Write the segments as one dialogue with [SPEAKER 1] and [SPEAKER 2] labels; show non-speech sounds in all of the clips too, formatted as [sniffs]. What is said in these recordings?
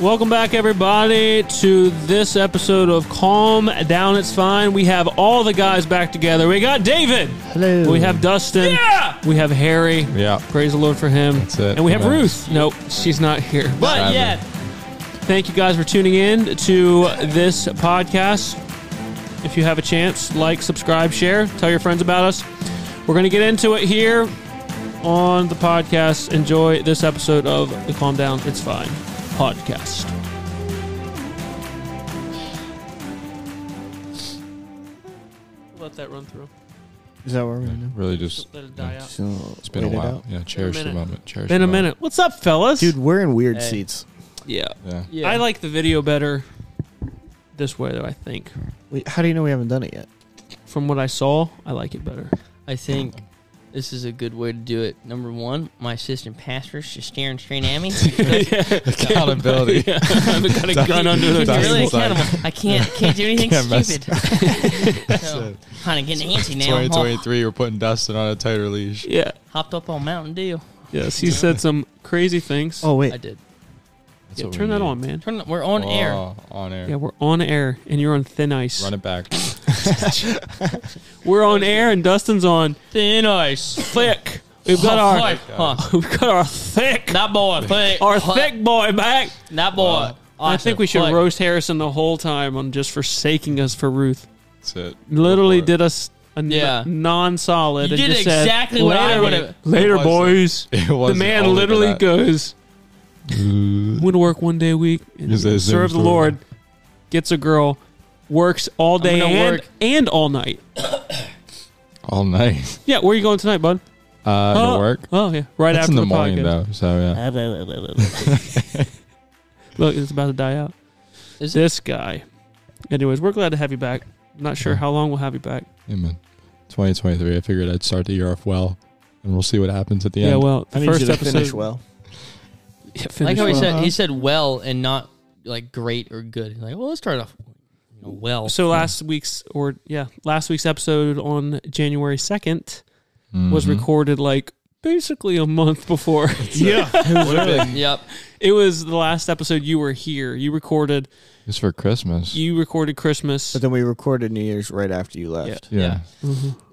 [SPEAKER 1] Welcome back, everybody, to this episode of Calm Down It's Fine. We have all the guys back together. We got David.
[SPEAKER 2] Hello.
[SPEAKER 1] We have Dustin.
[SPEAKER 3] Yeah!
[SPEAKER 1] We have Harry.
[SPEAKER 3] Yeah.
[SPEAKER 1] Praise the Lord for him.
[SPEAKER 3] That's it.
[SPEAKER 1] And we have
[SPEAKER 3] Nice.
[SPEAKER 1] Ruth. Nope, she's not here. But
[SPEAKER 3] Ivan.
[SPEAKER 1] yet, thank you guys for tuning in to this podcast. If you have a chance, like, subscribe, share, tell your friends about us. We're going to get into it here on the podcast. Enjoy this episode of the Calm Down It's Fine podcast. Let that run through.
[SPEAKER 2] Is that where we're at now?
[SPEAKER 3] Really just
[SPEAKER 1] Let it die out.
[SPEAKER 2] So
[SPEAKER 3] it's been a
[SPEAKER 2] wait it
[SPEAKER 3] while.
[SPEAKER 2] out.
[SPEAKER 3] Yeah, cherish the
[SPEAKER 1] minute.
[SPEAKER 3] moment. Cherish
[SPEAKER 1] Been
[SPEAKER 3] the
[SPEAKER 1] a minute. What's up, fellas?
[SPEAKER 2] Dude, we're in weird
[SPEAKER 4] Hey.
[SPEAKER 2] seats.
[SPEAKER 1] yeah.
[SPEAKER 3] moment.
[SPEAKER 4] Yeah.
[SPEAKER 1] I like the video better this way, though. I think
[SPEAKER 2] Wait, how do you know we haven't done it yet?
[SPEAKER 1] from what I saw, I like it
[SPEAKER 4] [laughs]
[SPEAKER 1] better.
[SPEAKER 4] I think this is a good way to do it. Number one, my assistant pastor's just staring straight at
[SPEAKER 1] [laughs]
[SPEAKER 4] me.
[SPEAKER 3] [laughs] Accountability.
[SPEAKER 4] [laughs]
[SPEAKER 1] yeah, I've got a gun under the
[SPEAKER 4] You're really
[SPEAKER 1] table.
[SPEAKER 3] Dustin's like-
[SPEAKER 4] accountable. I can't can't do anything
[SPEAKER 3] Can't mess- [laughs]
[SPEAKER 4] stupid. so, kind of getting antsy now. I'm
[SPEAKER 3] Twenty
[SPEAKER 4] all
[SPEAKER 3] twenty three, we're putting Dustin on a tighter leash.
[SPEAKER 1] Yeah.
[SPEAKER 4] hopped up on Mountain Dew.
[SPEAKER 1] Yes, he said some crazy things.
[SPEAKER 2] Oh, wait.
[SPEAKER 4] I did.
[SPEAKER 3] That's
[SPEAKER 1] yeah,
[SPEAKER 3] what we
[SPEAKER 1] turn that
[SPEAKER 3] need.
[SPEAKER 1] on, man.
[SPEAKER 4] Turn. it- We're on air.
[SPEAKER 3] Oh, On air.
[SPEAKER 1] Yeah, we're on air and you're on thin ice.
[SPEAKER 3] Run it back.
[SPEAKER 1] We're on air and Dustin's on
[SPEAKER 4] Thin ice.
[SPEAKER 1] thick. We've got
[SPEAKER 4] Oh,
[SPEAKER 1] our
[SPEAKER 4] boy. Huh.
[SPEAKER 1] [laughs] we've got our thick
[SPEAKER 4] That boy. Thick.
[SPEAKER 1] our
[SPEAKER 4] Huh.
[SPEAKER 1] thick boy back.
[SPEAKER 4] That boy.
[SPEAKER 3] Wow.
[SPEAKER 1] I think we should
[SPEAKER 4] Awesome.
[SPEAKER 1] roast Harrison the whole time on just forsaking us for Ruth.
[SPEAKER 3] That's it.
[SPEAKER 1] literally
[SPEAKER 3] Go for it.
[SPEAKER 1] did us a
[SPEAKER 4] Yeah.
[SPEAKER 1] non solid.
[SPEAKER 4] You did exactly
[SPEAKER 1] said,
[SPEAKER 4] what I
[SPEAKER 1] later,
[SPEAKER 4] would've-
[SPEAKER 1] Later,
[SPEAKER 3] It wasn't-
[SPEAKER 1] boys.
[SPEAKER 3] [laughs] It was
[SPEAKER 1] The man literally goes, I'm
[SPEAKER 3] goes.
[SPEAKER 1] going to work one day a week and
[SPEAKER 3] Yes, yes,
[SPEAKER 1] serve the
[SPEAKER 3] yes.
[SPEAKER 1] Lord, gets a girl, works all day
[SPEAKER 4] gonna
[SPEAKER 1] and,
[SPEAKER 4] work.
[SPEAKER 1] and all night.
[SPEAKER 3] [laughs] All night.
[SPEAKER 1] Yeah, where are you going tonight, bud?
[SPEAKER 3] Uh,
[SPEAKER 1] oh,
[SPEAKER 3] to work.
[SPEAKER 1] Oh, yeah. Right
[SPEAKER 3] That's
[SPEAKER 1] after
[SPEAKER 3] in the,
[SPEAKER 1] the,
[SPEAKER 3] morning
[SPEAKER 1] podcast.
[SPEAKER 3] though. So yeah.
[SPEAKER 1] Look, it's about to die out.
[SPEAKER 4] Is it?
[SPEAKER 1] this guy. Anyways, we're glad to have you back. Not sure how long we'll have you back.
[SPEAKER 3] Amen. Twenty twenty three. I figured I'd start the year off well, and we'll see what happens at the
[SPEAKER 1] Yeah,
[SPEAKER 3] end.
[SPEAKER 1] well,
[SPEAKER 2] [laughs] I
[SPEAKER 1] the
[SPEAKER 2] need
[SPEAKER 1] first
[SPEAKER 2] you to
[SPEAKER 1] episode.
[SPEAKER 2] finish well.
[SPEAKER 1] Yeah, finish
[SPEAKER 4] Like how he
[SPEAKER 1] well.
[SPEAKER 4] said, he said well and not like great or good. He's like, well, let's start off. you know, Well,
[SPEAKER 1] So last week's or yeah, last week's episode on January 2nd was
[SPEAKER 2] Mm-hmm.
[SPEAKER 3] [laughs] Mhm.
[SPEAKER 1] recorded like basically a month before. [laughs]
[SPEAKER 2] Yeah.
[SPEAKER 4] yep.
[SPEAKER 1] it was the last episode you were here. You recorded
[SPEAKER 3] It's for Christmas.
[SPEAKER 1] you recorded Christmas.
[SPEAKER 2] But then we recorded New Year's right after you left.
[SPEAKER 3] yeah.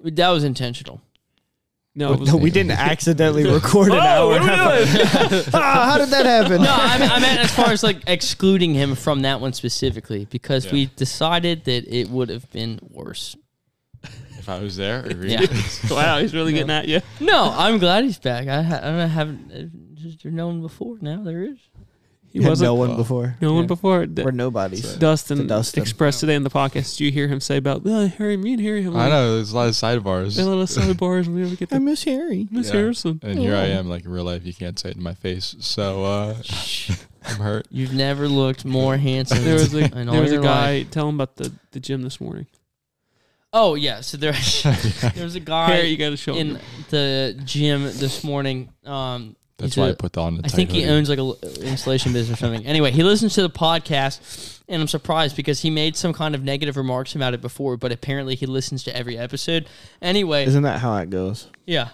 [SPEAKER 4] That was intentional.
[SPEAKER 1] No, it was
[SPEAKER 2] [laughs] No, we didn't accidentally record an
[SPEAKER 1] Oh,
[SPEAKER 2] hour.
[SPEAKER 1] what
[SPEAKER 2] and a
[SPEAKER 1] are we
[SPEAKER 2] half. [laughs]
[SPEAKER 1] doing? [laughs]
[SPEAKER 2] Ah, how did that happen?
[SPEAKER 4] No, I mean, I meant as far as like excluding him from that one specifically because we decided that it would have been worse.
[SPEAKER 3] If I was there, or
[SPEAKER 4] Yeah. [laughs]
[SPEAKER 1] [laughs] wow, he's really getting at you.
[SPEAKER 4] No, I'm glad he's back. I, ha- I haven't uh, just known before. Now there is.
[SPEAKER 1] He
[SPEAKER 2] [laughs] You had
[SPEAKER 1] wasn't
[SPEAKER 2] no
[SPEAKER 1] no,
[SPEAKER 2] one before.
[SPEAKER 1] one
[SPEAKER 4] Yeah.
[SPEAKER 1] before. D-
[SPEAKER 2] We're nobodies.
[SPEAKER 1] Dustin,
[SPEAKER 2] to Dustin.
[SPEAKER 1] expressed today in the podcast. Do you hear him say about oh, Harry? Me and Harry have
[SPEAKER 3] I
[SPEAKER 1] like,
[SPEAKER 3] know. There's a lot of sidebars.
[SPEAKER 1] been a little sidebars and we never get
[SPEAKER 2] I
[SPEAKER 1] to
[SPEAKER 2] miss Harry.
[SPEAKER 1] Miss
[SPEAKER 3] Yeah.
[SPEAKER 1] Harrison.
[SPEAKER 3] [laughs] And here I am, like in real life, you can't say it in my face. So uh,
[SPEAKER 4] [laughs]
[SPEAKER 1] [laughs]
[SPEAKER 3] I'm hurt.
[SPEAKER 4] You've never looked more handsome.
[SPEAKER 1] There was a
[SPEAKER 4] in all
[SPEAKER 1] there was a
[SPEAKER 4] your
[SPEAKER 1] guy.
[SPEAKER 4] life.
[SPEAKER 1] Tell him about the the gym this morning.
[SPEAKER 4] Oh yeah,
[SPEAKER 1] [laughs]
[SPEAKER 4] so there, there was a guy
[SPEAKER 1] Harry, you got to show him.
[SPEAKER 4] in the gym this morning. Um,
[SPEAKER 3] That's
[SPEAKER 4] he's
[SPEAKER 3] why I
[SPEAKER 4] a-
[SPEAKER 3] put on the.
[SPEAKER 4] I think he owns like a l- uh, installation business or something. Anyway, he listens to the podcast, and I'm surprised because he made some kind of negative remarks about it before, but apparently he listens to every episode. Anyway,
[SPEAKER 2] Isn't that how it goes?
[SPEAKER 4] yeah.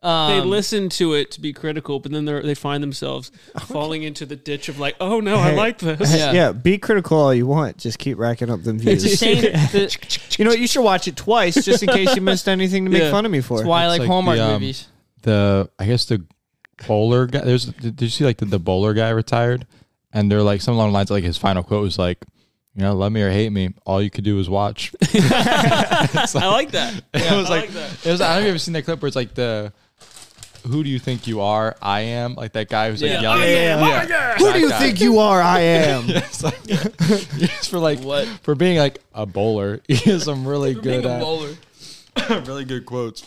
[SPEAKER 3] Yeah.
[SPEAKER 1] they
[SPEAKER 4] Um,
[SPEAKER 1] listen to it to be critical, but then they they find themselves falling into the ditch of like, oh no, I
[SPEAKER 2] Hey,
[SPEAKER 1] like
[SPEAKER 2] [laughs]
[SPEAKER 1] this.
[SPEAKER 4] Yeah.
[SPEAKER 2] Yeah, be critical all you want. Just keep racking up them
[SPEAKER 4] it's the
[SPEAKER 2] views.
[SPEAKER 4] same. the-
[SPEAKER 2] [laughs] you know what? You should watch it twice just in case you missed anything to make
[SPEAKER 1] Yeah.
[SPEAKER 2] fun of me for.
[SPEAKER 4] that's why I
[SPEAKER 3] It's
[SPEAKER 4] like,
[SPEAKER 3] like
[SPEAKER 4] Hallmark
[SPEAKER 3] the, um,
[SPEAKER 4] movies.
[SPEAKER 3] the I guess the bowler guy. There's did did you see like the, the bowler guy retired, and they're like some along the lines like his final quote was like, you know, love me or hate me, all you could do is watch. [laughs]
[SPEAKER 1] I like that.
[SPEAKER 3] it was
[SPEAKER 1] I
[SPEAKER 3] like,
[SPEAKER 1] like that.
[SPEAKER 3] it was. I don't know if you've ever seen that clip where it's like the. Who do you think you are? I am like that guy who's like
[SPEAKER 1] Yeah.
[SPEAKER 3] yelling.
[SPEAKER 1] I am.
[SPEAKER 3] Yeah.
[SPEAKER 2] Who do you
[SPEAKER 3] That guy.
[SPEAKER 2] think you are? I am.
[SPEAKER 3] It's like- [laughs] just for like
[SPEAKER 4] What?
[SPEAKER 3] for being like a bowler. [laughs] He has some really good, uh,
[SPEAKER 4] bowler.
[SPEAKER 3] [laughs] really good quotes.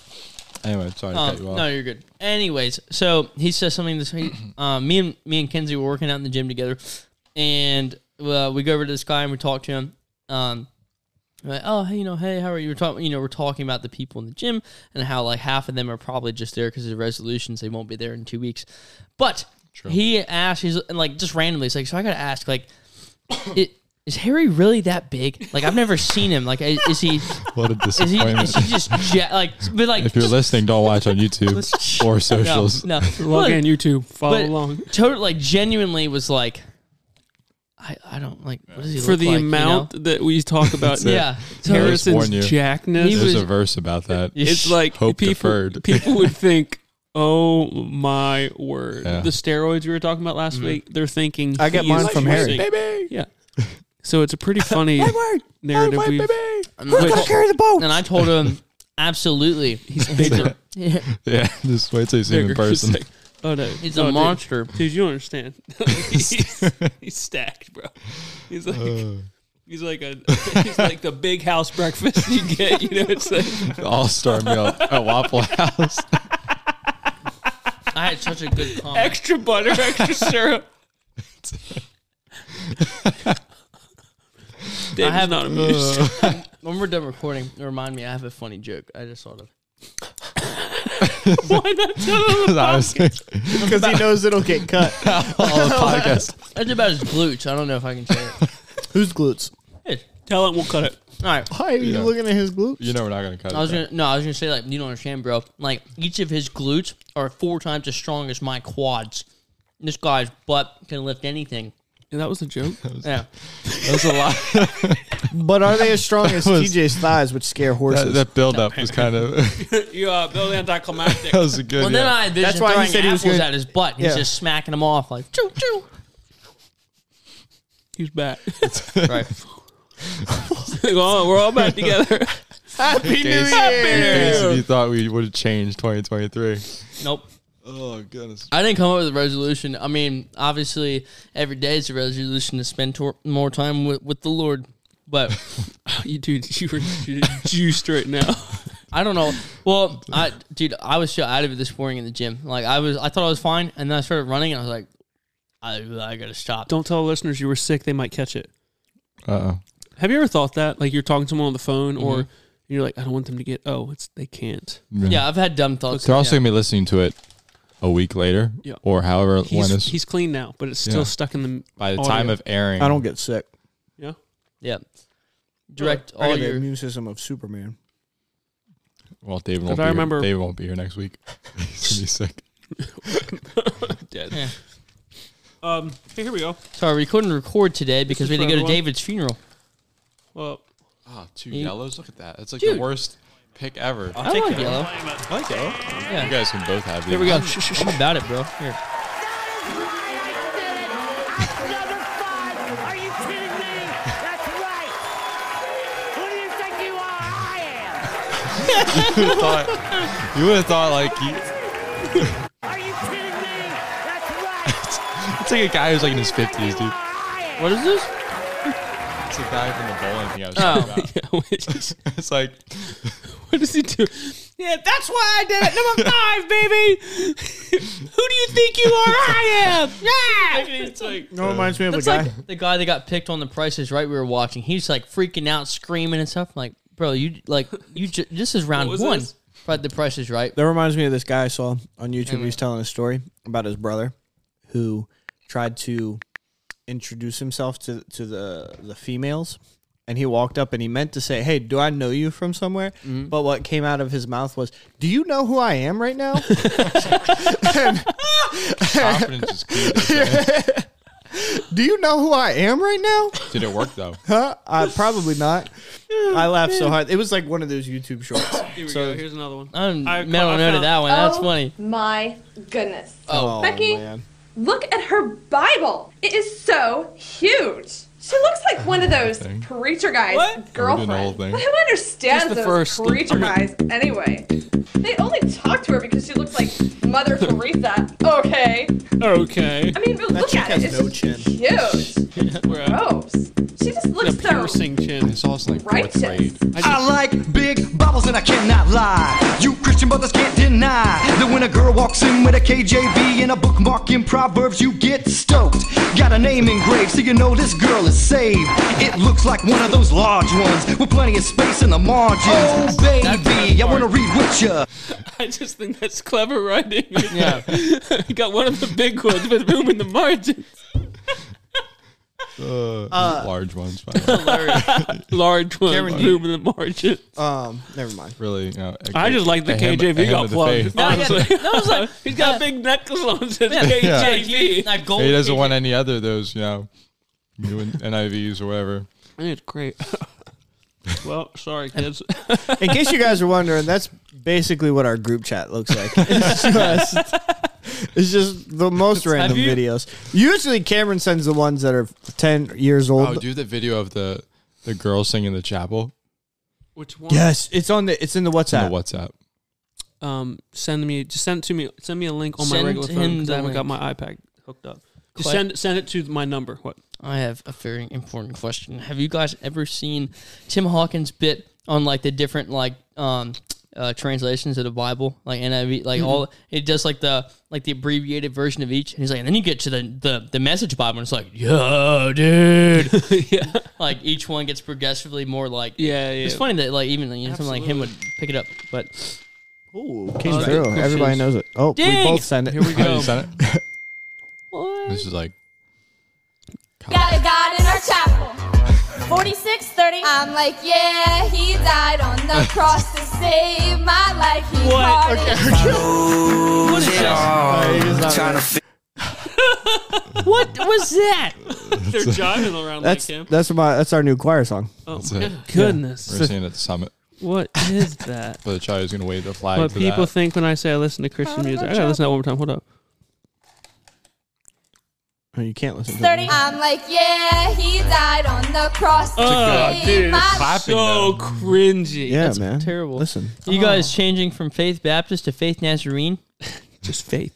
[SPEAKER 3] Anyway, sorry to cut
[SPEAKER 4] Um,
[SPEAKER 3] you off.
[SPEAKER 4] no, you're good. Anyways, so he says something
[SPEAKER 3] [clears throat]
[SPEAKER 4] this week. Um, me and me and Kenzie were working out in the gym together, and uh, we go over to this guy and we talk to him. Um, we're like, oh, hey, you know, hey, how are you? We're talking, you know, we're talking about the people in the gym and how like half of them are probably just there because of resolutions. They won't be there in two weeks. But he asked, he's and, like just randomly. He's like, so I gotta ask, like, [coughs] it, is Harry really that big? Like, I've never seen him. Like, is, is he?
[SPEAKER 3] [laughs] what a
[SPEAKER 4] Is he,
[SPEAKER 3] disappointment!
[SPEAKER 4] is he just ja- like, but like,
[SPEAKER 3] if you're
[SPEAKER 4] just-
[SPEAKER 3] listening, don't watch on YouTube [laughs] or socials.
[SPEAKER 4] no, no.
[SPEAKER 1] Log
[SPEAKER 4] Look,
[SPEAKER 1] in YouTube, follow
[SPEAKER 4] but
[SPEAKER 1] along.
[SPEAKER 4] Total, like, genuinely was like, I, I don't like what does he
[SPEAKER 1] for
[SPEAKER 4] look
[SPEAKER 1] the
[SPEAKER 4] like, you
[SPEAKER 1] amount that we talk about.
[SPEAKER 4] know? Yeah. So
[SPEAKER 3] Harris-
[SPEAKER 1] Harrison's
[SPEAKER 3] warn you.
[SPEAKER 1] jackness.
[SPEAKER 4] He
[SPEAKER 3] There's
[SPEAKER 4] was-
[SPEAKER 3] a verse about that.
[SPEAKER 4] Yeah.
[SPEAKER 1] it's like
[SPEAKER 3] Hope
[SPEAKER 1] people,
[SPEAKER 3] deferred.
[SPEAKER 1] people would think, oh my word.
[SPEAKER 3] Yeah.
[SPEAKER 1] The steroids we were talking about last week, they're thinking.
[SPEAKER 2] I get
[SPEAKER 1] he
[SPEAKER 2] mine
[SPEAKER 1] is
[SPEAKER 2] from Harry.
[SPEAKER 1] using-
[SPEAKER 3] Baby.
[SPEAKER 1] Yeah. So it's a pretty funny narrative. we've-
[SPEAKER 4] and I told-
[SPEAKER 2] carry the boat.
[SPEAKER 4] and I told him absolutely.
[SPEAKER 1] he's [laughs] bigger.
[SPEAKER 3] [laughs] Yeah, just wait till you see him
[SPEAKER 1] bigger.
[SPEAKER 3] in person.
[SPEAKER 1] He's like, oh no,
[SPEAKER 4] He's
[SPEAKER 1] no,
[SPEAKER 4] a
[SPEAKER 1] dude.
[SPEAKER 4] monster.
[SPEAKER 1] Dude, you don't understand. [laughs] he's, he's stacked, bro. He's like. He's like a he's like the big house breakfast you get, you know. It's like
[SPEAKER 3] All star meal at
[SPEAKER 4] [laughs]
[SPEAKER 3] Waffle House. [laughs]
[SPEAKER 4] I had such
[SPEAKER 1] [laughs]
[SPEAKER 4] a good comment.
[SPEAKER 1] extra butter, extra syrup. David's
[SPEAKER 4] I have-
[SPEAKER 1] not amused. [laughs]
[SPEAKER 4] when we're done recording, remind me I have a funny joke. I just thought of.
[SPEAKER 3] [laughs]
[SPEAKER 1] Why not tell him?
[SPEAKER 3] Honestly,
[SPEAKER 2] Because
[SPEAKER 4] [laughs]
[SPEAKER 2] he knows it'll get cut.
[SPEAKER 3] [laughs] all the podcast.
[SPEAKER 4] That's about his glutes. I don't know if I can say it.
[SPEAKER 3] [laughs]
[SPEAKER 2] Who's glutes?
[SPEAKER 4] Good.
[SPEAKER 1] Tell him we'll cut it.
[SPEAKER 4] All right.
[SPEAKER 2] Why are you
[SPEAKER 3] Yeah.
[SPEAKER 2] looking at his glutes?
[SPEAKER 3] You know we're not gonna cut.
[SPEAKER 4] I was gonna no, I was gonna say like you don't understand, bro. Like each of his glutes are four times as strong as my quads. This guy's butt can lift anything.
[SPEAKER 1] that was a joke.
[SPEAKER 3] [laughs]
[SPEAKER 4] Yeah.
[SPEAKER 3] that was a lot.
[SPEAKER 2] But are they as strong
[SPEAKER 3] [laughs]
[SPEAKER 2] as
[SPEAKER 3] was-
[SPEAKER 2] TJ's thighs, which scare
[SPEAKER 3] That,
[SPEAKER 2] horses?
[SPEAKER 3] that build up was kind [laughs] of that
[SPEAKER 1] [laughs] you uh, are building
[SPEAKER 3] [laughs]
[SPEAKER 1] anticlimactic.
[SPEAKER 3] was a good.
[SPEAKER 4] Well, then
[SPEAKER 3] yeah.
[SPEAKER 4] I envisioned
[SPEAKER 2] That's why he
[SPEAKER 4] throwing
[SPEAKER 2] said he was
[SPEAKER 4] apples
[SPEAKER 2] gonna-
[SPEAKER 4] at his butt. He's
[SPEAKER 2] Yeah.
[SPEAKER 4] just smacking them off like choo
[SPEAKER 3] [laughs]
[SPEAKER 4] choo.
[SPEAKER 1] He's back. [laughs]
[SPEAKER 4] Right.
[SPEAKER 1] Like, oh, we're all back together.
[SPEAKER 2] Happy
[SPEAKER 3] In case- in
[SPEAKER 1] Year!
[SPEAKER 3] case if you thought we would have changed 2023.
[SPEAKER 4] Nope.
[SPEAKER 3] Oh goodness.
[SPEAKER 4] I didn't come up with a resolution. I mean, obviously, every day is a resolution to spend tor- more time with, with the Lord.
[SPEAKER 3] [laughs]
[SPEAKER 4] But
[SPEAKER 1] you dude, you were ju- juiced right now.
[SPEAKER 4] I don't know. Well, I dude, I was so out of it this morning in the gym. Like I was, I thought I was fine, and then I started running, and I was like, I, I gotta stop.
[SPEAKER 1] Don't tell listeners you were sick; they might catch it.
[SPEAKER 3] Uh
[SPEAKER 1] Have you ever thought that? Like you're talking to someone on the phone, or you're like, I don't want them to get. Oh, it's they can't.
[SPEAKER 4] Yeah, I've had dumb thoughts.
[SPEAKER 3] They're also gonna be listening to it a week later,
[SPEAKER 1] Yeah.
[SPEAKER 3] or however
[SPEAKER 1] He's,
[SPEAKER 3] when this.
[SPEAKER 1] he's clean now, but it's still
[SPEAKER 3] Yeah.
[SPEAKER 1] stuck in the
[SPEAKER 3] by the
[SPEAKER 1] audio.
[SPEAKER 3] time of airing,
[SPEAKER 2] I don't get sick.
[SPEAKER 1] yeah.
[SPEAKER 4] yeah. Direct
[SPEAKER 2] I
[SPEAKER 4] all
[SPEAKER 2] got the
[SPEAKER 4] your
[SPEAKER 2] immune system of Superman.
[SPEAKER 3] Well, David
[SPEAKER 1] 'Cause
[SPEAKER 3] won't.
[SPEAKER 1] I
[SPEAKER 3] be
[SPEAKER 1] remember-
[SPEAKER 3] Here. David won't be here next week. [laughs] he's gonna be sick.
[SPEAKER 1] Dead.
[SPEAKER 4] Yeah.
[SPEAKER 1] Um. Hey, here we go.
[SPEAKER 4] sorry. We couldn't record today because
[SPEAKER 1] is
[SPEAKER 4] we had to
[SPEAKER 1] for
[SPEAKER 4] go to
[SPEAKER 1] everyone.
[SPEAKER 4] David's funeral.
[SPEAKER 1] Well,
[SPEAKER 3] Oh, two
[SPEAKER 4] He-
[SPEAKER 3] yellows. Look at that. That's like
[SPEAKER 4] Dude.
[SPEAKER 3] the worst pick ever.
[SPEAKER 4] I like yellow.
[SPEAKER 1] [laughs]
[SPEAKER 3] You guys can both have. Here
[SPEAKER 1] we [laughs] go.
[SPEAKER 4] I'm about it, bro. Here.
[SPEAKER 5] Number five. Are you kidding me? That's right. Who do you think you are? I am.
[SPEAKER 3] [laughs] You would have thought like he,
[SPEAKER 5] Are you kidding me? That's right.
[SPEAKER 3] it's like a guy who's like [laughs] in his
[SPEAKER 5] Who do you
[SPEAKER 3] fifties, dude.
[SPEAKER 5] think you are? I am.
[SPEAKER 4] What is this?
[SPEAKER 3] It's a guy from the bowling thing I was talking about. [laughs] It's [laughs] like
[SPEAKER 1] what does he do? Yeah, that's why I did it. Number
[SPEAKER 4] [laughs]
[SPEAKER 1] five, baby. [laughs] Who do you think you are? I am.
[SPEAKER 4] [laughs]
[SPEAKER 1] Yeah. It's like
[SPEAKER 2] No, it reminds me of
[SPEAKER 4] That's like the guy that got picked on the prices right we were watching. He's like freaking out, screaming and stuff. I'm like, bro, you like you ju- this is round
[SPEAKER 1] What was
[SPEAKER 4] one.
[SPEAKER 1] this?
[SPEAKER 4] But the price is right.
[SPEAKER 2] That reminds me of this guy I saw on YouTube. He was telling a story about his brother who tried to introduce himself to to the the females, and he walked up and he meant to say, "Hey, do I know you from somewhere?" But what came out of his mouth was, "Do you know who I am right now?"
[SPEAKER 3] confidence is [laughs] good.
[SPEAKER 2] Do you know who I am right now?
[SPEAKER 3] Did it work [laughs] though?
[SPEAKER 2] Huh? Uh,
[SPEAKER 1] [laughs]
[SPEAKER 2] probably not. I laughed so hard. It was like one of those YouTube shorts.
[SPEAKER 1] here we
[SPEAKER 2] So-
[SPEAKER 1] go. Here's another one.
[SPEAKER 4] I'm
[SPEAKER 1] I-
[SPEAKER 4] mental
[SPEAKER 1] I
[SPEAKER 4] note of
[SPEAKER 1] found-
[SPEAKER 4] that one. That's
[SPEAKER 6] Oh
[SPEAKER 4] funny.
[SPEAKER 6] My goodness.
[SPEAKER 2] Oh,
[SPEAKER 6] Becky?
[SPEAKER 2] man.
[SPEAKER 6] Look at her Bible. It is so huge. She looks like one of those
[SPEAKER 3] thing.
[SPEAKER 6] preacher guys'
[SPEAKER 1] What?
[SPEAKER 3] We're doing
[SPEAKER 6] girlfriends.
[SPEAKER 3] the whole thing.
[SPEAKER 6] But who understands
[SPEAKER 1] Just the
[SPEAKER 6] those
[SPEAKER 1] first.
[SPEAKER 6] preacher guys anyway? They only talk to her because she looks like
[SPEAKER 3] [laughs]
[SPEAKER 6] Mother Teresa. Okay.
[SPEAKER 1] Okay.
[SPEAKER 6] I mean, but look
[SPEAKER 2] chick
[SPEAKER 6] at
[SPEAKER 2] has
[SPEAKER 6] it. It's
[SPEAKER 2] no
[SPEAKER 6] just
[SPEAKER 2] chin.
[SPEAKER 6] huge.
[SPEAKER 1] We're at
[SPEAKER 6] Gross. She just
[SPEAKER 1] a
[SPEAKER 6] looks so
[SPEAKER 1] piercing chin.
[SPEAKER 3] I saw this in like fourth
[SPEAKER 6] righteous.
[SPEAKER 3] grade.
[SPEAKER 7] I like big Bibles and I cannot lie. You Christian brothers can't deny that when a girl walks in with a KJV and a bookmark in Proverbs, you get stoked. Got a name engraved so you know this girl is saved. It looks like one of those large ones with plenty of space in the margins. Oh baby, I wanna read with ya.
[SPEAKER 1] [laughs] I just think that's clever [laughs] writing.
[SPEAKER 4] Yeah.
[SPEAKER 1] You got one of the big ones with room in the margins.
[SPEAKER 3] Uh, large ones, by the way.
[SPEAKER 1] Large one,
[SPEAKER 2] Cameron, do you-
[SPEAKER 1] room in the margins.
[SPEAKER 2] Um, never mind.
[SPEAKER 3] Really, you know,
[SPEAKER 1] I just like the
[SPEAKER 3] a ham-
[SPEAKER 1] KJV
[SPEAKER 3] a ham
[SPEAKER 1] got
[SPEAKER 3] of the
[SPEAKER 1] plugged.
[SPEAKER 3] faith.
[SPEAKER 1] Honestly,
[SPEAKER 4] I was like,
[SPEAKER 1] [laughs] he's got a big necklace on. Says
[SPEAKER 4] Yeah.
[SPEAKER 1] KJV.
[SPEAKER 4] That gold
[SPEAKER 3] He doesn't
[SPEAKER 4] KJV.
[SPEAKER 3] want any other of those, you know, new N- [laughs] NIVs or whatever.
[SPEAKER 1] It's great. [laughs] well, sorry, kids.
[SPEAKER 2] In case you guys are wondering, that's basically what our group chat looks like. [laughs] It's just, it's just
[SPEAKER 1] [laughs]
[SPEAKER 2] the most random
[SPEAKER 4] you-
[SPEAKER 2] videos. Usually, Cameron sends the ones that are ten years old.
[SPEAKER 3] Oh, do you have the video of the the girl singing the chapel
[SPEAKER 1] Which one?
[SPEAKER 2] yes, it's on the it's in the WhatsApp.
[SPEAKER 3] on the WhatsApp.
[SPEAKER 1] Um, send me just send it to me. Send me a link on
[SPEAKER 4] Send
[SPEAKER 1] my regular
[SPEAKER 4] him
[SPEAKER 1] phone because
[SPEAKER 4] the
[SPEAKER 1] I haven't got
[SPEAKER 4] link.
[SPEAKER 1] my iPad hooked up. Just
[SPEAKER 4] Quite-
[SPEAKER 1] send send it to my number. What?
[SPEAKER 4] I have a very important question. Have you guys ever seen Tim Hawkins' bit on like the different like um uh, translations of the Bible, like NIV, like all it does like the like the abbreviated version of each. And he's like, and then you get to the the, the Message Bible, and it's like, yo, dude,
[SPEAKER 1] yeah,
[SPEAKER 4] like each one gets progressively more like.
[SPEAKER 1] yeah, yeah.
[SPEAKER 4] It's funny that like even you know, something like him would pick it up, but
[SPEAKER 2] Ooh, came
[SPEAKER 4] Oh,
[SPEAKER 2] through.
[SPEAKER 4] good
[SPEAKER 2] Everybody
[SPEAKER 4] shoes.
[SPEAKER 2] knows it. Oh,
[SPEAKER 4] Dang!
[SPEAKER 2] we both send it.
[SPEAKER 1] Here
[SPEAKER 2] [laughs]
[SPEAKER 1] we
[SPEAKER 3] Oh,
[SPEAKER 1] go.
[SPEAKER 3] you sent it? [laughs] This is like
[SPEAKER 8] Got a God in our chapel. 4630. I'm like, yeah, he died on the cross to save my life. He what?
[SPEAKER 4] what is that? What was that?
[SPEAKER 1] They're jiving around
[SPEAKER 2] That's
[SPEAKER 1] like him.
[SPEAKER 2] that's my that's our new choir song.
[SPEAKER 1] Oh
[SPEAKER 3] That's
[SPEAKER 1] my
[SPEAKER 3] it.
[SPEAKER 1] goodness!
[SPEAKER 3] we're singing at the summit.
[SPEAKER 1] What is that?
[SPEAKER 3] But the child is gonna wave the flag.
[SPEAKER 1] What
[SPEAKER 3] to
[SPEAKER 1] people
[SPEAKER 3] that.
[SPEAKER 1] think when I say I listen to Christian music? I gotta listen to that one more time. Hold up.
[SPEAKER 2] Oh, you can't listen to
[SPEAKER 8] 30.
[SPEAKER 2] it.
[SPEAKER 8] I'm like, yeah, he died on the cross to save my life.
[SPEAKER 3] clapping
[SPEAKER 1] So
[SPEAKER 3] though.
[SPEAKER 1] cringy.
[SPEAKER 2] Yeah,
[SPEAKER 4] That's
[SPEAKER 2] man.
[SPEAKER 4] terrible.
[SPEAKER 2] Listen,
[SPEAKER 4] You guys changing from Faith Baptist to Faith Nazarene?
[SPEAKER 1] Just [laughs] faith.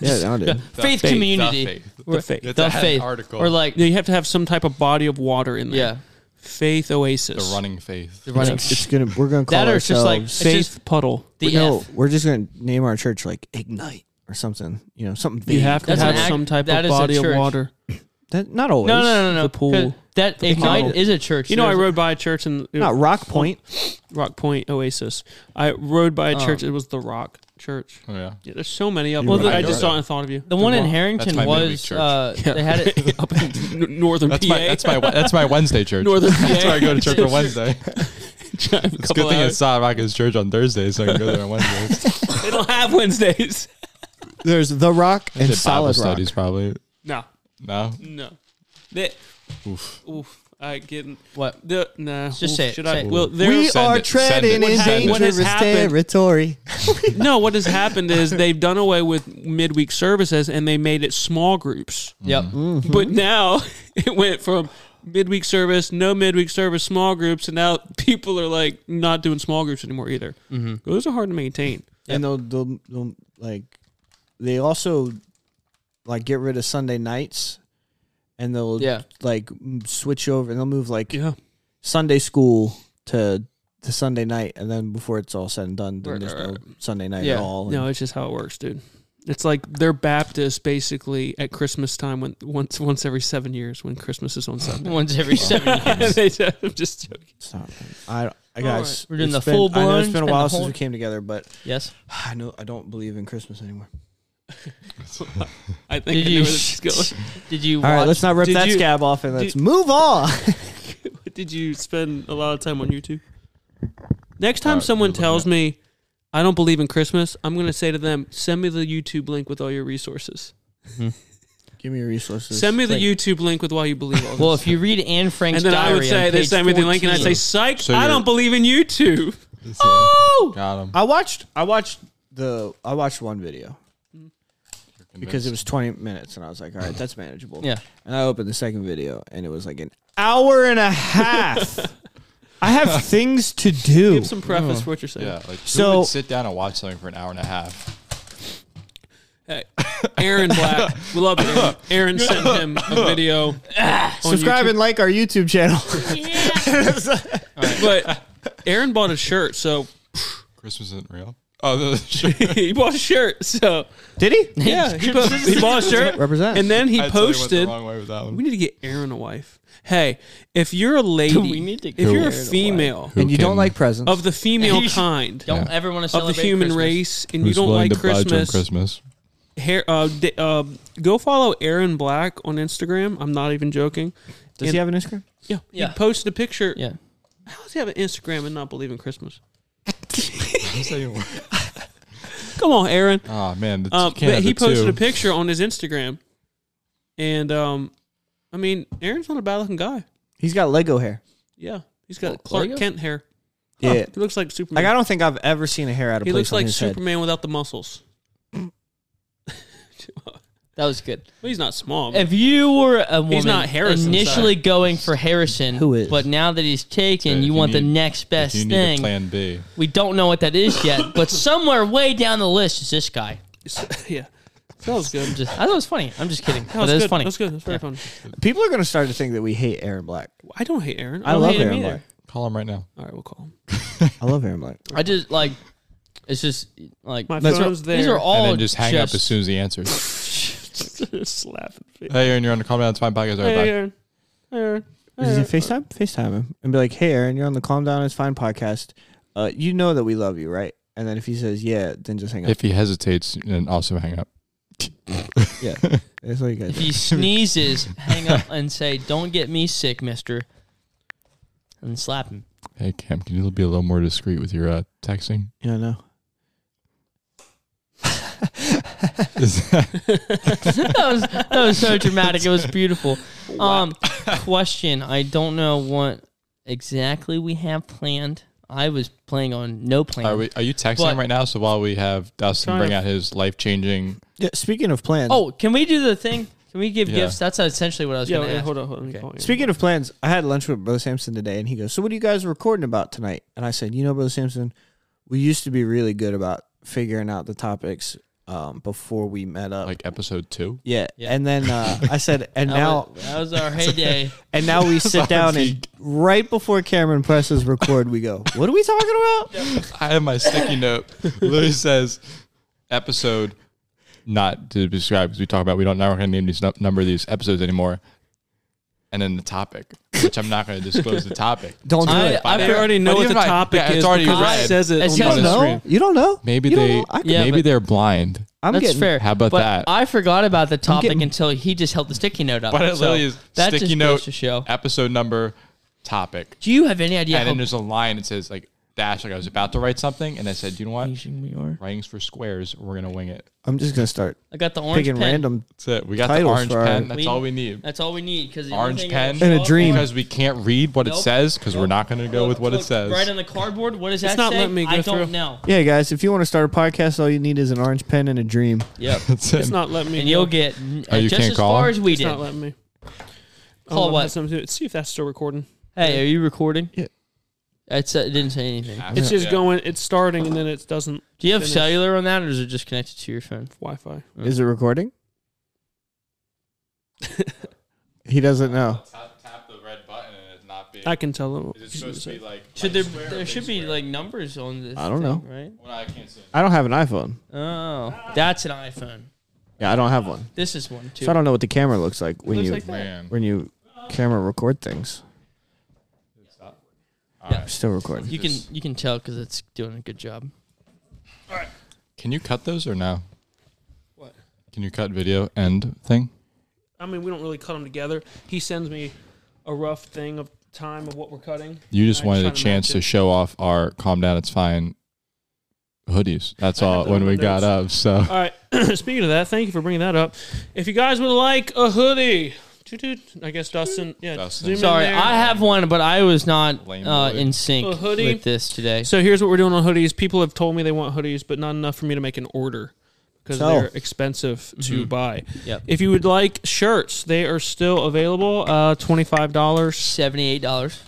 [SPEAKER 2] yeah, I did.
[SPEAKER 4] faith,
[SPEAKER 1] faith.
[SPEAKER 4] community.
[SPEAKER 3] The faith.
[SPEAKER 4] We're-
[SPEAKER 1] The faith.
[SPEAKER 3] That's
[SPEAKER 4] the
[SPEAKER 3] a head
[SPEAKER 4] faith.
[SPEAKER 3] article.
[SPEAKER 4] Or like
[SPEAKER 1] Yeah, you have to have some type of body of water in there.
[SPEAKER 4] yeah,
[SPEAKER 1] Faith oasis.
[SPEAKER 3] The running faith.
[SPEAKER 4] the running.
[SPEAKER 2] It's gonna we're gonna call
[SPEAKER 4] That or it's just like
[SPEAKER 2] ourselves-
[SPEAKER 4] it's
[SPEAKER 1] faith
[SPEAKER 4] just
[SPEAKER 1] puddle.
[SPEAKER 4] the
[SPEAKER 2] no,
[SPEAKER 4] F.
[SPEAKER 2] we're just gonna name our church like Ignite or something. You know, something.
[SPEAKER 1] You
[SPEAKER 2] big.
[SPEAKER 1] have to
[SPEAKER 4] That's an
[SPEAKER 1] have
[SPEAKER 4] act-
[SPEAKER 1] some type
[SPEAKER 4] that
[SPEAKER 1] of
[SPEAKER 4] is a
[SPEAKER 1] body of
[SPEAKER 4] church.
[SPEAKER 1] water.
[SPEAKER 2] That, not always.
[SPEAKER 4] No, no, no, no.
[SPEAKER 1] the pool.
[SPEAKER 4] 'Cause That ignite
[SPEAKER 1] puddle.
[SPEAKER 4] is a church.
[SPEAKER 1] You know, I
[SPEAKER 4] There's-
[SPEAKER 1] rode by a church in
[SPEAKER 2] Not Rock Point.
[SPEAKER 1] Rock Point Oasis. I rode by a
[SPEAKER 4] Oh.
[SPEAKER 1] church. It was the Rock Church.
[SPEAKER 3] Oh, yeah.
[SPEAKER 1] Yeah, there's so many of
[SPEAKER 2] You
[SPEAKER 1] them.
[SPEAKER 2] rode
[SPEAKER 1] I
[SPEAKER 3] by
[SPEAKER 1] just
[SPEAKER 3] that.
[SPEAKER 1] saw it and thought of you.
[SPEAKER 4] the one in
[SPEAKER 3] That's
[SPEAKER 4] Harrington
[SPEAKER 3] my midweek
[SPEAKER 4] was
[SPEAKER 3] church.
[SPEAKER 4] uh, they had
[SPEAKER 2] [laughs]
[SPEAKER 1] [laughs]
[SPEAKER 4] it.
[SPEAKER 1] up in n- northern
[SPEAKER 3] That's
[SPEAKER 1] PA.
[SPEAKER 3] my that's
[SPEAKER 1] [laughs]
[SPEAKER 3] my that's my Wednesday church.
[SPEAKER 1] northern PA.
[SPEAKER 3] [laughs] That's where I go to church on Wednesday.
[SPEAKER 1] Drive a
[SPEAKER 3] It's a
[SPEAKER 1] couple
[SPEAKER 3] good thing
[SPEAKER 1] hours.
[SPEAKER 3] it's Saw Rockets church on Thursdays, so I can go there on Wednesdays. [laughs]
[SPEAKER 1] they don't have Wednesdays.
[SPEAKER 2] There's The Rock
[SPEAKER 3] Did
[SPEAKER 2] and
[SPEAKER 3] Bible
[SPEAKER 2] Solid Rock.
[SPEAKER 3] studies probably.
[SPEAKER 1] [laughs] no,
[SPEAKER 3] No.
[SPEAKER 1] no. They,
[SPEAKER 3] Oof.
[SPEAKER 1] oof, I getting
[SPEAKER 4] What?
[SPEAKER 1] the no.
[SPEAKER 4] Just say it,
[SPEAKER 1] Should
[SPEAKER 4] say
[SPEAKER 1] I?
[SPEAKER 4] it.
[SPEAKER 1] Well, there.
[SPEAKER 3] [laughs]
[SPEAKER 2] We
[SPEAKER 3] Send
[SPEAKER 2] are
[SPEAKER 3] it, send
[SPEAKER 2] treading
[SPEAKER 3] it,
[SPEAKER 2] in
[SPEAKER 3] send it.
[SPEAKER 1] What has
[SPEAKER 2] dangerous
[SPEAKER 1] happened-
[SPEAKER 2] territory.
[SPEAKER 1] No, what has happened is they've done away with midweek services and they made it small groups.
[SPEAKER 4] Yep.
[SPEAKER 2] Mm-hmm.
[SPEAKER 1] But now [laughs] it went from midweek service, no midweek service, small groups, and now people are like not doing small groups anymore either. Those are hard to maintain.
[SPEAKER 2] And they'll, they'll, they'll like they also like get rid of Sunday nights, and they'll
[SPEAKER 4] Yeah.
[SPEAKER 2] like m- switch over and they'll move like
[SPEAKER 1] Yeah,
[SPEAKER 2] Sunday school to to Sunday night, and then before it's all said and done, then
[SPEAKER 1] Right,
[SPEAKER 2] there's
[SPEAKER 1] right,
[SPEAKER 2] no Sunday night
[SPEAKER 1] yeah.
[SPEAKER 2] at all.
[SPEAKER 1] No, it's just how it works, dude. It's like they're Baptist basically at Christmas time when once once every seven years when Christmas is on [laughs] Sunday.
[SPEAKER 4] [laughs] Once every seven
[SPEAKER 1] [laughs]
[SPEAKER 4] years.
[SPEAKER 1] They said- I'm just joking.
[SPEAKER 2] It's not- I, I guys,
[SPEAKER 4] We're doing
[SPEAKER 2] it's
[SPEAKER 4] the
[SPEAKER 2] been-
[SPEAKER 4] full
[SPEAKER 2] I know it's been
[SPEAKER 4] blown,
[SPEAKER 2] a
[SPEAKER 4] spend the
[SPEAKER 2] while since
[SPEAKER 4] whole-
[SPEAKER 2] we came together, but
[SPEAKER 4] Yes.
[SPEAKER 2] I know I don't believe in Christmas anymore.
[SPEAKER 1] I think
[SPEAKER 4] Did
[SPEAKER 1] I know
[SPEAKER 4] you?
[SPEAKER 1] where this is going.
[SPEAKER 4] [laughs] Did you?
[SPEAKER 2] All right,
[SPEAKER 4] watch-
[SPEAKER 2] let's not rip
[SPEAKER 1] Did
[SPEAKER 2] that
[SPEAKER 1] you-
[SPEAKER 2] scab off and let's
[SPEAKER 1] did-
[SPEAKER 2] move on. [laughs]
[SPEAKER 1] [laughs] Did you spend a lot of time on YouTube? Next time
[SPEAKER 3] Uh,
[SPEAKER 1] someone
[SPEAKER 3] you're looking
[SPEAKER 1] tells
[SPEAKER 3] at-
[SPEAKER 1] me I don't believe in Christmas, I'm going to say to them, send me the YouTube link with all your resources.
[SPEAKER 2] Give me your resources.
[SPEAKER 1] Send me the
[SPEAKER 4] like-
[SPEAKER 1] YouTube link with why you believe
[SPEAKER 4] [laughs]
[SPEAKER 1] all this.
[SPEAKER 4] Well, if you read Anne Frank's
[SPEAKER 1] and then I would
[SPEAKER 4] diary
[SPEAKER 1] say
[SPEAKER 4] on
[SPEAKER 1] they
[SPEAKER 4] page
[SPEAKER 1] send me the link, and I say,
[SPEAKER 4] 14
[SPEAKER 1] "Psych,
[SPEAKER 3] So
[SPEAKER 1] I
[SPEAKER 3] you're-
[SPEAKER 1] don't believe in
[SPEAKER 3] [laughs]
[SPEAKER 1] YouTube."
[SPEAKER 3] Oh. Got him.
[SPEAKER 2] I watched. I watched the. I watched one video because it was 20 minutes, and I was like, "All right, that's manageable."
[SPEAKER 4] Yeah.
[SPEAKER 2] And I opened the second video, and it was like an hour and a half. I have things to do.
[SPEAKER 1] Give some preface for what you're saying.
[SPEAKER 3] yeah. Like so,
[SPEAKER 2] So-
[SPEAKER 3] who would sit down and watch something for an hour and a half.
[SPEAKER 1] Hey, Aaron Black, we
[SPEAKER 3] [laughs]
[SPEAKER 1] love Aaron. Aaron sent him a video. on
[SPEAKER 2] Subscribe and like our YouTube channel.
[SPEAKER 1] YouTube. but Aaron bought a shirt, so [laughs]
[SPEAKER 3] Christmas isn't real. Oh, [laughs] the sure.
[SPEAKER 1] he bought a shirt.
[SPEAKER 4] [laughs]
[SPEAKER 1] So
[SPEAKER 2] [laughs] Did he?
[SPEAKER 1] yeah, he, bought, he bought a shirt.
[SPEAKER 2] Represent.
[SPEAKER 1] And then he
[SPEAKER 3] I totally went the
[SPEAKER 1] posted.
[SPEAKER 3] wrong way with that
[SPEAKER 1] We
[SPEAKER 3] one.
[SPEAKER 1] need to get Aaron a wife. Hey, if you're a lady,
[SPEAKER 4] [laughs] We need to
[SPEAKER 1] if
[SPEAKER 4] get
[SPEAKER 1] you're
[SPEAKER 4] Aaron
[SPEAKER 1] a
[SPEAKER 4] a wife.
[SPEAKER 1] female
[SPEAKER 2] And you
[SPEAKER 3] Who
[SPEAKER 2] don't
[SPEAKER 3] can-
[SPEAKER 2] like presents.
[SPEAKER 1] of
[SPEAKER 3] [laughs]
[SPEAKER 1] the female kind
[SPEAKER 4] Don't
[SPEAKER 3] Yeah.
[SPEAKER 4] ever want to
[SPEAKER 1] of the
[SPEAKER 4] celebrate
[SPEAKER 1] human
[SPEAKER 4] Christmas.
[SPEAKER 1] race, and you
[SPEAKER 3] Who's
[SPEAKER 1] don't
[SPEAKER 3] willing
[SPEAKER 1] like
[SPEAKER 3] to budge on [laughs]
[SPEAKER 1] Christmas,
[SPEAKER 3] Christmas.
[SPEAKER 1] hair. Uh, d- uh, go follow Aaron Black on Instagram. I'm not even joking.
[SPEAKER 2] Does he have an Instagram?
[SPEAKER 1] Yeah,
[SPEAKER 4] Yeah.
[SPEAKER 1] he posted a picture.
[SPEAKER 4] Yeah.
[SPEAKER 1] How does he have an Instagram and not believe in Christmas?
[SPEAKER 3] I'm saying-
[SPEAKER 1] Come on, Aaron.
[SPEAKER 3] Oh man, the,
[SPEAKER 1] Um,
[SPEAKER 3] you can't
[SPEAKER 1] but
[SPEAKER 3] have
[SPEAKER 1] he
[SPEAKER 3] the
[SPEAKER 1] posted
[SPEAKER 3] two.
[SPEAKER 1] a picture on his Instagram, and um, I mean, Aaron's not a bad looking guy.
[SPEAKER 2] He's got Lego hair.
[SPEAKER 1] Yeah, he's got
[SPEAKER 4] Oh,
[SPEAKER 1] Clark
[SPEAKER 4] Lego?
[SPEAKER 1] Kent hair.
[SPEAKER 2] Yeah.
[SPEAKER 1] He looks like Superman.
[SPEAKER 2] Oh. Like I don't think I've ever seen a hair out of
[SPEAKER 1] he looks
[SPEAKER 2] place on
[SPEAKER 1] like
[SPEAKER 2] his
[SPEAKER 1] Superman without the muscles. [laughs]
[SPEAKER 4] That was good.
[SPEAKER 1] Well, he's not small. but-
[SPEAKER 4] If you were a woman
[SPEAKER 1] not Harrison,
[SPEAKER 4] initially going for Harrison,
[SPEAKER 2] Who is?
[SPEAKER 4] But now that he's taken,
[SPEAKER 3] So
[SPEAKER 4] you,
[SPEAKER 3] if you
[SPEAKER 4] want the
[SPEAKER 3] need-
[SPEAKER 4] next best
[SPEAKER 3] you need a
[SPEAKER 4] thing.
[SPEAKER 3] plan B.
[SPEAKER 4] We don't know what that is yet,
[SPEAKER 1] [laughs]
[SPEAKER 4] but somewhere way down the list is this guy.
[SPEAKER 1] yeah, that was good.
[SPEAKER 4] I'm just, I thought it was funny. I'm just kidding.
[SPEAKER 1] [laughs] That was,
[SPEAKER 4] but it
[SPEAKER 1] good.
[SPEAKER 4] was funny.
[SPEAKER 1] That was good. That was very funny.
[SPEAKER 2] head. People are gonna start to think that we hate Aaron Black.
[SPEAKER 1] I don't hate Aaron.
[SPEAKER 2] I,
[SPEAKER 1] don't
[SPEAKER 2] love
[SPEAKER 1] hate him
[SPEAKER 2] Aaron
[SPEAKER 1] either.
[SPEAKER 2] Black.
[SPEAKER 3] Call him right now.
[SPEAKER 1] All right, we'll call him.
[SPEAKER 2] I love Aaron Black.
[SPEAKER 4] I just like. It's just like
[SPEAKER 1] My
[SPEAKER 4] these are-
[SPEAKER 1] phone's
[SPEAKER 4] These
[SPEAKER 1] there. [laughs]
[SPEAKER 4] are
[SPEAKER 1] And
[SPEAKER 4] all
[SPEAKER 3] and then just hang
[SPEAKER 4] just-
[SPEAKER 3] up as soon as he answers.
[SPEAKER 1] Slap. Hey,
[SPEAKER 3] hey, Aaron, you're on the Calm Down Time podcast. All right, bye.
[SPEAKER 1] Aaron. Hey, Aaron.
[SPEAKER 2] Is he FaceTime? FaceTime him and be like, "Hey, Aaron, you're on the Calm Down It's Fine podcast. Uh, you know that we love you, right?" And then if he says, "Yeah," then just hang up.
[SPEAKER 3] If he hesitates, then also hang up.
[SPEAKER 2] yeah, that's all you
[SPEAKER 3] [laughs]
[SPEAKER 2] guys.
[SPEAKER 4] If
[SPEAKER 1] [laughs]
[SPEAKER 4] he sneezes, hang up and say, "Don't get me sick, Mister," and slap him.
[SPEAKER 3] Hey, Cam, can you be a little more discreet with your uh, texting?
[SPEAKER 2] Yeah, no.
[SPEAKER 3] Is that-
[SPEAKER 4] that was that was so dramatic. It
[SPEAKER 1] [laughs]
[SPEAKER 4] was beautiful. Um, question: I don't know what exactly we have planned. I was playing on no plan.
[SPEAKER 3] are, we, are you texting
[SPEAKER 4] But-
[SPEAKER 3] him right now? So while we have Dustin
[SPEAKER 1] Trying
[SPEAKER 3] bring
[SPEAKER 1] to-
[SPEAKER 3] out his life changing,
[SPEAKER 2] Yeah, speaking of plans.
[SPEAKER 4] oh, can we do the thing? Can we give
[SPEAKER 3] Yeah.
[SPEAKER 4] gifts? That's essentially what I was
[SPEAKER 1] Yeah,
[SPEAKER 4] going
[SPEAKER 1] wait,
[SPEAKER 4] to ask.
[SPEAKER 1] hold on. Hold on. Let me
[SPEAKER 4] Okay.
[SPEAKER 1] call Aaron.
[SPEAKER 2] Speaking of plans, I had lunch with Brother Sampson today, and he goes, "So what are you guys recording about tonight?" And I said, "You know, Brother Sampson, we used to be really good about figuring out the topics um, before we met up.
[SPEAKER 3] like episode two,
[SPEAKER 2] yeah.
[SPEAKER 4] Yeah.
[SPEAKER 2] and then uh, I said,
[SPEAKER 4] [laughs]
[SPEAKER 2] and
[SPEAKER 4] That
[SPEAKER 2] now."
[SPEAKER 4] was, that
[SPEAKER 1] [laughs]
[SPEAKER 4] was our heyday.
[SPEAKER 2] And now
[SPEAKER 4] [laughs]
[SPEAKER 2] we sit down and right before Cameron presses record, we go, What are we talking about?
[SPEAKER 3] I have my sticky note. Literally says episode not to describe because we talk about we don't now we're going to name these nu- number of these episodes anymore, and then the topic, which I'm not going to disclose the topic.
[SPEAKER 2] Don't do
[SPEAKER 4] I-
[SPEAKER 2] it.
[SPEAKER 4] I-
[SPEAKER 1] I already know
[SPEAKER 3] But
[SPEAKER 1] what
[SPEAKER 3] even
[SPEAKER 1] the
[SPEAKER 3] if I-
[SPEAKER 1] topic
[SPEAKER 3] yeah, it's
[SPEAKER 1] is.
[SPEAKER 3] already
[SPEAKER 1] because
[SPEAKER 3] read.
[SPEAKER 1] It says it.
[SPEAKER 4] It's
[SPEAKER 1] on
[SPEAKER 4] just-
[SPEAKER 2] you
[SPEAKER 1] the
[SPEAKER 2] don't know.
[SPEAKER 3] screen.
[SPEAKER 2] You don't know.
[SPEAKER 3] Maybe
[SPEAKER 2] You don't
[SPEAKER 3] they
[SPEAKER 2] know. I could-
[SPEAKER 4] Yeah,
[SPEAKER 3] maybe
[SPEAKER 4] but-
[SPEAKER 3] they're blind.
[SPEAKER 2] I'm
[SPEAKER 4] That's
[SPEAKER 2] getting
[SPEAKER 4] fair.
[SPEAKER 3] How about
[SPEAKER 4] But
[SPEAKER 3] that?
[SPEAKER 4] I forgot about the topic
[SPEAKER 2] getting-
[SPEAKER 4] until he just held the sticky note up.
[SPEAKER 3] But it
[SPEAKER 4] So
[SPEAKER 3] literally is
[SPEAKER 4] that
[SPEAKER 3] sticky
[SPEAKER 4] just
[SPEAKER 3] note
[SPEAKER 4] goes to show.
[SPEAKER 3] episode number topic.
[SPEAKER 4] Do you have any idea
[SPEAKER 3] And
[SPEAKER 4] how
[SPEAKER 3] then there's a line that says like dash like I was about to write something and I said, you know what?
[SPEAKER 4] Asian we are?
[SPEAKER 3] Writing's for squares. We're gonna wing it.
[SPEAKER 2] I'm just going to start
[SPEAKER 4] I got the orange
[SPEAKER 2] picking
[SPEAKER 4] pen.
[SPEAKER 2] random.
[SPEAKER 3] That's it. We got
[SPEAKER 2] Titles
[SPEAKER 3] the orange
[SPEAKER 2] for our-
[SPEAKER 3] pen. That's
[SPEAKER 4] We-
[SPEAKER 3] all we need.
[SPEAKER 4] That's all we need because
[SPEAKER 3] Orange pen
[SPEAKER 2] And a dream.
[SPEAKER 3] Because we can't read what it
[SPEAKER 4] Nope.
[SPEAKER 3] says because we're
[SPEAKER 4] Nope.
[SPEAKER 3] not gonna go
[SPEAKER 4] Look,
[SPEAKER 3] with what
[SPEAKER 4] look,
[SPEAKER 3] it says. [laughs]
[SPEAKER 4] Right on the cardboard. What does that
[SPEAKER 1] not
[SPEAKER 4] say?
[SPEAKER 1] letting me
[SPEAKER 4] I
[SPEAKER 1] go
[SPEAKER 4] don't
[SPEAKER 1] through. [laughs]
[SPEAKER 4] know.
[SPEAKER 2] Yeah, guys, if you want to start a podcast, all you need is an orange pen and a dream.
[SPEAKER 4] Yep.
[SPEAKER 3] That's it.
[SPEAKER 1] It's not letting me.
[SPEAKER 4] and you'll
[SPEAKER 1] go.
[SPEAKER 4] get uh,
[SPEAKER 3] Oh, you
[SPEAKER 4] just
[SPEAKER 3] can't
[SPEAKER 4] as
[SPEAKER 3] call
[SPEAKER 4] far
[SPEAKER 3] him?
[SPEAKER 4] as we
[SPEAKER 1] It's
[SPEAKER 4] did.
[SPEAKER 1] not letting me.
[SPEAKER 4] Call
[SPEAKER 1] Oh,
[SPEAKER 4] what?
[SPEAKER 1] that's something to do. See if that's still recording.
[SPEAKER 4] Hey, are you recording?
[SPEAKER 2] Yeah.
[SPEAKER 4] It's, uh, it didn't say anything.
[SPEAKER 3] Ah,
[SPEAKER 1] It's just
[SPEAKER 3] yeah.
[SPEAKER 1] going. It's starting and then it doesn't.
[SPEAKER 4] Do you have
[SPEAKER 1] Finish.
[SPEAKER 4] cellular on that, or is it just connected to your phone?
[SPEAKER 1] Wi-Fi.
[SPEAKER 2] Is it recording? he doesn't know.
[SPEAKER 3] Tap, tap the red button and it's not big.
[SPEAKER 1] I can tell them.
[SPEAKER 3] Is it supposed to be like
[SPEAKER 4] Should
[SPEAKER 3] like
[SPEAKER 4] there
[SPEAKER 3] square or
[SPEAKER 4] there
[SPEAKER 3] big
[SPEAKER 4] should be
[SPEAKER 3] square?
[SPEAKER 4] like numbers on this?
[SPEAKER 2] I don't
[SPEAKER 4] thing,
[SPEAKER 3] Well, I can't see.
[SPEAKER 2] I don't have an iPhone.
[SPEAKER 4] right? Oh, that's an iPhone.
[SPEAKER 2] Yeah, I don't have one.
[SPEAKER 4] This is one too.
[SPEAKER 2] So I don't know what the camera looks like when
[SPEAKER 4] Looks
[SPEAKER 2] you
[SPEAKER 4] like that.
[SPEAKER 3] Man.
[SPEAKER 2] when you camera record things.
[SPEAKER 4] Yeah.
[SPEAKER 2] Still recording.
[SPEAKER 4] You can you can tell because it's doing a good job.
[SPEAKER 3] Can you cut those or no?
[SPEAKER 1] What?
[SPEAKER 3] Can you cut video end thing?
[SPEAKER 1] I mean, we don't really cut them together. He sends me a rough thing of time of what we're cutting.
[SPEAKER 3] You just
[SPEAKER 1] I
[SPEAKER 3] wanted a
[SPEAKER 1] try to
[SPEAKER 3] chance
[SPEAKER 1] match
[SPEAKER 3] to
[SPEAKER 1] it.
[SPEAKER 3] show off our calm down, it's fine hoodies. That's all
[SPEAKER 1] the
[SPEAKER 3] when we
[SPEAKER 1] hoodies.
[SPEAKER 3] got up. So
[SPEAKER 1] All right. [clears throat] Speaking of that, thank you for bringing that up. If you guys would like a hoodie, Toot-toot. I guess Dustin. Yeah.
[SPEAKER 3] Dustin.
[SPEAKER 1] zoom in
[SPEAKER 4] Sorry,
[SPEAKER 1] there.
[SPEAKER 4] I have one, but I was not
[SPEAKER 3] Lame
[SPEAKER 4] uh,
[SPEAKER 3] boy.
[SPEAKER 4] in
[SPEAKER 1] A
[SPEAKER 4] sync
[SPEAKER 1] hoodie.
[SPEAKER 4] with this today.
[SPEAKER 1] So here's what we're doing on hoodies. People have told me they want hoodies, but not enough for me to make an order because
[SPEAKER 2] So-
[SPEAKER 1] they're expensive to buy.
[SPEAKER 4] Yep.
[SPEAKER 1] If you would like shirts, they are still available. Uh, twenty five dollars.
[SPEAKER 4] Seventy-eight dollars.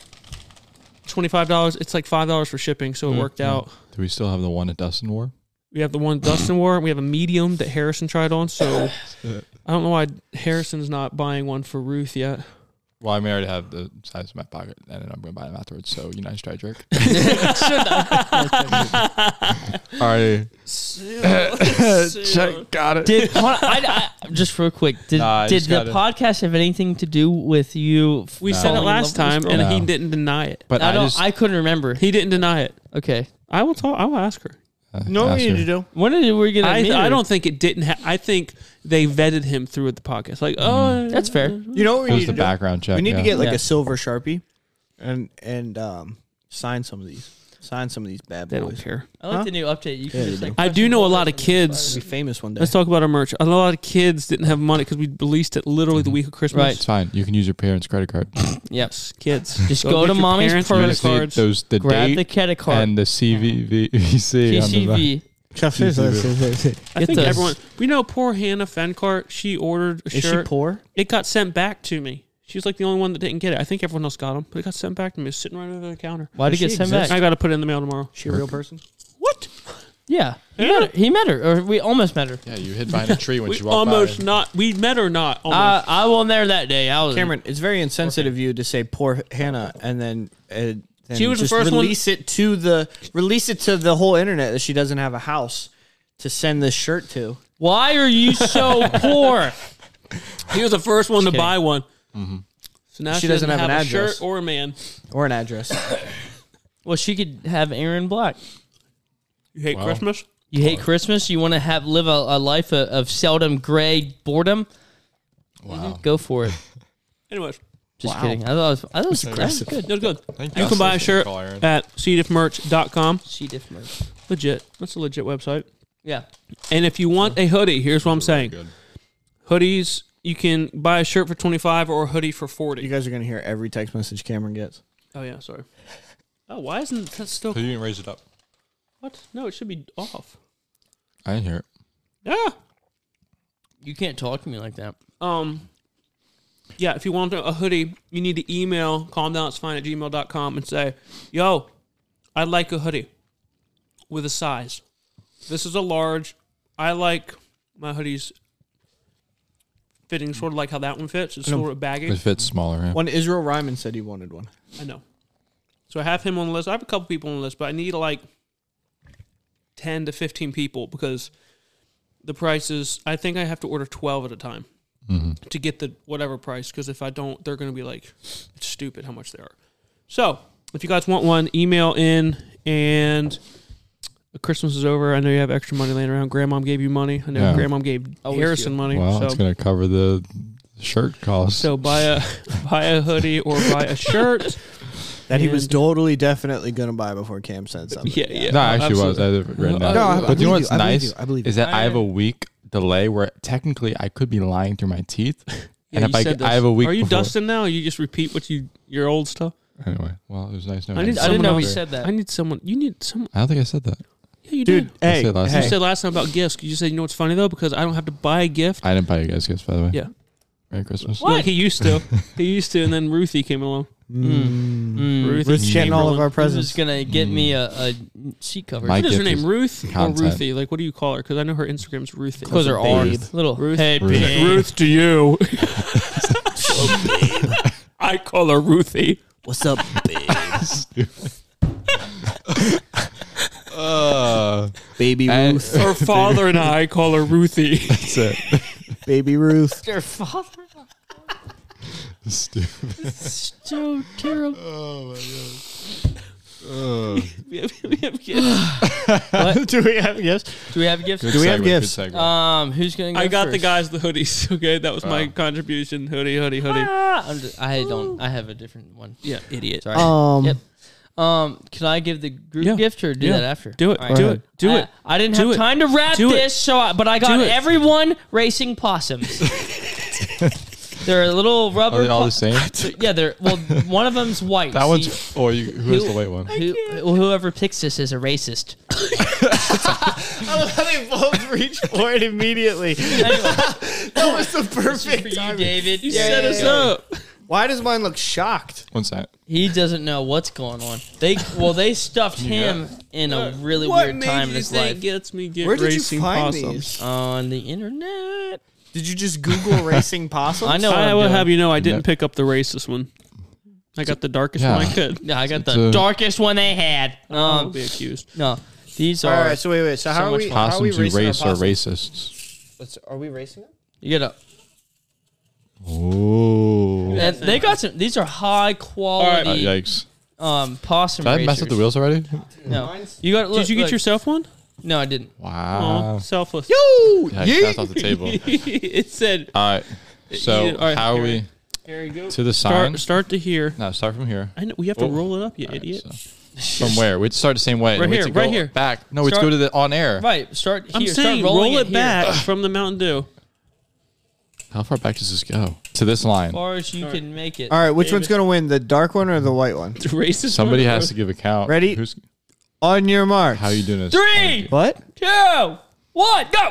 [SPEAKER 1] Twenty five dollars. It's like five dollars for shipping, so it worked out.
[SPEAKER 3] do we still have the one that Dustin wore?
[SPEAKER 1] We have the one Dustin wore. and We have a medium that Harrison tried on. [laughs] So I don't know why Harrison's not buying one for Ruth yet.
[SPEAKER 3] Well, I may already have the size of my pocket, and then I'm going to buy them afterwards. So you nice try, jerk. Alrighty, check, got it.
[SPEAKER 4] Did [laughs] hold on, I, I- just real quick? Did
[SPEAKER 3] Nah, I
[SPEAKER 4] did
[SPEAKER 3] just
[SPEAKER 4] the
[SPEAKER 3] gotta-
[SPEAKER 4] podcast have anything to do with you? f-
[SPEAKER 1] We said it
[SPEAKER 4] falling in
[SPEAKER 1] last
[SPEAKER 4] love
[SPEAKER 1] time,
[SPEAKER 4] with this
[SPEAKER 1] and
[SPEAKER 4] girl?
[SPEAKER 1] he
[SPEAKER 3] No.
[SPEAKER 1] didn't deny it.
[SPEAKER 3] But I,
[SPEAKER 4] I don't.
[SPEAKER 3] just
[SPEAKER 4] I couldn't remember.
[SPEAKER 1] He didn't deny it.
[SPEAKER 4] Okay,
[SPEAKER 1] I will talk. I will ask her.
[SPEAKER 3] uh,
[SPEAKER 2] No, what
[SPEAKER 3] asked
[SPEAKER 2] you
[SPEAKER 3] her.
[SPEAKER 2] need to do.
[SPEAKER 4] when did we get?
[SPEAKER 1] I, I don't think it didn't. Ha- I think they vetted him through the podcast. Like, oh,
[SPEAKER 4] That's fair.
[SPEAKER 2] You know what we
[SPEAKER 3] It
[SPEAKER 2] need
[SPEAKER 3] was
[SPEAKER 2] to
[SPEAKER 3] the
[SPEAKER 2] do?
[SPEAKER 3] background check.
[SPEAKER 2] We need
[SPEAKER 3] yeah.
[SPEAKER 2] to get like
[SPEAKER 4] Yeah.
[SPEAKER 2] a silver sharpie, and and um, sign some of these. Sign some of these bad
[SPEAKER 1] They don't
[SPEAKER 2] boys.
[SPEAKER 1] care.
[SPEAKER 4] I like the new update. You can
[SPEAKER 2] Yeah,
[SPEAKER 4] just
[SPEAKER 2] they
[SPEAKER 4] like.
[SPEAKER 1] I do know a lot of kids.
[SPEAKER 2] Be famous one day.
[SPEAKER 1] Let's talk about our merch. A lot of kids didn't have money because we released it literally the week of Christmas.
[SPEAKER 4] Right.
[SPEAKER 3] It's fine. You can use your parents' credit card.
[SPEAKER 1] Yes, kids.
[SPEAKER 4] Just go
[SPEAKER 1] get
[SPEAKER 4] to
[SPEAKER 1] your
[SPEAKER 4] mommy's
[SPEAKER 3] You
[SPEAKER 1] parents'
[SPEAKER 4] purse.
[SPEAKER 1] credit
[SPEAKER 4] Credit
[SPEAKER 3] just need
[SPEAKER 1] cards.
[SPEAKER 3] those the
[SPEAKER 4] Grab
[SPEAKER 3] date
[SPEAKER 4] the credit card.
[SPEAKER 3] and the CVVC on the back.
[SPEAKER 4] PCV.
[SPEAKER 1] I
[SPEAKER 4] Get
[SPEAKER 1] think
[SPEAKER 4] those.
[SPEAKER 1] everyone. We know poor Hannah Fencart. She ordered a
[SPEAKER 2] Is
[SPEAKER 1] shirt.
[SPEAKER 2] she poor?
[SPEAKER 1] It got sent back to me. She was like the only one that didn't get it. I think everyone else got them, but it got sent back to me. It's sitting right over the counter.
[SPEAKER 4] Why did
[SPEAKER 2] Does
[SPEAKER 4] you get
[SPEAKER 2] she
[SPEAKER 4] sent
[SPEAKER 2] exist?
[SPEAKER 1] I
[SPEAKER 4] back?
[SPEAKER 1] got to put it in the mail tomorrow.
[SPEAKER 2] She a real person?
[SPEAKER 1] What?
[SPEAKER 4] Yeah. He,
[SPEAKER 1] Yeah.
[SPEAKER 4] Met her. he met her, or we almost met her.
[SPEAKER 3] Yeah, you hid behind a tree when
[SPEAKER 1] We
[SPEAKER 3] she walked
[SPEAKER 1] almost
[SPEAKER 3] by.
[SPEAKER 1] not. We met or not. Almost.
[SPEAKER 4] I I wasn't there that day. I was.
[SPEAKER 2] Cameron, it's very insensitive of you to say poor Hannah and then. Uh, then
[SPEAKER 1] She was the
[SPEAKER 2] just
[SPEAKER 1] first one-
[SPEAKER 2] release it to the release it to the whole internet that she doesn't have a house to send this shirt to.
[SPEAKER 4] Why are you so poor?
[SPEAKER 1] he was the first one to
[SPEAKER 4] kidding.
[SPEAKER 1] buy one.
[SPEAKER 3] Mm-hmm.
[SPEAKER 1] So now she, doesn't, have,
[SPEAKER 2] an
[SPEAKER 1] a
[SPEAKER 2] address.
[SPEAKER 1] shirt or a man.
[SPEAKER 2] or an address.
[SPEAKER 4] Well, she could have Aaron Black.
[SPEAKER 1] You hate
[SPEAKER 3] Wow.
[SPEAKER 1] Christmas?
[SPEAKER 4] You hate Christmas. You want to have live a, a life of, of seldom gray boredom. Mm-hmm.
[SPEAKER 3] Wow.
[SPEAKER 4] Go for it.
[SPEAKER 1] Anyways,
[SPEAKER 4] Just kidding. I thought it was, I thought it was, that was
[SPEAKER 1] it
[SPEAKER 4] good.
[SPEAKER 1] was good.
[SPEAKER 3] Thank
[SPEAKER 1] You
[SPEAKER 3] God.
[SPEAKER 1] can buy a shirt
[SPEAKER 3] Call Aaron.
[SPEAKER 1] at cdiffmerch.com.
[SPEAKER 4] She different.
[SPEAKER 1] Legit. That's a legit website.
[SPEAKER 4] Yeah.
[SPEAKER 1] And if you want a hoodie, here's what I'm saying.
[SPEAKER 3] good.
[SPEAKER 1] Hoodies, you can buy a shirt for 25 or a hoodie for 40.
[SPEAKER 2] [coughs] You guys are gonna hear every text message Cameron gets.
[SPEAKER 1] oh yeah, sorry. Oh, why isn't that still
[SPEAKER 3] So you didn't raise it up.
[SPEAKER 1] what? No, it should be off.
[SPEAKER 3] I didn't hear it.
[SPEAKER 1] Yeah.
[SPEAKER 4] You can't talk to me like that.
[SPEAKER 1] Um Yeah, if you want a hoodie, you need to email calmdownsfine at gmail.com and say, Yo, I'd like a hoodie with a size. This is a large. I like my hoodies fitting sort of like how that one fits. It's sort of baggy.
[SPEAKER 3] It fits smaller. Yeah.
[SPEAKER 2] One Israel Ryman said he wanted one.
[SPEAKER 1] I know. So I have him on the list. I have a couple people on the list, but I need like ten to fifteen people because the prices. I think I have to order twelve at a time
[SPEAKER 3] Mm-hmm.
[SPEAKER 1] to get the whatever price. Because if I don't, they're going to be like, it's stupid how much they are. So if you guys want one, email in and. Christmas is over. I know you have extra money laying around. Grandmom gave you money. I know
[SPEAKER 3] Yeah.
[SPEAKER 1] Grandmom gave Harrison money.
[SPEAKER 3] Wow,
[SPEAKER 1] so
[SPEAKER 3] it's gonna cover the shirt cost.
[SPEAKER 1] so buy a [laughs] buy a hoodie or buy a shirt.
[SPEAKER 2] That he was
[SPEAKER 1] And-
[SPEAKER 2] totally definitely gonna buy before Cam said something.
[SPEAKER 1] Yeah, yeah.
[SPEAKER 3] no, I actually was.
[SPEAKER 1] absolutely.
[SPEAKER 3] I did right now.
[SPEAKER 1] No, I-
[SPEAKER 3] but
[SPEAKER 1] I
[SPEAKER 3] you
[SPEAKER 2] believe
[SPEAKER 3] know
[SPEAKER 2] you.
[SPEAKER 3] what's
[SPEAKER 2] I believe
[SPEAKER 3] nice
[SPEAKER 2] you. I believe
[SPEAKER 3] is that I, have a week delay where technically I could be lying through my teeth, [laughs] and
[SPEAKER 1] Yeah,
[SPEAKER 3] if
[SPEAKER 1] you
[SPEAKER 3] I,
[SPEAKER 1] said
[SPEAKER 3] get- I
[SPEAKER 1] this.
[SPEAKER 3] have a week.
[SPEAKER 1] Are you
[SPEAKER 3] before-
[SPEAKER 1] dusting now? Or you just repeat what you your old stuff.
[SPEAKER 3] Anyway, well, it was nice knowing.
[SPEAKER 1] I need
[SPEAKER 3] you.
[SPEAKER 4] I
[SPEAKER 1] someone
[SPEAKER 4] didn't know we
[SPEAKER 1] else.
[SPEAKER 4] said that.
[SPEAKER 1] I need someone. You need someone.
[SPEAKER 3] I don't think I said that.
[SPEAKER 1] Yeah, you
[SPEAKER 2] Dude,
[SPEAKER 1] did.
[SPEAKER 2] hey,
[SPEAKER 3] said last
[SPEAKER 2] hey.
[SPEAKER 1] You said last time about gifts. You said you know what's funny though because I don't have to buy a gift.
[SPEAKER 3] I didn't buy you guys gifts, by the way.
[SPEAKER 1] Yeah.
[SPEAKER 3] Merry Christmas. [laughs]
[SPEAKER 1] Like he used to. he used to, and then Ruthie came along. Ruthie
[SPEAKER 2] Mm. Ruth chanting all of our
[SPEAKER 4] This is
[SPEAKER 2] presents.
[SPEAKER 4] gonna get me a, a seat cover.
[SPEAKER 3] My
[SPEAKER 1] What is her
[SPEAKER 3] gift
[SPEAKER 1] name?
[SPEAKER 3] is
[SPEAKER 1] Ruth
[SPEAKER 3] content.
[SPEAKER 1] or Ruthie? Like, what do you call her? Because I know her Instagram's Ruthie.
[SPEAKER 4] Those are
[SPEAKER 3] Babe.
[SPEAKER 4] ours. Little
[SPEAKER 1] Ruth.
[SPEAKER 4] Hey,
[SPEAKER 3] Ruth.
[SPEAKER 4] babe.
[SPEAKER 1] Ruth
[SPEAKER 3] [laughs]
[SPEAKER 1] to you. I call her Ruthie.
[SPEAKER 2] What's up, babe?
[SPEAKER 3] [laughs] Uh,
[SPEAKER 2] [laughs] baby
[SPEAKER 3] and-
[SPEAKER 2] Ruth?
[SPEAKER 1] Her father and I call her Ruthie.
[SPEAKER 3] [laughs] that's it.
[SPEAKER 2] Baby Ruth.
[SPEAKER 4] Your father.
[SPEAKER 3] Stupid.
[SPEAKER 4] So terrible.
[SPEAKER 3] Oh my god.
[SPEAKER 1] [laughs] we have, we have kids.
[SPEAKER 2] [laughs] Do we have yes?
[SPEAKER 4] [sighs] Do we have
[SPEAKER 2] [laughs]
[SPEAKER 4] gifts?
[SPEAKER 2] Do we have gifts?
[SPEAKER 1] Uh,
[SPEAKER 4] Um, who's gonna? Go
[SPEAKER 1] I got the
[SPEAKER 4] first?
[SPEAKER 1] guys the hoodies. [laughs] Okay, that was my
[SPEAKER 3] Wow.
[SPEAKER 1] contribution. Hoodie, hoodie, hoodie.
[SPEAKER 4] Ah, I'm just- I don't. I have a different one.
[SPEAKER 1] Yeah, idiot.
[SPEAKER 4] Sorry.
[SPEAKER 3] Oh.
[SPEAKER 2] Um,
[SPEAKER 4] Yep. Um, can I give the group
[SPEAKER 1] Yeah.
[SPEAKER 4] gift or do
[SPEAKER 1] Yeah.
[SPEAKER 4] that after?
[SPEAKER 1] Do it.
[SPEAKER 4] All right.
[SPEAKER 1] Do
[SPEAKER 2] Alright.
[SPEAKER 1] it. Do
[SPEAKER 4] I-
[SPEAKER 1] it.
[SPEAKER 4] I, didn't
[SPEAKER 1] Do
[SPEAKER 4] have
[SPEAKER 1] it.
[SPEAKER 4] time to wrap
[SPEAKER 1] Do it.
[SPEAKER 4] this, so I, but I got
[SPEAKER 1] Do it.
[SPEAKER 4] everyone
[SPEAKER 1] [laughs]
[SPEAKER 4] racing possums. they're a little rubber.
[SPEAKER 3] Are they all the
[SPEAKER 4] po-
[SPEAKER 3] same?
[SPEAKER 4] Yeah, they're well. One of them's white.
[SPEAKER 3] That
[SPEAKER 4] so you-
[SPEAKER 3] one's. Or you, who has the white one?
[SPEAKER 4] Who, well, whoever picks this is
[SPEAKER 1] [laughs]
[SPEAKER 4] a racist.
[SPEAKER 2] they both reach for it immediately.
[SPEAKER 4] Anyway,
[SPEAKER 2] [laughs] That was the
[SPEAKER 4] for
[SPEAKER 2] perfect
[SPEAKER 4] you,
[SPEAKER 2] timing.
[SPEAKER 4] David.
[SPEAKER 1] You set us up.
[SPEAKER 2] Why does mine look shocked?
[SPEAKER 3] One sec.
[SPEAKER 4] He doesn't know what's going on. They well, they stuffed him in a really weird time in his life
[SPEAKER 1] gets me get
[SPEAKER 2] Where did
[SPEAKER 1] racing
[SPEAKER 2] you find
[SPEAKER 1] possums?
[SPEAKER 2] these?
[SPEAKER 4] on the internet.
[SPEAKER 2] Did you just Google racing possums?
[SPEAKER 4] I know. what
[SPEAKER 1] I
[SPEAKER 4] I'm
[SPEAKER 1] will
[SPEAKER 4] doing.
[SPEAKER 1] have you know I didn't
[SPEAKER 3] Nope.
[SPEAKER 1] pick up the racist one. I got the darkest
[SPEAKER 3] Yeah.
[SPEAKER 1] one I could.
[SPEAKER 4] Yeah, I got
[SPEAKER 3] It's
[SPEAKER 4] the
[SPEAKER 3] a-
[SPEAKER 4] darkest one they had.
[SPEAKER 1] I'll
[SPEAKER 4] [laughs] Um,
[SPEAKER 1] be accused.
[SPEAKER 4] no, these
[SPEAKER 2] All
[SPEAKER 4] are
[SPEAKER 2] right. So wait, wait. So how are
[SPEAKER 4] much
[SPEAKER 2] we? How are we
[SPEAKER 3] Possums who
[SPEAKER 2] racing?
[SPEAKER 3] race
[SPEAKER 2] Race
[SPEAKER 3] are
[SPEAKER 2] possums?
[SPEAKER 3] racists.
[SPEAKER 2] Let's- Are we racing them?
[SPEAKER 4] you get a.
[SPEAKER 3] Oh.
[SPEAKER 4] And they got some. These are high
[SPEAKER 1] right.
[SPEAKER 4] quality
[SPEAKER 3] Uh, yikes.
[SPEAKER 4] um possum.
[SPEAKER 3] Oh, Did I mess up the
[SPEAKER 4] racers.
[SPEAKER 3] wheels already?
[SPEAKER 4] No, you got. Look,
[SPEAKER 1] did you get
[SPEAKER 4] look.
[SPEAKER 1] yourself one?
[SPEAKER 4] No, I didn't.
[SPEAKER 1] Aw,
[SPEAKER 3] Wow.
[SPEAKER 1] selfless.
[SPEAKER 2] Yo,
[SPEAKER 3] Yikes, That's off the table.
[SPEAKER 1] [laughs]
[SPEAKER 4] [laughs]
[SPEAKER 1] it said
[SPEAKER 3] [laughs] All right. So,
[SPEAKER 1] all right,
[SPEAKER 3] how are
[SPEAKER 1] here
[SPEAKER 3] we
[SPEAKER 1] here you go.
[SPEAKER 3] to the sign?
[SPEAKER 1] Start start to here.
[SPEAKER 3] No, start from here.
[SPEAKER 1] I know we have to
[SPEAKER 3] Oh.
[SPEAKER 1] roll it up, you
[SPEAKER 3] All right,
[SPEAKER 1] idiot.
[SPEAKER 3] so- From where? We'd start the same way.
[SPEAKER 1] Right
[SPEAKER 3] We'd
[SPEAKER 1] here,
[SPEAKER 3] go
[SPEAKER 1] right here.
[SPEAKER 3] Back. No, we'd
[SPEAKER 4] Start-
[SPEAKER 3] go to the on air.
[SPEAKER 4] Right. Start here.
[SPEAKER 1] I'm saying
[SPEAKER 4] start rolling
[SPEAKER 1] roll it,
[SPEAKER 4] here.
[SPEAKER 1] back
[SPEAKER 4] [laughs]
[SPEAKER 1] from the Mountain Dew.
[SPEAKER 3] How far back does this go? To this
[SPEAKER 4] As
[SPEAKER 3] line.
[SPEAKER 4] far as you can make it.
[SPEAKER 2] All right, which one's going to win, the dark one or the white one?
[SPEAKER 1] The racist.
[SPEAKER 3] Somebody
[SPEAKER 1] one.
[SPEAKER 3] has to give a count.
[SPEAKER 2] Ready?
[SPEAKER 3] Who's
[SPEAKER 2] On your mark.
[SPEAKER 3] how you doing this?
[SPEAKER 4] Three,
[SPEAKER 2] What?
[SPEAKER 4] two, one, go.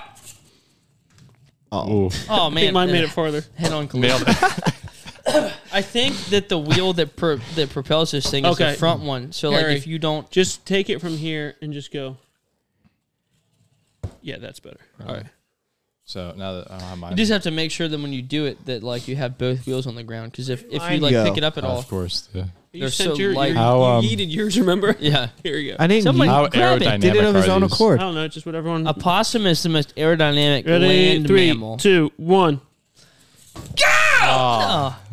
[SPEAKER 3] Ooh.
[SPEAKER 1] I
[SPEAKER 4] Oh
[SPEAKER 1] think
[SPEAKER 4] man,
[SPEAKER 1] mine made it farther.
[SPEAKER 4] head on collision.
[SPEAKER 3] Nailed it.
[SPEAKER 4] I think that the wheel that pro- that propels this thing is
[SPEAKER 1] Okay.
[SPEAKER 4] the front one. So
[SPEAKER 1] Harry.
[SPEAKER 4] like if you don't,
[SPEAKER 1] Just take it from here and just go. Yeah, that's better. All right.
[SPEAKER 3] So now that I don't have mine.
[SPEAKER 4] you just have to make sure that when you do it that like you have both wheels on the ground because if if you
[SPEAKER 2] Mine
[SPEAKER 4] like
[SPEAKER 2] go.
[SPEAKER 4] pick it up at
[SPEAKER 3] Oh,
[SPEAKER 4] all,
[SPEAKER 3] of course. Yeah.
[SPEAKER 1] You
[SPEAKER 4] They're
[SPEAKER 1] sent
[SPEAKER 4] so
[SPEAKER 1] your, your
[SPEAKER 4] light.
[SPEAKER 1] you
[SPEAKER 3] How, um,
[SPEAKER 1] yeeted yours. Remember?
[SPEAKER 4] yeah.
[SPEAKER 1] Here you go.
[SPEAKER 2] I didn't.
[SPEAKER 4] Somebody-
[SPEAKER 2] I
[SPEAKER 3] How
[SPEAKER 4] grab it.
[SPEAKER 3] aerodynamic
[SPEAKER 2] did it of his
[SPEAKER 3] are
[SPEAKER 2] own
[SPEAKER 3] these?
[SPEAKER 1] I
[SPEAKER 2] accord.
[SPEAKER 1] don't know. Just what everyone.
[SPEAKER 4] A possum is the most aerodynamic
[SPEAKER 1] Ready?
[SPEAKER 4] land
[SPEAKER 1] Three,
[SPEAKER 4] mammal.
[SPEAKER 1] two, one.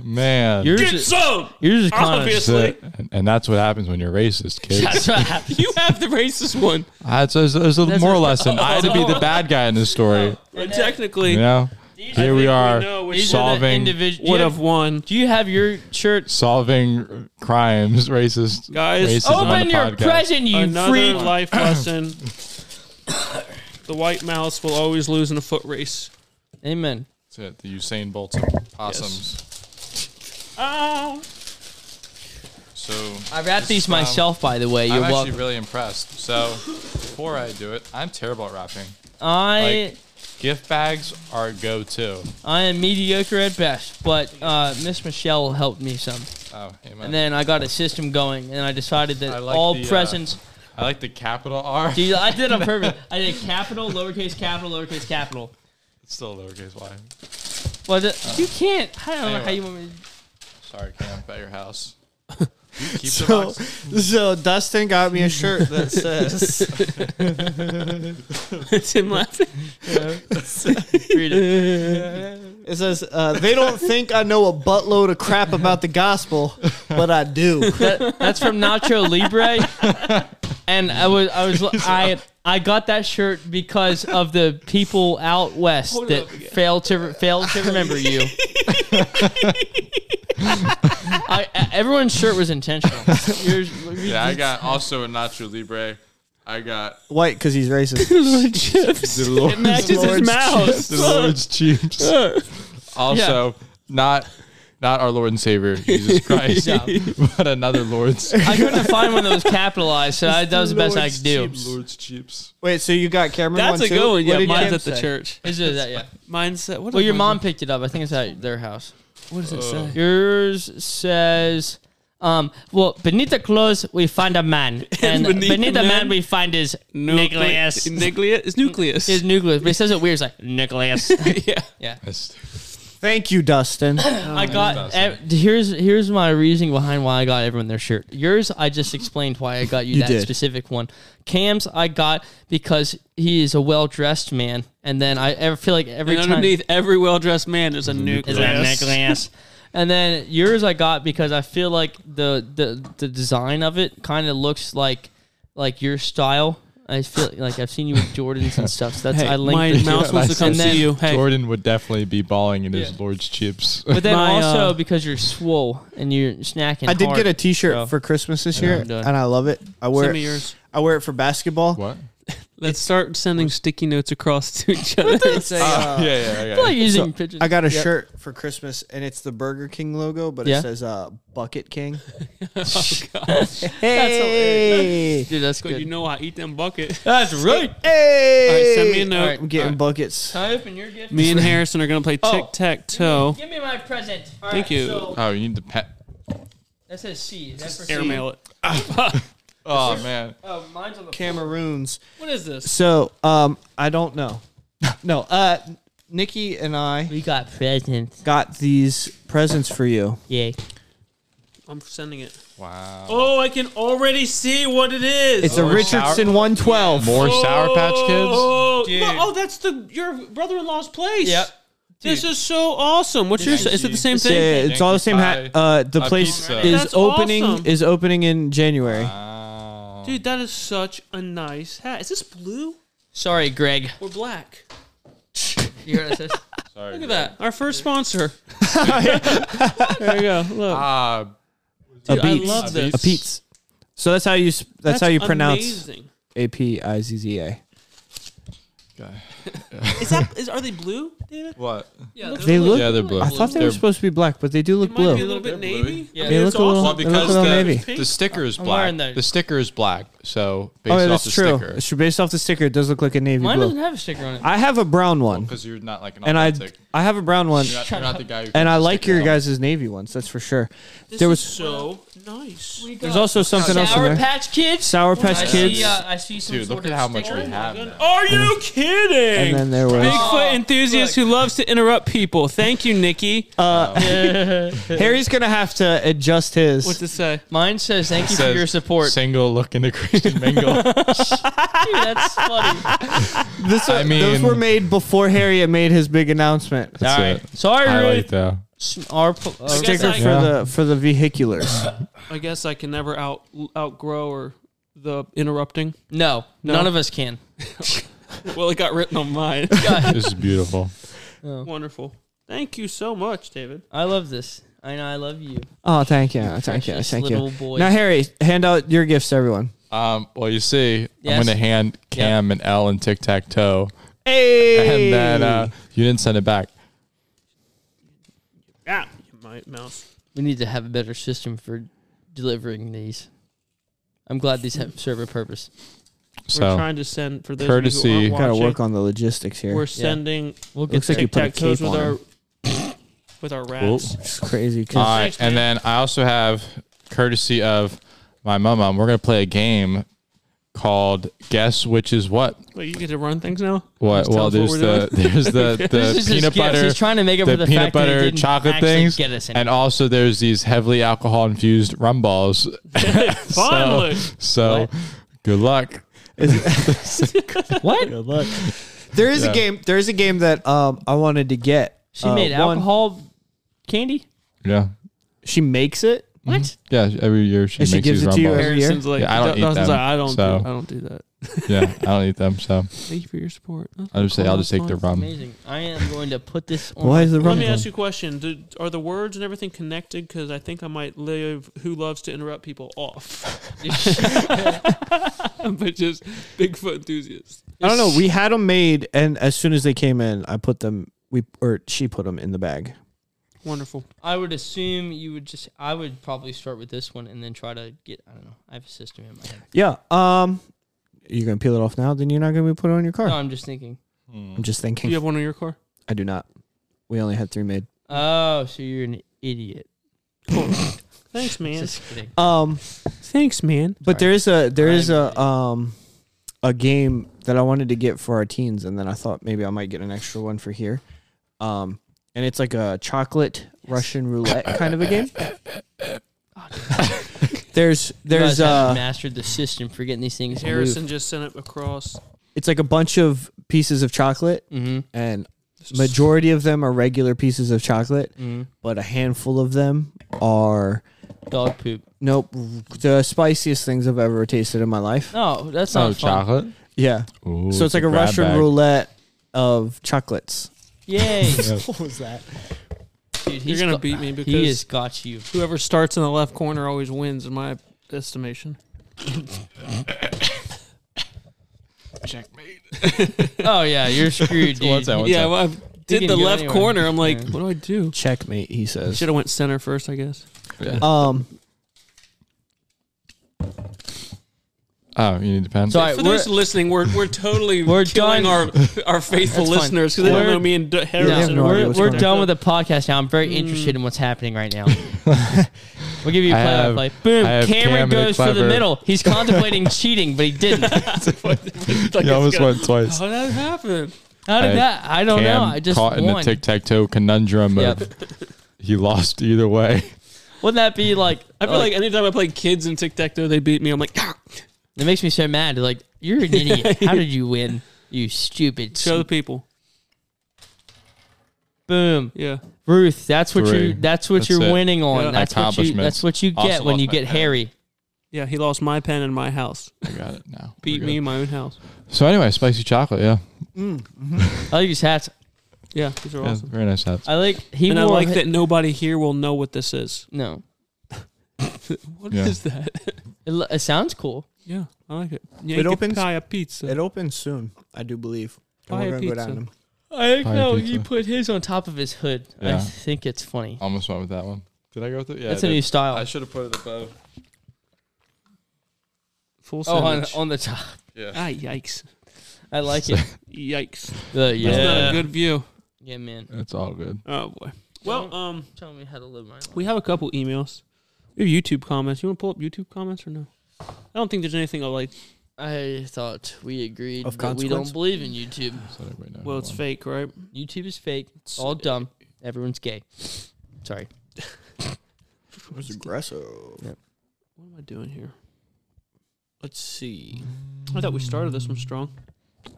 [SPEAKER 3] Man.
[SPEAKER 4] Yours
[SPEAKER 1] Get
[SPEAKER 4] is,
[SPEAKER 1] some.
[SPEAKER 4] yours is kind of.
[SPEAKER 1] Obviously,
[SPEAKER 3] That's it. and, and that's what happens when you're racist, kids.
[SPEAKER 4] That's what happened.
[SPEAKER 1] you have the racist one.
[SPEAKER 3] That's, that's, that's a moral lesson. I had to be the bad guy in this story.
[SPEAKER 4] [laughs]
[SPEAKER 1] And technically,
[SPEAKER 3] You know, here we are
[SPEAKER 1] know which
[SPEAKER 4] These are the
[SPEAKER 3] solving
[SPEAKER 4] individ-
[SPEAKER 1] would
[SPEAKER 4] Yeah.
[SPEAKER 1] have won.
[SPEAKER 4] Do you have your shirt?
[SPEAKER 3] solving crimes, racist
[SPEAKER 1] Guys,
[SPEAKER 3] racism on
[SPEAKER 4] Open
[SPEAKER 3] the
[SPEAKER 4] your
[SPEAKER 3] podcast.
[SPEAKER 4] present, you
[SPEAKER 1] Another [coughs]
[SPEAKER 4] freak!
[SPEAKER 1] life lesson. the white mouse will always lose in a foot race.
[SPEAKER 4] Amen.
[SPEAKER 3] That's it. The Usain Bolts of possums.
[SPEAKER 4] [laughs]
[SPEAKER 1] Ah.
[SPEAKER 3] So
[SPEAKER 4] I
[SPEAKER 3] this
[SPEAKER 4] wrapped these
[SPEAKER 3] round,
[SPEAKER 4] myself, by the way. You're
[SPEAKER 3] I'm actually
[SPEAKER 4] welcome.
[SPEAKER 3] really impressed. So before I do it, I'm terrible at rapping.
[SPEAKER 4] I
[SPEAKER 3] like- Gift bags are go-to.
[SPEAKER 4] I am mediocre at best, but uh, Miss Michelle helped me some.
[SPEAKER 3] Oh, amen.
[SPEAKER 4] And then I got a system going, and I decided that
[SPEAKER 3] I like
[SPEAKER 4] all
[SPEAKER 3] the, uh,
[SPEAKER 4] presents.
[SPEAKER 3] I like the capital R.
[SPEAKER 4] Dude, I did
[SPEAKER 3] [laughs]
[SPEAKER 4] it on purpose. I did capital, lowercase capital, lowercase capital.
[SPEAKER 3] It's still lowercase y.
[SPEAKER 4] Well, the, you can't. I don't
[SPEAKER 3] Uh.
[SPEAKER 4] know how
[SPEAKER 3] anyway.
[SPEAKER 4] you want me. to-
[SPEAKER 3] Sorry, Cam, at your [laughs] house. You keep the
[SPEAKER 2] So,
[SPEAKER 3] box.
[SPEAKER 2] [laughs] so Dustin got me a shirt that [laughs] says
[SPEAKER 1] Tim laughing.
[SPEAKER 4] Read it.
[SPEAKER 2] it says uh, they don't think I know a buttload of crap about the gospel, but I [laughs] do.
[SPEAKER 4] That- that's from Nacho Libre,
[SPEAKER 3] [laughs]
[SPEAKER 4] and I was I was I I got that shirt because of the people out west
[SPEAKER 1] Hold it
[SPEAKER 4] that
[SPEAKER 1] up again.
[SPEAKER 4] failed to re- failed to
[SPEAKER 3] [laughs]
[SPEAKER 4] remember you. I, everyone's shirt was intentional. Yours-
[SPEAKER 3] Yeah, I got also a Nacho Libre. I got
[SPEAKER 2] White because he's racist.
[SPEAKER 3] the Lord's,
[SPEAKER 1] Matches his mouse.
[SPEAKER 3] the Lord's chips. Also, not not our Lord and Savior Jesus Christ,
[SPEAKER 4] Yeah.
[SPEAKER 3] but another Lord's
[SPEAKER 4] I couldn't find one that was capitalized, so I, that was the best I could do.
[SPEAKER 3] Lord's chips.
[SPEAKER 2] Wait, so you got Cameron?
[SPEAKER 1] That's
[SPEAKER 2] one
[SPEAKER 1] a
[SPEAKER 2] too?
[SPEAKER 1] good one.
[SPEAKER 2] What
[SPEAKER 1] Yeah,
[SPEAKER 2] did
[SPEAKER 1] mine's
[SPEAKER 2] Cam
[SPEAKER 1] at the
[SPEAKER 2] say?
[SPEAKER 1] church.
[SPEAKER 4] It's just that, yeah.
[SPEAKER 1] Mine's at what?
[SPEAKER 4] Well,
[SPEAKER 1] is
[SPEAKER 4] your
[SPEAKER 1] mine?
[SPEAKER 4] mom picked it up. I think it's at their house.
[SPEAKER 1] What
[SPEAKER 4] Uh.
[SPEAKER 1] does it say?
[SPEAKER 4] Yours says, um, well, beneath the clothes we find a [laughs] man, and beneath,
[SPEAKER 1] beneath
[SPEAKER 4] the
[SPEAKER 1] the
[SPEAKER 4] man,
[SPEAKER 1] man-
[SPEAKER 4] we find his nucleus.
[SPEAKER 1] Nucleus. It's nucleus. [laughs]
[SPEAKER 4] His nucleus, but he says it weird. It's like [laughs] nucleus.
[SPEAKER 1] yeah.
[SPEAKER 4] yeah,
[SPEAKER 3] [laughs]
[SPEAKER 2] Thank
[SPEAKER 1] [laughs]
[SPEAKER 2] you, Dustin.
[SPEAKER 4] I got. ev- here's here's my reasoning behind why I got everyone their shirt. Yours, I just explained why I got you,
[SPEAKER 2] You
[SPEAKER 4] that
[SPEAKER 2] did.
[SPEAKER 4] specific one. Cam's, I got because he is a well dressed man, and then I ever feel like every
[SPEAKER 1] And
[SPEAKER 4] time
[SPEAKER 1] underneath every well-dressed man is a nucleus.
[SPEAKER 4] Is that necklace? and then yours I got because I feel like the the, the design of it kind of looks like like your style. I feel like I've seen you with Jordans and stuff. So that's I linked
[SPEAKER 1] my
[SPEAKER 4] the two.
[SPEAKER 1] mouse wants to come
[SPEAKER 4] And then-
[SPEAKER 1] see you. Hey,
[SPEAKER 3] Jordan would definitely be bawling in his Lord's
[SPEAKER 2] [laughs]
[SPEAKER 3] chips.
[SPEAKER 4] But then
[SPEAKER 1] My,
[SPEAKER 4] also
[SPEAKER 1] uh,
[SPEAKER 4] because you're swole and you're snacking.
[SPEAKER 2] I did
[SPEAKER 4] hard.
[SPEAKER 2] get a T-shirt
[SPEAKER 4] so-
[SPEAKER 2] for Christmas this year,
[SPEAKER 4] I'm done.
[SPEAKER 2] and I love it. I wear
[SPEAKER 1] send me
[SPEAKER 2] it,
[SPEAKER 1] yours.
[SPEAKER 2] I wear it for
[SPEAKER 3] [laughs]
[SPEAKER 2] basketball.
[SPEAKER 3] what?
[SPEAKER 1] Let's start sending sticky notes across to each other.
[SPEAKER 2] It's a, uh,
[SPEAKER 3] [laughs] yeah, yeah, yeah.
[SPEAKER 4] I feel like using pictures.
[SPEAKER 2] I got a
[SPEAKER 4] Yep.
[SPEAKER 2] shirt for Christmas, and it's the Burger King logo, but
[SPEAKER 4] Yeah.
[SPEAKER 2] it says uh,
[SPEAKER 1] [laughs]
[SPEAKER 2] Bucket King.
[SPEAKER 1] Oh,
[SPEAKER 4] hilarious.
[SPEAKER 2] hey,
[SPEAKER 4] Dude, that's
[SPEAKER 1] But [laughs]
[SPEAKER 4] good.
[SPEAKER 1] you know I eat them bucket.
[SPEAKER 4] that's right.
[SPEAKER 2] [laughs] hey!
[SPEAKER 1] All right, send me a note.
[SPEAKER 4] All right.
[SPEAKER 2] I'm getting buckets.
[SPEAKER 4] Can I open your
[SPEAKER 1] [laughs]
[SPEAKER 4] gift?
[SPEAKER 1] Me and Harrison are gonna play
[SPEAKER 4] Oh.
[SPEAKER 1] tic tac toe.
[SPEAKER 4] Give me my present. All
[SPEAKER 1] Thank
[SPEAKER 4] right,
[SPEAKER 1] you.
[SPEAKER 4] So
[SPEAKER 3] Oh, you need the pet.
[SPEAKER 4] that says C. Is that for C?
[SPEAKER 1] Airmail it.
[SPEAKER 3] Oh man,
[SPEAKER 4] Oh, mine's on the
[SPEAKER 2] Cameroons.
[SPEAKER 1] What is this?
[SPEAKER 2] So, um, I don't know. [laughs] no, uh, Nikki and I
[SPEAKER 4] We got presents.
[SPEAKER 2] got these presents for you.
[SPEAKER 4] Yay.
[SPEAKER 1] I'm sending it.
[SPEAKER 3] wow.
[SPEAKER 1] Oh, I can already see what it is.
[SPEAKER 2] It's a Richardson 112.
[SPEAKER 3] More Sour Patch Kids.
[SPEAKER 1] Oh,
[SPEAKER 4] Dude.
[SPEAKER 1] look- oh, that's the your brother-in-law's place.
[SPEAKER 4] Yep.
[SPEAKER 1] This is so awesome. What's yours?
[SPEAKER 3] Thank
[SPEAKER 1] Is it
[SPEAKER 3] you.
[SPEAKER 1] the same
[SPEAKER 2] Yeah,
[SPEAKER 1] thing?
[SPEAKER 2] it's all the same hat.
[SPEAKER 3] pie,
[SPEAKER 2] Uh, the
[SPEAKER 3] a
[SPEAKER 2] place
[SPEAKER 3] pizza.
[SPEAKER 2] is
[SPEAKER 1] That's
[SPEAKER 2] opening
[SPEAKER 1] awesome.
[SPEAKER 2] is opening in January.
[SPEAKER 3] Wow.
[SPEAKER 1] Dude, that is such a nice hat. Is this blue
[SPEAKER 4] Sorry, Greg.
[SPEAKER 1] or black?
[SPEAKER 4] You heard us?
[SPEAKER 3] Sorry,
[SPEAKER 1] Look at that. Our first [laughs] sponsor. there you go. Look.
[SPEAKER 3] Ah,
[SPEAKER 2] a
[SPEAKER 1] Dude, I
[SPEAKER 2] [laughs] beats.
[SPEAKER 1] love this.
[SPEAKER 2] A Pete's. So that's how you s- that's, how you pronounce
[SPEAKER 1] amazing.
[SPEAKER 2] A P I Z Z A.
[SPEAKER 1] Is that is are they blue, David?
[SPEAKER 3] What?
[SPEAKER 4] Yeah,
[SPEAKER 1] Looks
[SPEAKER 2] They
[SPEAKER 4] they're blue.
[SPEAKER 2] look.
[SPEAKER 3] Yeah, they're blue.
[SPEAKER 2] I thought they were
[SPEAKER 3] They're-
[SPEAKER 2] supposed to be black, but they do
[SPEAKER 1] They
[SPEAKER 2] look
[SPEAKER 1] might
[SPEAKER 2] blue.
[SPEAKER 1] be a little bit navy.
[SPEAKER 4] Yeah.
[SPEAKER 1] I mean,
[SPEAKER 4] They
[SPEAKER 1] it's
[SPEAKER 2] look a little-
[SPEAKER 3] Well,
[SPEAKER 1] awesome.
[SPEAKER 2] they look a
[SPEAKER 3] because
[SPEAKER 2] little
[SPEAKER 3] the,
[SPEAKER 2] navy.
[SPEAKER 3] the sticker is
[SPEAKER 4] I'm
[SPEAKER 3] black.
[SPEAKER 4] wearing that.
[SPEAKER 3] The sticker is black. So based
[SPEAKER 2] Oh, yeah,
[SPEAKER 3] off
[SPEAKER 2] that's
[SPEAKER 3] the
[SPEAKER 2] true.
[SPEAKER 3] sticker,
[SPEAKER 2] It's true, based off the sticker, it does look like a navy
[SPEAKER 4] Mine
[SPEAKER 2] blue.
[SPEAKER 4] doesn't have a sticker on it.
[SPEAKER 2] I have a brown one,
[SPEAKER 3] because you're not like an
[SPEAKER 2] and I
[SPEAKER 3] authentic.
[SPEAKER 2] I have a brown one,
[SPEAKER 3] you're not, you're not the guy. Who
[SPEAKER 2] and
[SPEAKER 3] puts
[SPEAKER 2] I
[SPEAKER 3] the
[SPEAKER 2] like
[SPEAKER 3] sticker
[SPEAKER 2] your
[SPEAKER 3] on.
[SPEAKER 2] guys' navy ones. That's for sure.
[SPEAKER 1] This
[SPEAKER 2] there
[SPEAKER 1] is
[SPEAKER 2] was-
[SPEAKER 1] so nice.
[SPEAKER 2] There's also something else in
[SPEAKER 4] Sour
[SPEAKER 2] there.
[SPEAKER 4] Patch Kids.
[SPEAKER 2] Sour
[SPEAKER 4] I
[SPEAKER 2] Patch
[SPEAKER 4] see.
[SPEAKER 2] Kids,
[SPEAKER 4] Uh, I see some
[SPEAKER 3] Dude,
[SPEAKER 4] sort
[SPEAKER 3] look
[SPEAKER 4] of
[SPEAKER 3] at how much
[SPEAKER 4] sticker.
[SPEAKER 3] we have. now.
[SPEAKER 1] Are you kidding?
[SPEAKER 2] and then there was
[SPEAKER 1] Bigfoot enthusiast who loves to interrupt people. Thank you, Nikki.
[SPEAKER 2] Harry's gonna have to adjust his.
[SPEAKER 1] What's it say?
[SPEAKER 4] Mine says thank you
[SPEAKER 3] Says,
[SPEAKER 4] for
[SPEAKER 2] [laughs]
[SPEAKER 4] your support.
[SPEAKER 3] Single look into Christian Mingle.
[SPEAKER 4] Dude, that's funny.
[SPEAKER 2] This, uh,
[SPEAKER 3] I
[SPEAKER 2] those
[SPEAKER 3] mean-
[SPEAKER 2] were made before Harry had made his big announcement.
[SPEAKER 4] All right. Sorry,
[SPEAKER 3] Highlight
[SPEAKER 4] Ruth.
[SPEAKER 3] though.
[SPEAKER 4] Our po- uh,
[SPEAKER 1] Sticker.
[SPEAKER 2] Sticker
[SPEAKER 1] I-
[SPEAKER 2] for the for the vehiculars.
[SPEAKER 1] I guess I can never out outgrow or the interrupting.
[SPEAKER 4] No,
[SPEAKER 1] No.
[SPEAKER 4] none of us can.
[SPEAKER 1] Well, it got written on mine.
[SPEAKER 3] This is beautiful.
[SPEAKER 1] [laughs] Wonderful. Thank you so much, David.
[SPEAKER 4] [laughs] I love this. I know. I love you.
[SPEAKER 2] Oh, thank you, thank you,
[SPEAKER 4] precious
[SPEAKER 2] thank you.
[SPEAKER 4] little boy.
[SPEAKER 2] Now, Harry, hand out your gifts to everyone.
[SPEAKER 3] Um, well, you see,
[SPEAKER 4] Yes.
[SPEAKER 3] I'm going to hand Cam and L and Tic Tac Toe,
[SPEAKER 2] Hey,
[SPEAKER 3] and then uh, you didn't send it back.
[SPEAKER 1] Yeah, my mouse.
[SPEAKER 4] We need to have a better system for delivering these. I'm glad these have serve a purpose.
[SPEAKER 1] We're
[SPEAKER 3] So
[SPEAKER 1] trying to send for those
[SPEAKER 3] Courtesy-
[SPEAKER 1] courtesy.
[SPEAKER 2] gotta work on the logistics here.
[SPEAKER 1] We're sending
[SPEAKER 4] We'll get
[SPEAKER 2] Looks
[SPEAKER 4] there.
[SPEAKER 2] like you
[SPEAKER 1] tic
[SPEAKER 2] put a
[SPEAKER 1] tac
[SPEAKER 2] cape
[SPEAKER 1] toes with
[SPEAKER 2] on.
[SPEAKER 1] our
[SPEAKER 2] him.
[SPEAKER 1] with our rats.
[SPEAKER 2] It's crazy. 'cause-
[SPEAKER 3] all [laughs] right,
[SPEAKER 1] Thanks,
[SPEAKER 3] and then I also have courtesy of my mom. We're going to play a game called Guess Which Is What.
[SPEAKER 1] Wait, you get to run things now.
[SPEAKER 3] What?
[SPEAKER 1] Just tell
[SPEAKER 3] Well,
[SPEAKER 1] us what
[SPEAKER 3] there's
[SPEAKER 1] we're
[SPEAKER 3] the there's the the
[SPEAKER 4] This is
[SPEAKER 3] peanut
[SPEAKER 4] his guess.
[SPEAKER 3] butter.
[SPEAKER 4] He's trying to make up
[SPEAKER 3] the
[SPEAKER 4] for the
[SPEAKER 3] peanut
[SPEAKER 4] fact that he
[SPEAKER 3] butter
[SPEAKER 4] didn't
[SPEAKER 3] chocolate
[SPEAKER 4] actually
[SPEAKER 3] things,
[SPEAKER 4] get us any.
[SPEAKER 3] and also there's these heavily alcohol infused rum
[SPEAKER 4] [laughs]
[SPEAKER 3] balls. [laughs]
[SPEAKER 1] Finally.
[SPEAKER 3] So, good luck.
[SPEAKER 4] what?
[SPEAKER 2] There is
[SPEAKER 3] Yeah.
[SPEAKER 2] a game. There is a game that um I wanted to get.
[SPEAKER 4] She
[SPEAKER 2] Uh,
[SPEAKER 4] made
[SPEAKER 2] one-
[SPEAKER 4] alcohol candy.
[SPEAKER 3] Yeah,
[SPEAKER 2] She makes it. Mm-hmm.
[SPEAKER 4] What?
[SPEAKER 3] yeah. Every year she
[SPEAKER 2] And she
[SPEAKER 3] makes
[SPEAKER 2] gives
[SPEAKER 3] these
[SPEAKER 2] it
[SPEAKER 3] rum
[SPEAKER 2] to you
[SPEAKER 3] balls.
[SPEAKER 2] every- year?
[SPEAKER 1] Harrison's like,
[SPEAKER 3] Yeah, I don't
[SPEAKER 1] Dustin's
[SPEAKER 3] eat them,
[SPEAKER 1] like, I don't,
[SPEAKER 3] so-
[SPEAKER 1] do, I don't do that.
[SPEAKER 3] yeah, I don't eat them, so
[SPEAKER 1] Thank you for your support.
[SPEAKER 3] I just say I'll just take the rum.
[SPEAKER 4] Amazing. I am going to put this on. [laughs]
[SPEAKER 2] Why is the
[SPEAKER 1] Let
[SPEAKER 2] rum?
[SPEAKER 1] me
[SPEAKER 2] gone?
[SPEAKER 1] ask you a question. Do, are the words and everything connected? Because I think I might live "Who Loves to Interrupt People" off, [laughs] but just Bigfoot enthusiast.
[SPEAKER 2] I don't know. We had them made, and as soon as they came in, I put them. We or she put them in the bag.
[SPEAKER 1] Wonderful.
[SPEAKER 4] I would assume you would just. I would probably start with this one and then try to get. I don't know. I have a system in my head.
[SPEAKER 2] Yeah. Um, you're gonna peel it off now. Then you're not gonna be put it on your car.
[SPEAKER 4] No, I'm just thinking.
[SPEAKER 2] I'm just
[SPEAKER 1] Do
[SPEAKER 2] thinking.
[SPEAKER 1] you have one in your car?
[SPEAKER 2] I do not. We only had three made.
[SPEAKER 4] Oh, so you're an idiot.
[SPEAKER 1] Thanks,
[SPEAKER 4] [laughs]
[SPEAKER 1] man.
[SPEAKER 4] Just kidding.
[SPEAKER 2] Um,
[SPEAKER 1] Thanks, man.
[SPEAKER 2] but there is a there is a um a game that I wanted to get for our teens, and then I thought maybe I might get an extra one for here. Um, and it's like a chocolate Russian roulette kind of a [laughs] game. there's
[SPEAKER 4] You guys
[SPEAKER 2] there's
[SPEAKER 4] haven't
[SPEAKER 2] uh
[SPEAKER 4] mastered the system for getting these things.
[SPEAKER 1] Harrison just sent it across.
[SPEAKER 2] it's like a bunch of pieces of chocolate
[SPEAKER 4] Mm-hmm.
[SPEAKER 2] and majority of them are regular pieces of chocolate but a handful of them are
[SPEAKER 4] mm-hmm. Dog poop.
[SPEAKER 2] nope the spiciest things i've ever tasted in my life
[SPEAKER 4] No, that's not
[SPEAKER 3] Oh,
[SPEAKER 4] fun.
[SPEAKER 3] chocolate.
[SPEAKER 2] yeah
[SPEAKER 3] Ooh,
[SPEAKER 2] so it's like a
[SPEAKER 3] grab
[SPEAKER 2] russian
[SPEAKER 3] bag.
[SPEAKER 2] roulette of chocolates
[SPEAKER 4] Yay,
[SPEAKER 2] [laughs] what was that
[SPEAKER 4] dude,
[SPEAKER 1] You're
[SPEAKER 4] he's
[SPEAKER 1] gonna
[SPEAKER 4] got-
[SPEAKER 1] beat me
[SPEAKER 4] He
[SPEAKER 1] because
[SPEAKER 4] has got you.
[SPEAKER 1] whoever starts in the left corner always wins, in my estimation.
[SPEAKER 4] Oh
[SPEAKER 3] [laughs]
[SPEAKER 4] yeah, you're screwed, dude.
[SPEAKER 3] What's that? What's that?
[SPEAKER 1] well, I
[SPEAKER 4] didn't go anywhere.
[SPEAKER 1] I'm like,
[SPEAKER 4] Yeah.
[SPEAKER 1] what do I do?
[SPEAKER 2] checkmate he says
[SPEAKER 1] Should have went center first, I guess.
[SPEAKER 2] um
[SPEAKER 3] Oh, you need a pen. [laughs]
[SPEAKER 4] Sorry,
[SPEAKER 1] For
[SPEAKER 4] we're,
[SPEAKER 1] those listening, we're we're totally
[SPEAKER 4] We're
[SPEAKER 1] killing
[SPEAKER 4] done.
[SPEAKER 1] our our faithful
[SPEAKER 4] That's fine.
[SPEAKER 1] listeners because they don't
[SPEAKER 4] We're-
[SPEAKER 1] know me and D-
[SPEAKER 4] yeah,
[SPEAKER 1] Harrison.
[SPEAKER 2] no
[SPEAKER 1] are-
[SPEAKER 2] idea
[SPEAKER 4] we're,
[SPEAKER 2] what's
[SPEAKER 4] we're
[SPEAKER 2] going on.
[SPEAKER 4] done with the podcast now. I'm
[SPEAKER 3] Mm.
[SPEAKER 4] very interested in what's happening right
[SPEAKER 3] [laughs]
[SPEAKER 4] now. we'll give you a
[SPEAKER 3] I
[SPEAKER 4] play
[SPEAKER 3] have-
[SPEAKER 4] by play. Boom!
[SPEAKER 3] I have
[SPEAKER 4] Cameron
[SPEAKER 3] Cam and
[SPEAKER 4] goes for the
[SPEAKER 3] Clever.
[SPEAKER 4] middle.
[SPEAKER 3] [laughs]
[SPEAKER 4] He's contemplating cheating, but he didn't.
[SPEAKER 1] Like,
[SPEAKER 3] you
[SPEAKER 1] it's
[SPEAKER 3] almost
[SPEAKER 1] gonna-
[SPEAKER 3] went twice.
[SPEAKER 1] How did that happen?
[SPEAKER 4] How did
[SPEAKER 3] I-
[SPEAKER 4] that? I don't know. Oh, I just
[SPEAKER 3] caught in the
[SPEAKER 4] won.
[SPEAKER 3] tic tac toe conundrum
[SPEAKER 4] Yep.
[SPEAKER 3] of he lost either way.
[SPEAKER 4] [laughs] Wouldn't that be like?
[SPEAKER 1] I feel like anytime I play kids in tic tac toe, they beat me. I'm like, "Ah."
[SPEAKER 4] it makes me so mad. Like you're an
[SPEAKER 3] [laughs]
[SPEAKER 4] idiot. How did you win? You stupid.
[SPEAKER 1] show the people.
[SPEAKER 4] Boom.
[SPEAKER 1] Yeah,
[SPEAKER 4] Ruth, that's what
[SPEAKER 3] Three.
[SPEAKER 4] you that's what
[SPEAKER 3] That's
[SPEAKER 4] you're
[SPEAKER 3] it.
[SPEAKER 4] winning on.
[SPEAKER 1] Yeah.
[SPEAKER 4] That's what you that's
[SPEAKER 3] Accomplishments.
[SPEAKER 4] what you get
[SPEAKER 3] Also
[SPEAKER 4] when
[SPEAKER 3] lost
[SPEAKER 4] you
[SPEAKER 3] my
[SPEAKER 4] get
[SPEAKER 3] pen.
[SPEAKER 4] hairy.
[SPEAKER 1] yeah. He lost my pen in my house.
[SPEAKER 3] I got it now. We're
[SPEAKER 1] Beat
[SPEAKER 3] good.
[SPEAKER 1] me in my own house.
[SPEAKER 3] So anyway, spicy chocolate. Yeah,
[SPEAKER 4] I like his hats.
[SPEAKER 1] Yeah, these are
[SPEAKER 3] Yeah,
[SPEAKER 1] awesome.
[SPEAKER 3] very nice hats.
[SPEAKER 4] I like he
[SPEAKER 1] And I
[SPEAKER 4] wore
[SPEAKER 1] like
[SPEAKER 4] hi-
[SPEAKER 1] that nobody here will know what this is.
[SPEAKER 4] No.
[SPEAKER 1] [laughs] What is
[SPEAKER 3] Yeah.
[SPEAKER 1] that?
[SPEAKER 4] It, l- it sounds cool.
[SPEAKER 1] Yeah, I like it. Yeah,
[SPEAKER 2] It opens-
[SPEAKER 1] Pie pizza.
[SPEAKER 2] It opens soon, I do believe. And
[SPEAKER 1] Buy a
[SPEAKER 2] we're gonna go down
[SPEAKER 1] pizza.
[SPEAKER 2] them.
[SPEAKER 4] I think
[SPEAKER 3] Fire
[SPEAKER 4] no,
[SPEAKER 3] pizza.
[SPEAKER 4] you put his on top of his hood. I
[SPEAKER 3] Yeah.
[SPEAKER 4] think it's funny.
[SPEAKER 3] Almost went with that one. Did I go with it? Oh, Yeah.
[SPEAKER 4] That's
[SPEAKER 3] I
[SPEAKER 4] a
[SPEAKER 3] did.
[SPEAKER 4] new style.
[SPEAKER 3] I should have put it above.
[SPEAKER 1] Full
[SPEAKER 4] oh, on,
[SPEAKER 1] sandwich.
[SPEAKER 4] on the top.
[SPEAKER 3] Yeah.
[SPEAKER 1] Ah, yikes.
[SPEAKER 4] I like it.
[SPEAKER 1] Yikes.
[SPEAKER 4] Uh, yeah,
[SPEAKER 1] That's not a good view.
[SPEAKER 4] yeah, man.
[SPEAKER 3] It's all good.
[SPEAKER 1] Oh, boy. Well, um,
[SPEAKER 4] Tell me how to live my life.
[SPEAKER 1] we have a couple emails. We have YouTube comments. You want to pull up YouTube comments or no? I don't think there's anything I like.
[SPEAKER 4] I thought we agreed,
[SPEAKER 2] Of
[SPEAKER 4] but we
[SPEAKER 2] consequence?
[SPEAKER 4] don't believe in YouTube.
[SPEAKER 3] So everybody knows.
[SPEAKER 1] Well, it's
[SPEAKER 3] Hold
[SPEAKER 1] fake, right?
[SPEAKER 4] YouTube is fake. It's all dumb. Everyone's gay. Sorry.
[SPEAKER 2] It was aggressive.
[SPEAKER 1] What am I doing here?
[SPEAKER 2] Let's see.
[SPEAKER 1] I thought we started this one strong.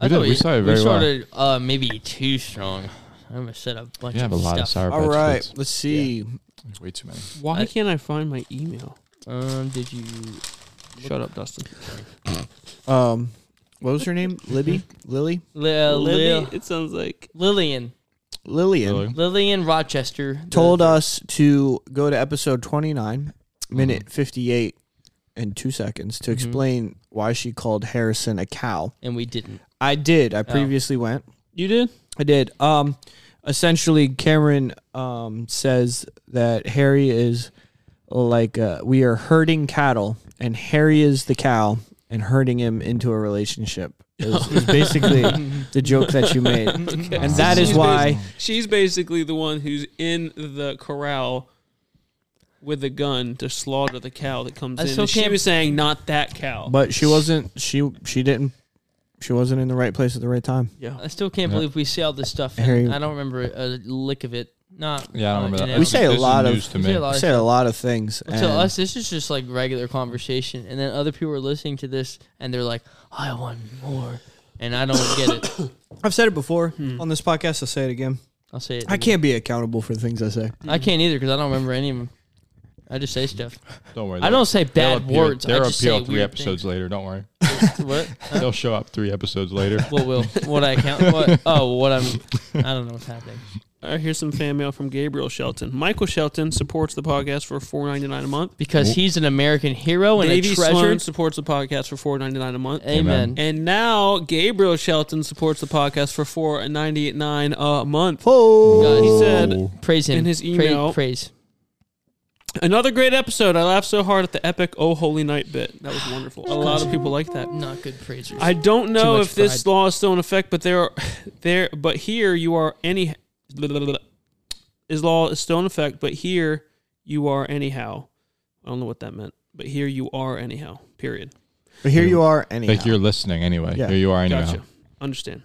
[SPEAKER 4] I
[SPEAKER 3] did.
[SPEAKER 4] thought
[SPEAKER 3] We started very
[SPEAKER 4] we
[SPEAKER 3] well.
[SPEAKER 4] started uh, maybe too strong. I almost said a
[SPEAKER 3] on.
[SPEAKER 4] bunch
[SPEAKER 3] You have
[SPEAKER 4] of
[SPEAKER 3] a lot of
[SPEAKER 4] stuff.
[SPEAKER 3] sour
[SPEAKER 2] All
[SPEAKER 3] patch
[SPEAKER 2] right,
[SPEAKER 3] Kids.
[SPEAKER 2] let's see.
[SPEAKER 3] Way too many.
[SPEAKER 1] Why
[SPEAKER 4] I-
[SPEAKER 1] can't I find my email?
[SPEAKER 4] um, did you?
[SPEAKER 1] Shut up, Dustin.
[SPEAKER 2] Um, what was her
[SPEAKER 3] [laughs]
[SPEAKER 2] name? Libby, Lily,
[SPEAKER 4] Li- uh, Lil-
[SPEAKER 1] Libby, it sounds like
[SPEAKER 4] Lillian.
[SPEAKER 2] Lillian
[SPEAKER 3] Really?
[SPEAKER 4] Lillian Rochester. the-
[SPEAKER 2] told uh, us to go to episode twenty nine,
[SPEAKER 3] Mm-hmm.
[SPEAKER 2] minute fifty eight, and two seconds to explain why she called Harrison a cow.
[SPEAKER 4] and we didn't.
[SPEAKER 2] I did. I previously went.
[SPEAKER 1] Oh. you did.
[SPEAKER 2] I did. Um, essentially, Cameron um, says that Harry is like uh, we are herding cattle, and Harry is the cow, and herding him into a relationship is,
[SPEAKER 1] [laughs]
[SPEAKER 2] is basically the joke that you made, and that is
[SPEAKER 1] She's
[SPEAKER 2] why.
[SPEAKER 1] basi- she's basically the one who's in the corral with a gun to slaughter the cow that comes
[SPEAKER 4] I
[SPEAKER 1] in.
[SPEAKER 4] still
[SPEAKER 1] And she
[SPEAKER 4] can't-
[SPEAKER 1] was saying, "Not that cow."
[SPEAKER 2] But she wasn't. She she didn't. She wasn't in the right place at the right time.
[SPEAKER 1] yeah,
[SPEAKER 4] I still can't believe we see all this stuff. and
[SPEAKER 2] Harry-
[SPEAKER 4] I don't remember a lick of it. Not.
[SPEAKER 3] Yeah, I don't remember that.
[SPEAKER 2] We say a
[SPEAKER 3] This is
[SPEAKER 2] lot of-
[SPEAKER 3] news to
[SPEAKER 4] We say
[SPEAKER 3] me.
[SPEAKER 4] a lot.
[SPEAKER 2] I said a lot of things.
[SPEAKER 4] to
[SPEAKER 2] and-
[SPEAKER 4] us, this is just like regular conversation, and then other people are listening to this, and they're like, "I want more," and I don't get it.
[SPEAKER 2] I've said it before
[SPEAKER 1] Hmm.
[SPEAKER 2] on this podcast. I'll say it again.
[SPEAKER 4] I'll say it.
[SPEAKER 2] I can't be accountable for the things I say.
[SPEAKER 4] I can't either because I don't remember any of them. I just say stuff.
[SPEAKER 3] Don't worry.
[SPEAKER 4] I don't say
[SPEAKER 3] they'll
[SPEAKER 4] bad
[SPEAKER 3] appear-
[SPEAKER 4] words. I
[SPEAKER 3] They'll
[SPEAKER 4] just say
[SPEAKER 3] appeal three
[SPEAKER 4] weird
[SPEAKER 3] episodes later. Don't
[SPEAKER 4] [laughs]
[SPEAKER 3] worry.
[SPEAKER 4] things. What?
[SPEAKER 3] They'll show up three
[SPEAKER 4] [laughs]
[SPEAKER 3] episodes later.
[SPEAKER 4] What will? What I count? What? Oh, what I'm? I don't know what's happening.
[SPEAKER 1] All right, here's some fan mail from Gabriel Shelton. Michael Shelton supports the podcast for four ninety nine a month.
[SPEAKER 4] Because he's an American hero and
[SPEAKER 1] Davey
[SPEAKER 4] a treasure.
[SPEAKER 1] Sloan supports the podcast for four ninety nine a month.
[SPEAKER 4] Amen.
[SPEAKER 1] And now Gabriel Shelton supports the podcast for four ninety nine a month.
[SPEAKER 4] God,
[SPEAKER 1] He
[SPEAKER 4] he's-
[SPEAKER 1] said,
[SPEAKER 4] praise him
[SPEAKER 1] in his
[SPEAKER 4] Pra-
[SPEAKER 1] email-
[SPEAKER 4] Praise.
[SPEAKER 1] Another great episode. I laughed so hard at the epic Oh Holy Night bit. That was [sighs] wonderful. A lot of people like that.
[SPEAKER 4] Not good praisers.
[SPEAKER 1] I don't know
[SPEAKER 4] much
[SPEAKER 1] if this
[SPEAKER 4] pride.
[SPEAKER 1] law is still in effect, but there are [sighs] there but here you are any [sniffs] blah, blah, blah, blah. is law is still in effect, but here you are anyhow. I don't know what that meant, but here you are anyhow. Period.
[SPEAKER 2] But here you are, anyhow.
[SPEAKER 3] Like you're listening anyway.
[SPEAKER 2] Yeah.
[SPEAKER 3] Here you are anyhow.
[SPEAKER 1] Gotcha. Understand.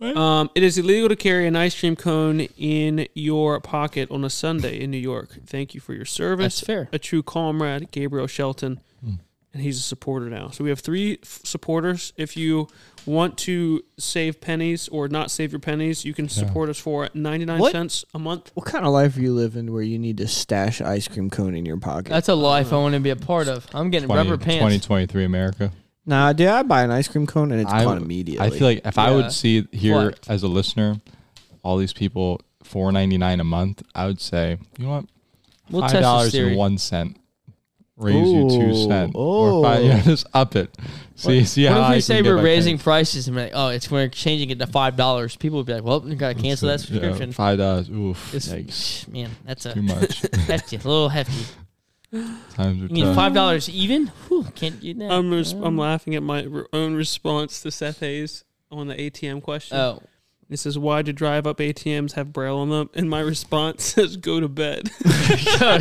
[SPEAKER 1] Um, it is illegal to carry an ice cream cone in your pocket on a Sunday in New York. Thank you for your service.
[SPEAKER 4] That's fair.
[SPEAKER 1] A true comrade, Gabriel Shelton, and he's a supporter now. So we have three f- supporters. If you want to save pennies or not save your pennies, you can support us for ninety nine
[SPEAKER 2] What?
[SPEAKER 1] cents a month.
[SPEAKER 2] What kind of life are you living where you need to stash ice cream cone in your pocket?
[SPEAKER 4] That's a life I want to be a part of. I'm getting
[SPEAKER 3] 20
[SPEAKER 4] rubber pants.
[SPEAKER 3] 2023 America.
[SPEAKER 2] nah, dude, I buy an ice cream cone and it's
[SPEAKER 3] I
[SPEAKER 2] gone
[SPEAKER 3] w-
[SPEAKER 2] immediately.
[SPEAKER 3] I feel like if I
[SPEAKER 4] Yeah.
[SPEAKER 3] would see here
[SPEAKER 4] What?
[SPEAKER 3] as a listener, all these people four ninety nine a month, I would say, you know what,
[SPEAKER 4] We'll
[SPEAKER 3] five
[SPEAKER 4] test this
[SPEAKER 3] dollars and
[SPEAKER 4] theory.
[SPEAKER 3] one cent raise you two
[SPEAKER 2] Ooh,
[SPEAKER 3] cent or five. [laughs]
[SPEAKER 2] oh.
[SPEAKER 3] You know, just up it. See, see
[SPEAKER 4] What
[SPEAKER 3] how
[SPEAKER 4] if
[SPEAKER 3] I
[SPEAKER 4] we
[SPEAKER 3] can
[SPEAKER 4] say
[SPEAKER 3] get
[SPEAKER 4] we're
[SPEAKER 3] my
[SPEAKER 4] raising
[SPEAKER 3] thing.
[SPEAKER 4] prices and be like, oh, it's we're changing it to five dollars? People would be like, well, we gotta cancel that
[SPEAKER 3] Yeah,
[SPEAKER 4] subscription.
[SPEAKER 3] five dollars. Oof,
[SPEAKER 4] It's- [laughs]
[SPEAKER 3] yikes,
[SPEAKER 4] Man, that's a
[SPEAKER 3] too much.
[SPEAKER 4] hefty, a little hefty.
[SPEAKER 3] Times are
[SPEAKER 4] You mean
[SPEAKER 3] tough.
[SPEAKER 4] five dollars even? Whew, can't do that.
[SPEAKER 1] I'm res- I'm laughing at my r- own response to Seth Hayes on the ATM question. [laughs]
[SPEAKER 4] oh,
[SPEAKER 1] It says, "Why do drive-up ATMs have braille on them?" And my response [laughs] says, "Go to bed," [laughs]
[SPEAKER 4] [laughs]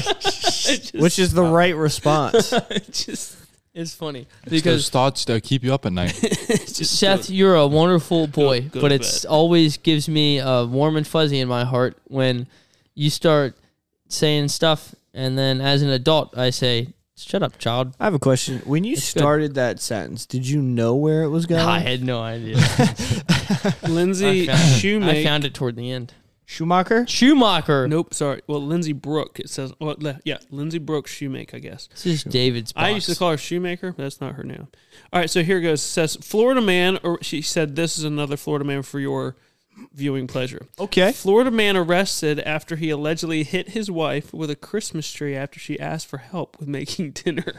[SPEAKER 2] Which is the right response.
[SPEAKER 1] just
[SPEAKER 4] it's funny
[SPEAKER 3] Those
[SPEAKER 4] because
[SPEAKER 3] thoughts that keep you up at night.
[SPEAKER 4] Seth, you're a wonderful boy,
[SPEAKER 1] go to
[SPEAKER 4] but it's always gives me uh, warm and fuzzy in my heart when you start saying stuff, and then as an adult, I say, "Shut up, child."
[SPEAKER 2] I have a question. When you started that sentence, did you know where it was going?
[SPEAKER 4] I had no idea.
[SPEAKER 1] Lindsay
[SPEAKER 4] I found- I
[SPEAKER 1] Shoemake.
[SPEAKER 4] found it toward the end.
[SPEAKER 2] Schumacher?
[SPEAKER 4] Schumacher.
[SPEAKER 1] Nope, sorry. Well, Lindsay Brooke. It says, well, le- yeah, Lindsay Brooke Shoemake, I guess.
[SPEAKER 4] This is David's. Box.
[SPEAKER 1] I used to call her Shoemaker, but that's not her name. All right, so here goes. says Florida man, or she said, "This is another Florida man for your viewing pleasure." [laughs]
[SPEAKER 2] Okay.
[SPEAKER 1] Florida man arrested after he allegedly hit his wife with a Christmas tree after she asked for help with making [laughs] dinner.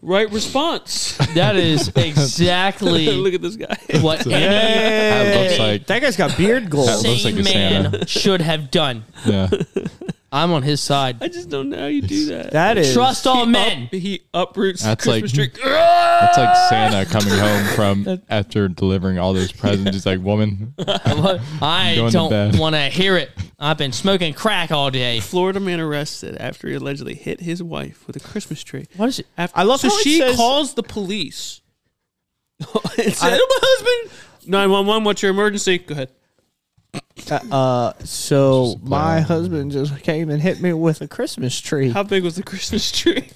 [SPEAKER 1] Right response.
[SPEAKER 4] That is [laughs] exactly
[SPEAKER 1] [laughs] Look at this guy.
[SPEAKER 4] what
[SPEAKER 3] That
[SPEAKER 4] any
[SPEAKER 3] looks like
[SPEAKER 2] That guy's got beard
[SPEAKER 3] That
[SPEAKER 2] goals.
[SPEAKER 3] looks like
[SPEAKER 4] sane
[SPEAKER 3] a Santa.
[SPEAKER 4] man should have done.
[SPEAKER 3] [laughs] yeah.
[SPEAKER 4] I'm on his side.
[SPEAKER 1] I just don't know how you do that.
[SPEAKER 2] That is
[SPEAKER 4] Trust all men.
[SPEAKER 1] Up- he uproots the
[SPEAKER 3] That's
[SPEAKER 1] Christmas
[SPEAKER 3] like-
[SPEAKER 1] tree.
[SPEAKER 3] That's like Santa coming home
[SPEAKER 4] [laughs]
[SPEAKER 3] from after delivering all those presents. He's like, woman,
[SPEAKER 4] I
[SPEAKER 3] Going to
[SPEAKER 4] don't
[SPEAKER 3] bed.
[SPEAKER 4] want to hear it. I've been smoking crack all day.
[SPEAKER 1] Florida man arrested after he allegedly hit his wife with a Christmas tree.
[SPEAKER 4] What is it?
[SPEAKER 1] After,
[SPEAKER 2] I love
[SPEAKER 1] so
[SPEAKER 2] how it
[SPEAKER 1] she
[SPEAKER 2] says-
[SPEAKER 1] calls the police. and said, "Oh, my husband, nine one one. What's your emergency? Go ahead.
[SPEAKER 2] Uh, so
[SPEAKER 3] plan.
[SPEAKER 2] my husband just came and hit me with a Christmas tree.
[SPEAKER 1] How big was the Christmas [laughs] tree?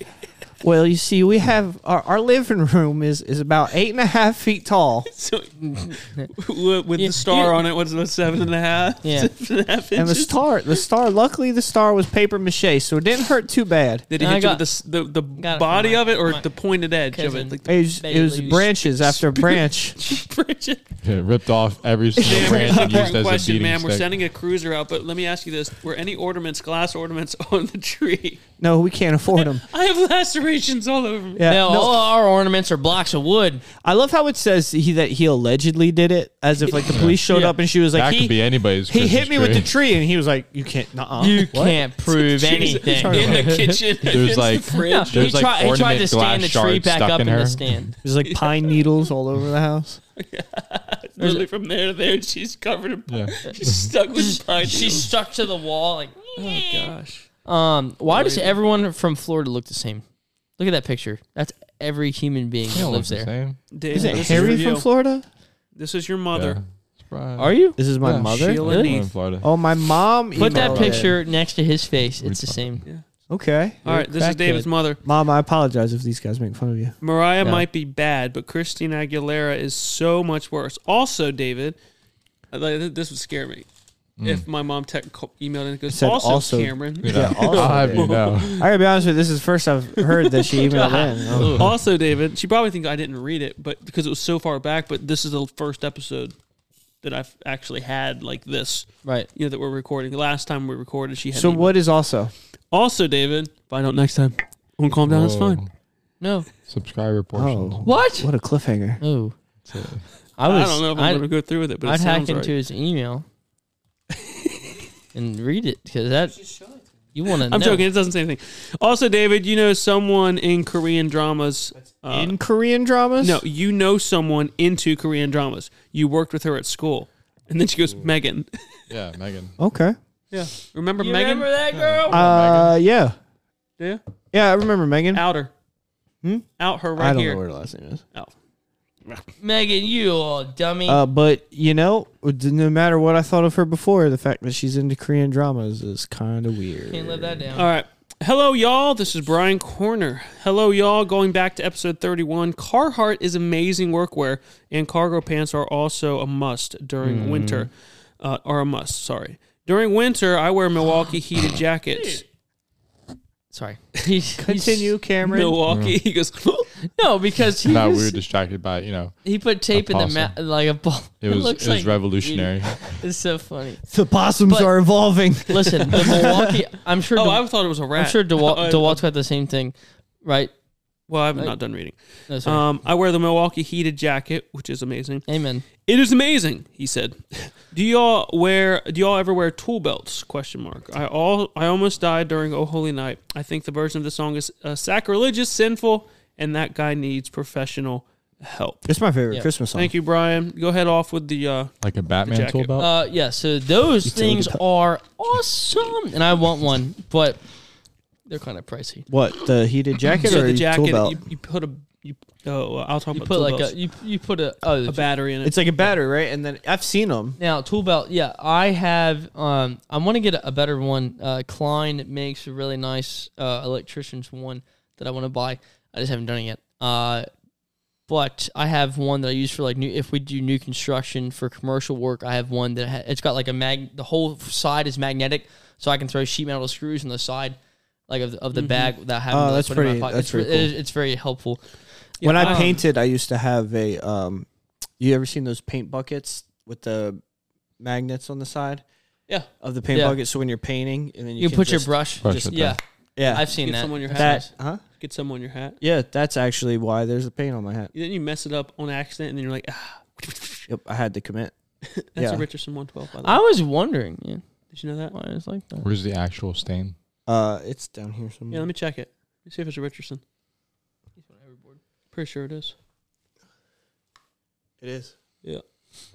[SPEAKER 2] Well, you see, we have our, our living room is is about eight and a half feet tall,
[SPEAKER 4] [laughs]
[SPEAKER 1] so, w- with
[SPEAKER 4] Yeah,
[SPEAKER 1] the star
[SPEAKER 4] yeah.
[SPEAKER 1] on it, what's about seven and a half?
[SPEAKER 4] Yeah.
[SPEAKER 1] [laughs] seven and a half
[SPEAKER 2] and the
[SPEAKER 1] inches?
[SPEAKER 2] star the star. Luckily, the star was paper mache, so it didn't hurt too bad.
[SPEAKER 1] Did he
[SPEAKER 4] I
[SPEAKER 1] hit you
[SPEAKER 4] got-
[SPEAKER 1] with the s- the, the
[SPEAKER 4] got it
[SPEAKER 1] body
[SPEAKER 4] from
[SPEAKER 1] of
[SPEAKER 4] my-
[SPEAKER 1] it or
[SPEAKER 4] my
[SPEAKER 1] the pointed edge of
[SPEAKER 4] cousin.
[SPEAKER 1] it? Like the
[SPEAKER 2] It was, it was
[SPEAKER 4] Basically,
[SPEAKER 2] branches after branch.
[SPEAKER 3] [laughs]
[SPEAKER 1] Bridget.
[SPEAKER 3] yeah, ripped off every single
[SPEAKER 1] Damn,
[SPEAKER 3] branch and
[SPEAKER 1] here's
[SPEAKER 3] used
[SPEAKER 1] a
[SPEAKER 3] as a
[SPEAKER 1] question,
[SPEAKER 3] beating
[SPEAKER 1] ma'am. We're
[SPEAKER 3] stick.
[SPEAKER 1] sending a cruiser out, but let me ask you this: Were any ornaments, glass ornaments, [laughs] on the tree?
[SPEAKER 2] No, we can't afford them.
[SPEAKER 1] I have lacerations all over me.
[SPEAKER 2] Yeah,
[SPEAKER 4] [laughs] No,
[SPEAKER 2] no.
[SPEAKER 4] all our ornaments are blocks of wood.
[SPEAKER 2] I love how it says he that he allegedly did it, as if like the police showed
[SPEAKER 4] Yeah.
[SPEAKER 2] up and she was like,
[SPEAKER 3] that
[SPEAKER 2] he,
[SPEAKER 3] could be anybody's.
[SPEAKER 2] he
[SPEAKER 3] Christmas
[SPEAKER 2] hit me with
[SPEAKER 3] tree.
[SPEAKER 2] the tree, and he was like, you can't, nuh-uh.
[SPEAKER 4] You can't prove anything.
[SPEAKER 1] in the kitchen.
[SPEAKER 3] [laughs] There's
[SPEAKER 1] [laughs]
[SPEAKER 3] like
[SPEAKER 4] No,
[SPEAKER 3] there's
[SPEAKER 4] he,
[SPEAKER 3] like
[SPEAKER 4] tried, he
[SPEAKER 3] ornament
[SPEAKER 4] tried to stand the
[SPEAKER 3] glass
[SPEAKER 4] tree
[SPEAKER 3] shards
[SPEAKER 4] back
[SPEAKER 3] stuck
[SPEAKER 4] up
[SPEAKER 3] in
[SPEAKER 4] in,
[SPEAKER 3] her.
[SPEAKER 4] the stand.
[SPEAKER 2] There's
[SPEAKER 4] [laughs]
[SPEAKER 2] like pine needles all over the house.
[SPEAKER 1] literally from there to there, and she's covered
[SPEAKER 4] [laughs]
[SPEAKER 1] in
[SPEAKER 3] Yeah.
[SPEAKER 1] she's stuck with pine.
[SPEAKER 4] She's stuck to the wall. Like,
[SPEAKER 1] oh gosh.
[SPEAKER 4] um, why does everyone from Florida look the same? Look at that picture. That's every human being
[SPEAKER 3] They
[SPEAKER 4] that
[SPEAKER 3] don't look
[SPEAKER 4] lives
[SPEAKER 3] the
[SPEAKER 4] there.
[SPEAKER 3] same.
[SPEAKER 1] Dave,
[SPEAKER 2] Is it
[SPEAKER 1] this
[SPEAKER 2] Harry
[SPEAKER 1] is for
[SPEAKER 2] from
[SPEAKER 1] you.
[SPEAKER 2] Florida?
[SPEAKER 1] This is your
[SPEAKER 3] Yeah.
[SPEAKER 1] mother.
[SPEAKER 3] Surprise.
[SPEAKER 4] Are you?
[SPEAKER 2] This is my
[SPEAKER 3] Yeah,
[SPEAKER 2] mother.
[SPEAKER 1] Sheila
[SPEAKER 3] We're in
[SPEAKER 1] Neath.
[SPEAKER 3] Florida.
[SPEAKER 2] Oh, my mom. emailed
[SPEAKER 4] Put that
[SPEAKER 2] it.
[SPEAKER 4] picture next to his face. It's the same.
[SPEAKER 2] Okay,
[SPEAKER 1] All right, this is
[SPEAKER 4] Crackhead.
[SPEAKER 1] David's mother.
[SPEAKER 2] mom. I apologize if these guys make fun of you.
[SPEAKER 1] Mariah
[SPEAKER 3] Yeah.
[SPEAKER 1] might be bad, but Christina Aguilera is so much worse. Also, David, I- th- this would scare me if my mom tech co- emailed in and goes,
[SPEAKER 2] said
[SPEAKER 1] also,
[SPEAKER 2] also-
[SPEAKER 1] Cameron.
[SPEAKER 2] Yeah, also
[SPEAKER 3] I'll have
[SPEAKER 2] did.
[SPEAKER 3] you
[SPEAKER 2] [laughs]
[SPEAKER 3] know.
[SPEAKER 2] I gotta be honest with you. This is the first I've heard that
[SPEAKER 4] [laughs]
[SPEAKER 2] she emailed in. Oh.
[SPEAKER 1] [laughs] Also, David, she probably thinks I didn't read it, but because it was so far back. But this is the first episode that I've actually had like this.
[SPEAKER 4] Right.
[SPEAKER 1] You know that we're recording. Last time we recorded, she had.
[SPEAKER 2] So
[SPEAKER 1] an email.
[SPEAKER 2] what is also?
[SPEAKER 1] Also, David, find out next time. When calm down, it's
[SPEAKER 3] Whoa.
[SPEAKER 1] fine.
[SPEAKER 4] No.
[SPEAKER 3] Oh, Subscriber portion.
[SPEAKER 2] Oh,
[SPEAKER 4] What?
[SPEAKER 2] what a cliffhanger!
[SPEAKER 4] Oh. I
[SPEAKER 1] I
[SPEAKER 4] was.
[SPEAKER 1] don't know if I'm
[SPEAKER 4] I,
[SPEAKER 1] going to go through with it, but it
[SPEAKER 4] I'd hack
[SPEAKER 1] sounds
[SPEAKER 4] into
[SPEAKER 1] right. [laughs]
[SPEAKER 4] his email and read it because that you want to.
[SPEAKER 1] I'm joking. It doesn't say anything. Also, David, you know someone in Korean dramas. Uh,
[SPEAKER 2] In Korean dramas?
[SPEAKER 1] no, you know someone into Korean dramas. You worked with her at school, and then she goes, Megan.
[SPEAKER 3] Yeah, Megan.
[SPEAKER 2] Okay.
[SPEAKER 1] Yeah, remember
[SPEAKER 4] You
[SPEAKER 1] Megan?
[SPEAKER 4] remember that girl?
[SPEAKER 2] Uh, yeah,
[SPEAKER 1] Yeah,
[SPEAKER 2] yeah. I remember Megan.
[SPEAKER 1] out her. Out her right
[SPEAKER 2] Hmm? I don't
[SPEAKER 1] here. Oh.
[SPEAKER 2] know what her last name is.
[SPEAKER 4] Megan, you old dummy.
[SPEAKER 2] Uh, but you know, no matter what I thought of her before, the fact that she's into Korean dramas is kind of weird.
[SPEAKER 4] Can't live that down.
[SPEAKER 3] uh,
[SPEAKER 1] All right. Hello, y'all. This is Brian Corner. Hello, y'all. Going back to episode 31, Carhartt is amazing workwear, and cargo pants are also a must
[SPEAKER 2] Hmm.
[SPEAKER 1] during winter. Uh, are a must, sorry. During winter, I wear
[SPEAKER 2] [gasps]
[SPEAKER 1] Milwaukee heated jackets.
[SPEAKER 4] Sorry. [laughs] He's-
[SPEAKER 2] Continue, Cameron.
[SPEAKER 1] Milwaukee. [laughs] He goes, Oh,
[SPEAKER 4] he's- No, because he
[SPEAKER 3] Now we
[SPEAKER 4] was-
[SPEAKER 3] were distracted by you know
[SPEAKER 4] he put tape in the mouth
[SPEAKER 3] Apostle.
[SPEAKER 4] like a ball. [laughs]
[SPEAKER 3] it was it,
[SPEAKER 4] looks
[SPEAKER 3] was
[SPEAKER 4] like-
[SPEAKER 3] revolutionary.
[SPEAKER 4] It's so funny.
[SPEAKER 2] The possums
[SPEAKER 4] But-
[SPEAKER 2] are evolving.
[SPEAKER 1] [laughs]
[SPEAKER 4] Listen, the Milwaukee. I'm sure.
[SPEAKER 1] Oh,
[SPEAKER 4] De-
[SPEAKER 1] I thought it was a rat.
[SPEAKER 4] I'm sure DeWalt,
[SPEAKER 1] I- I-
[SPEAKER 4] DeWalt's got the same thing, right?
[SPEAKER 1] Well, I'm not done reading.
[SPEAKER 4] No, sorry.
[SPEAKER 1] Um, I wear the Milwaukee heated jacket, which is amazing.
[SPEAKER 4] Amen.
[SPEAKER 1] It is amazing, he said. [laughs] Do y'all wear do y'all ever wear tool belts? Question mark. I all I almost died during Oh Holy Night. I think the version of the song is uh, sacrilegious, sinful, and that guy needs professional help.
[SPEAKER 2] It's my favorite
[SPEAKER 4] Yeah.
[SPEAKER 2] Christmas song.
[SPEAKER 1] Thank you, Brian. Go ahead off with the uh
[SPEAKER 3] like a Batman
[SPEAKER 1] jacket.
[SPEAKER 3] tool belt.
[SPEAKER 4] Uh, yeah. So those
[SPEAKER 2] can look
[SPEAKER 4] things
[SPEAKER 2] it up.
[SPEAKER 4] are awesome, and I want one, but they're kind of pricey.
[SPEAKER 2] What the heated jacket
[SPEAKER 1] so
[SPEAKER 2] or
[SPEAKER 1] the jacket
[SPEAKER 2] tool belt?
[SPEAKER 1] you, you put a you oh uh, I'll talk
[SPEAKER 4] You
[SPEAKER 1] about
[SPEAKER 4] put
[SPEAKER 1] tool
[SPEAKER 4] like
[SPEAKER 1] belts.
[SPEAKER 4] a you you put a oh
[SPEAKER 1] a battery in it.
[SPEAKER 2] it's like a battery, right? And then I've seen them.
[SPEAKER 4] now tool belt. Yeah, I have. Um, I want to get a, a better one. Uh, Klein makes a really nice uh, electrician's one that I want to buy. I just haven't done it yet. Uh, but I have one that I use for like new. If we do new construction for commercial work, I have one that ha- it's got like a mag. The whole side is magnetic, so I can throw sheet metal screws on the side, like of the, of the bag without having
[SPEAKER 2] Oh,
[SPEAKER 4] to like,
[SPEAKER 2] that's
[SPEAKER 4] put it
[SPEAKER 2] pretty-
[SPEAKER 4] in my pocket.
[SPEAKER 2] that's
[SPEAKER 4] it's,
[SPEAKER 2] pretty
[SPEAKER 4] re- it is- it's very helpful.
[SPEAKER 2] when I
[SPEAKER 1] um,
[SPEAKER 2] painted, I used to have a. Um, you ever seen those paint buckets with the magnets on the side
[SPEAKER 1] yeah.
[SPEAKER 2] of the paint
[SPEAKER 4] Yeah.
[SPEAKER 2] bucket? So when you're painting, and then you,
[SPEAKER 4] You, can put your
[SPEAKER 2] just-
[SPEAKER 4] brush.
[SPEAKER 3] Brush
[SPEAKER 4] just,
[SPEAKER 3] with
[SPEAKER 4] yeah,
[SPEAKER 3] that.
[SPEAKER 2] Yeah,
[SPEAKER 4] I've seen
[SPEAKER 1] Give
[SPEAKER 4] that.
[SPEAKER 1] someone your
[SPEAKER 4] That's
[SPEAKER 1] hat.
[SPEAKER 4] nice.
[SPEAKER 2] huh?
[SPEAKER 1] Get some on your hat.
[SPEAKER 2] Yeah, that's actually why there's a paint on my hat.
[SPEAKER 1] Then you mess it up on accident, and then you're like, ah,
[SPEAKER 2] Yep, I had to commit.
[SPEAKER 1] that's
[SPEAKER 2] Yeah.
[SPEAKER 1] a Richardson 112. By the way.
[SPEAKER 4] I was wondering, yeah,
[SPEAKER 1] Did you know that?
[SPEAKER 4] why it's like that.
[SPEAKER 3] Where's the actual stain?
[SPEAKER 2] Uh, it's down here
[SPEAKER 1] Yeah,
[SPEAKER 2] somewhere.
[SPEAKER 1] let me check it. Let me see if it's a Richardson. Pretty sure it is. [laughs]
[SPEAKER 2] It is.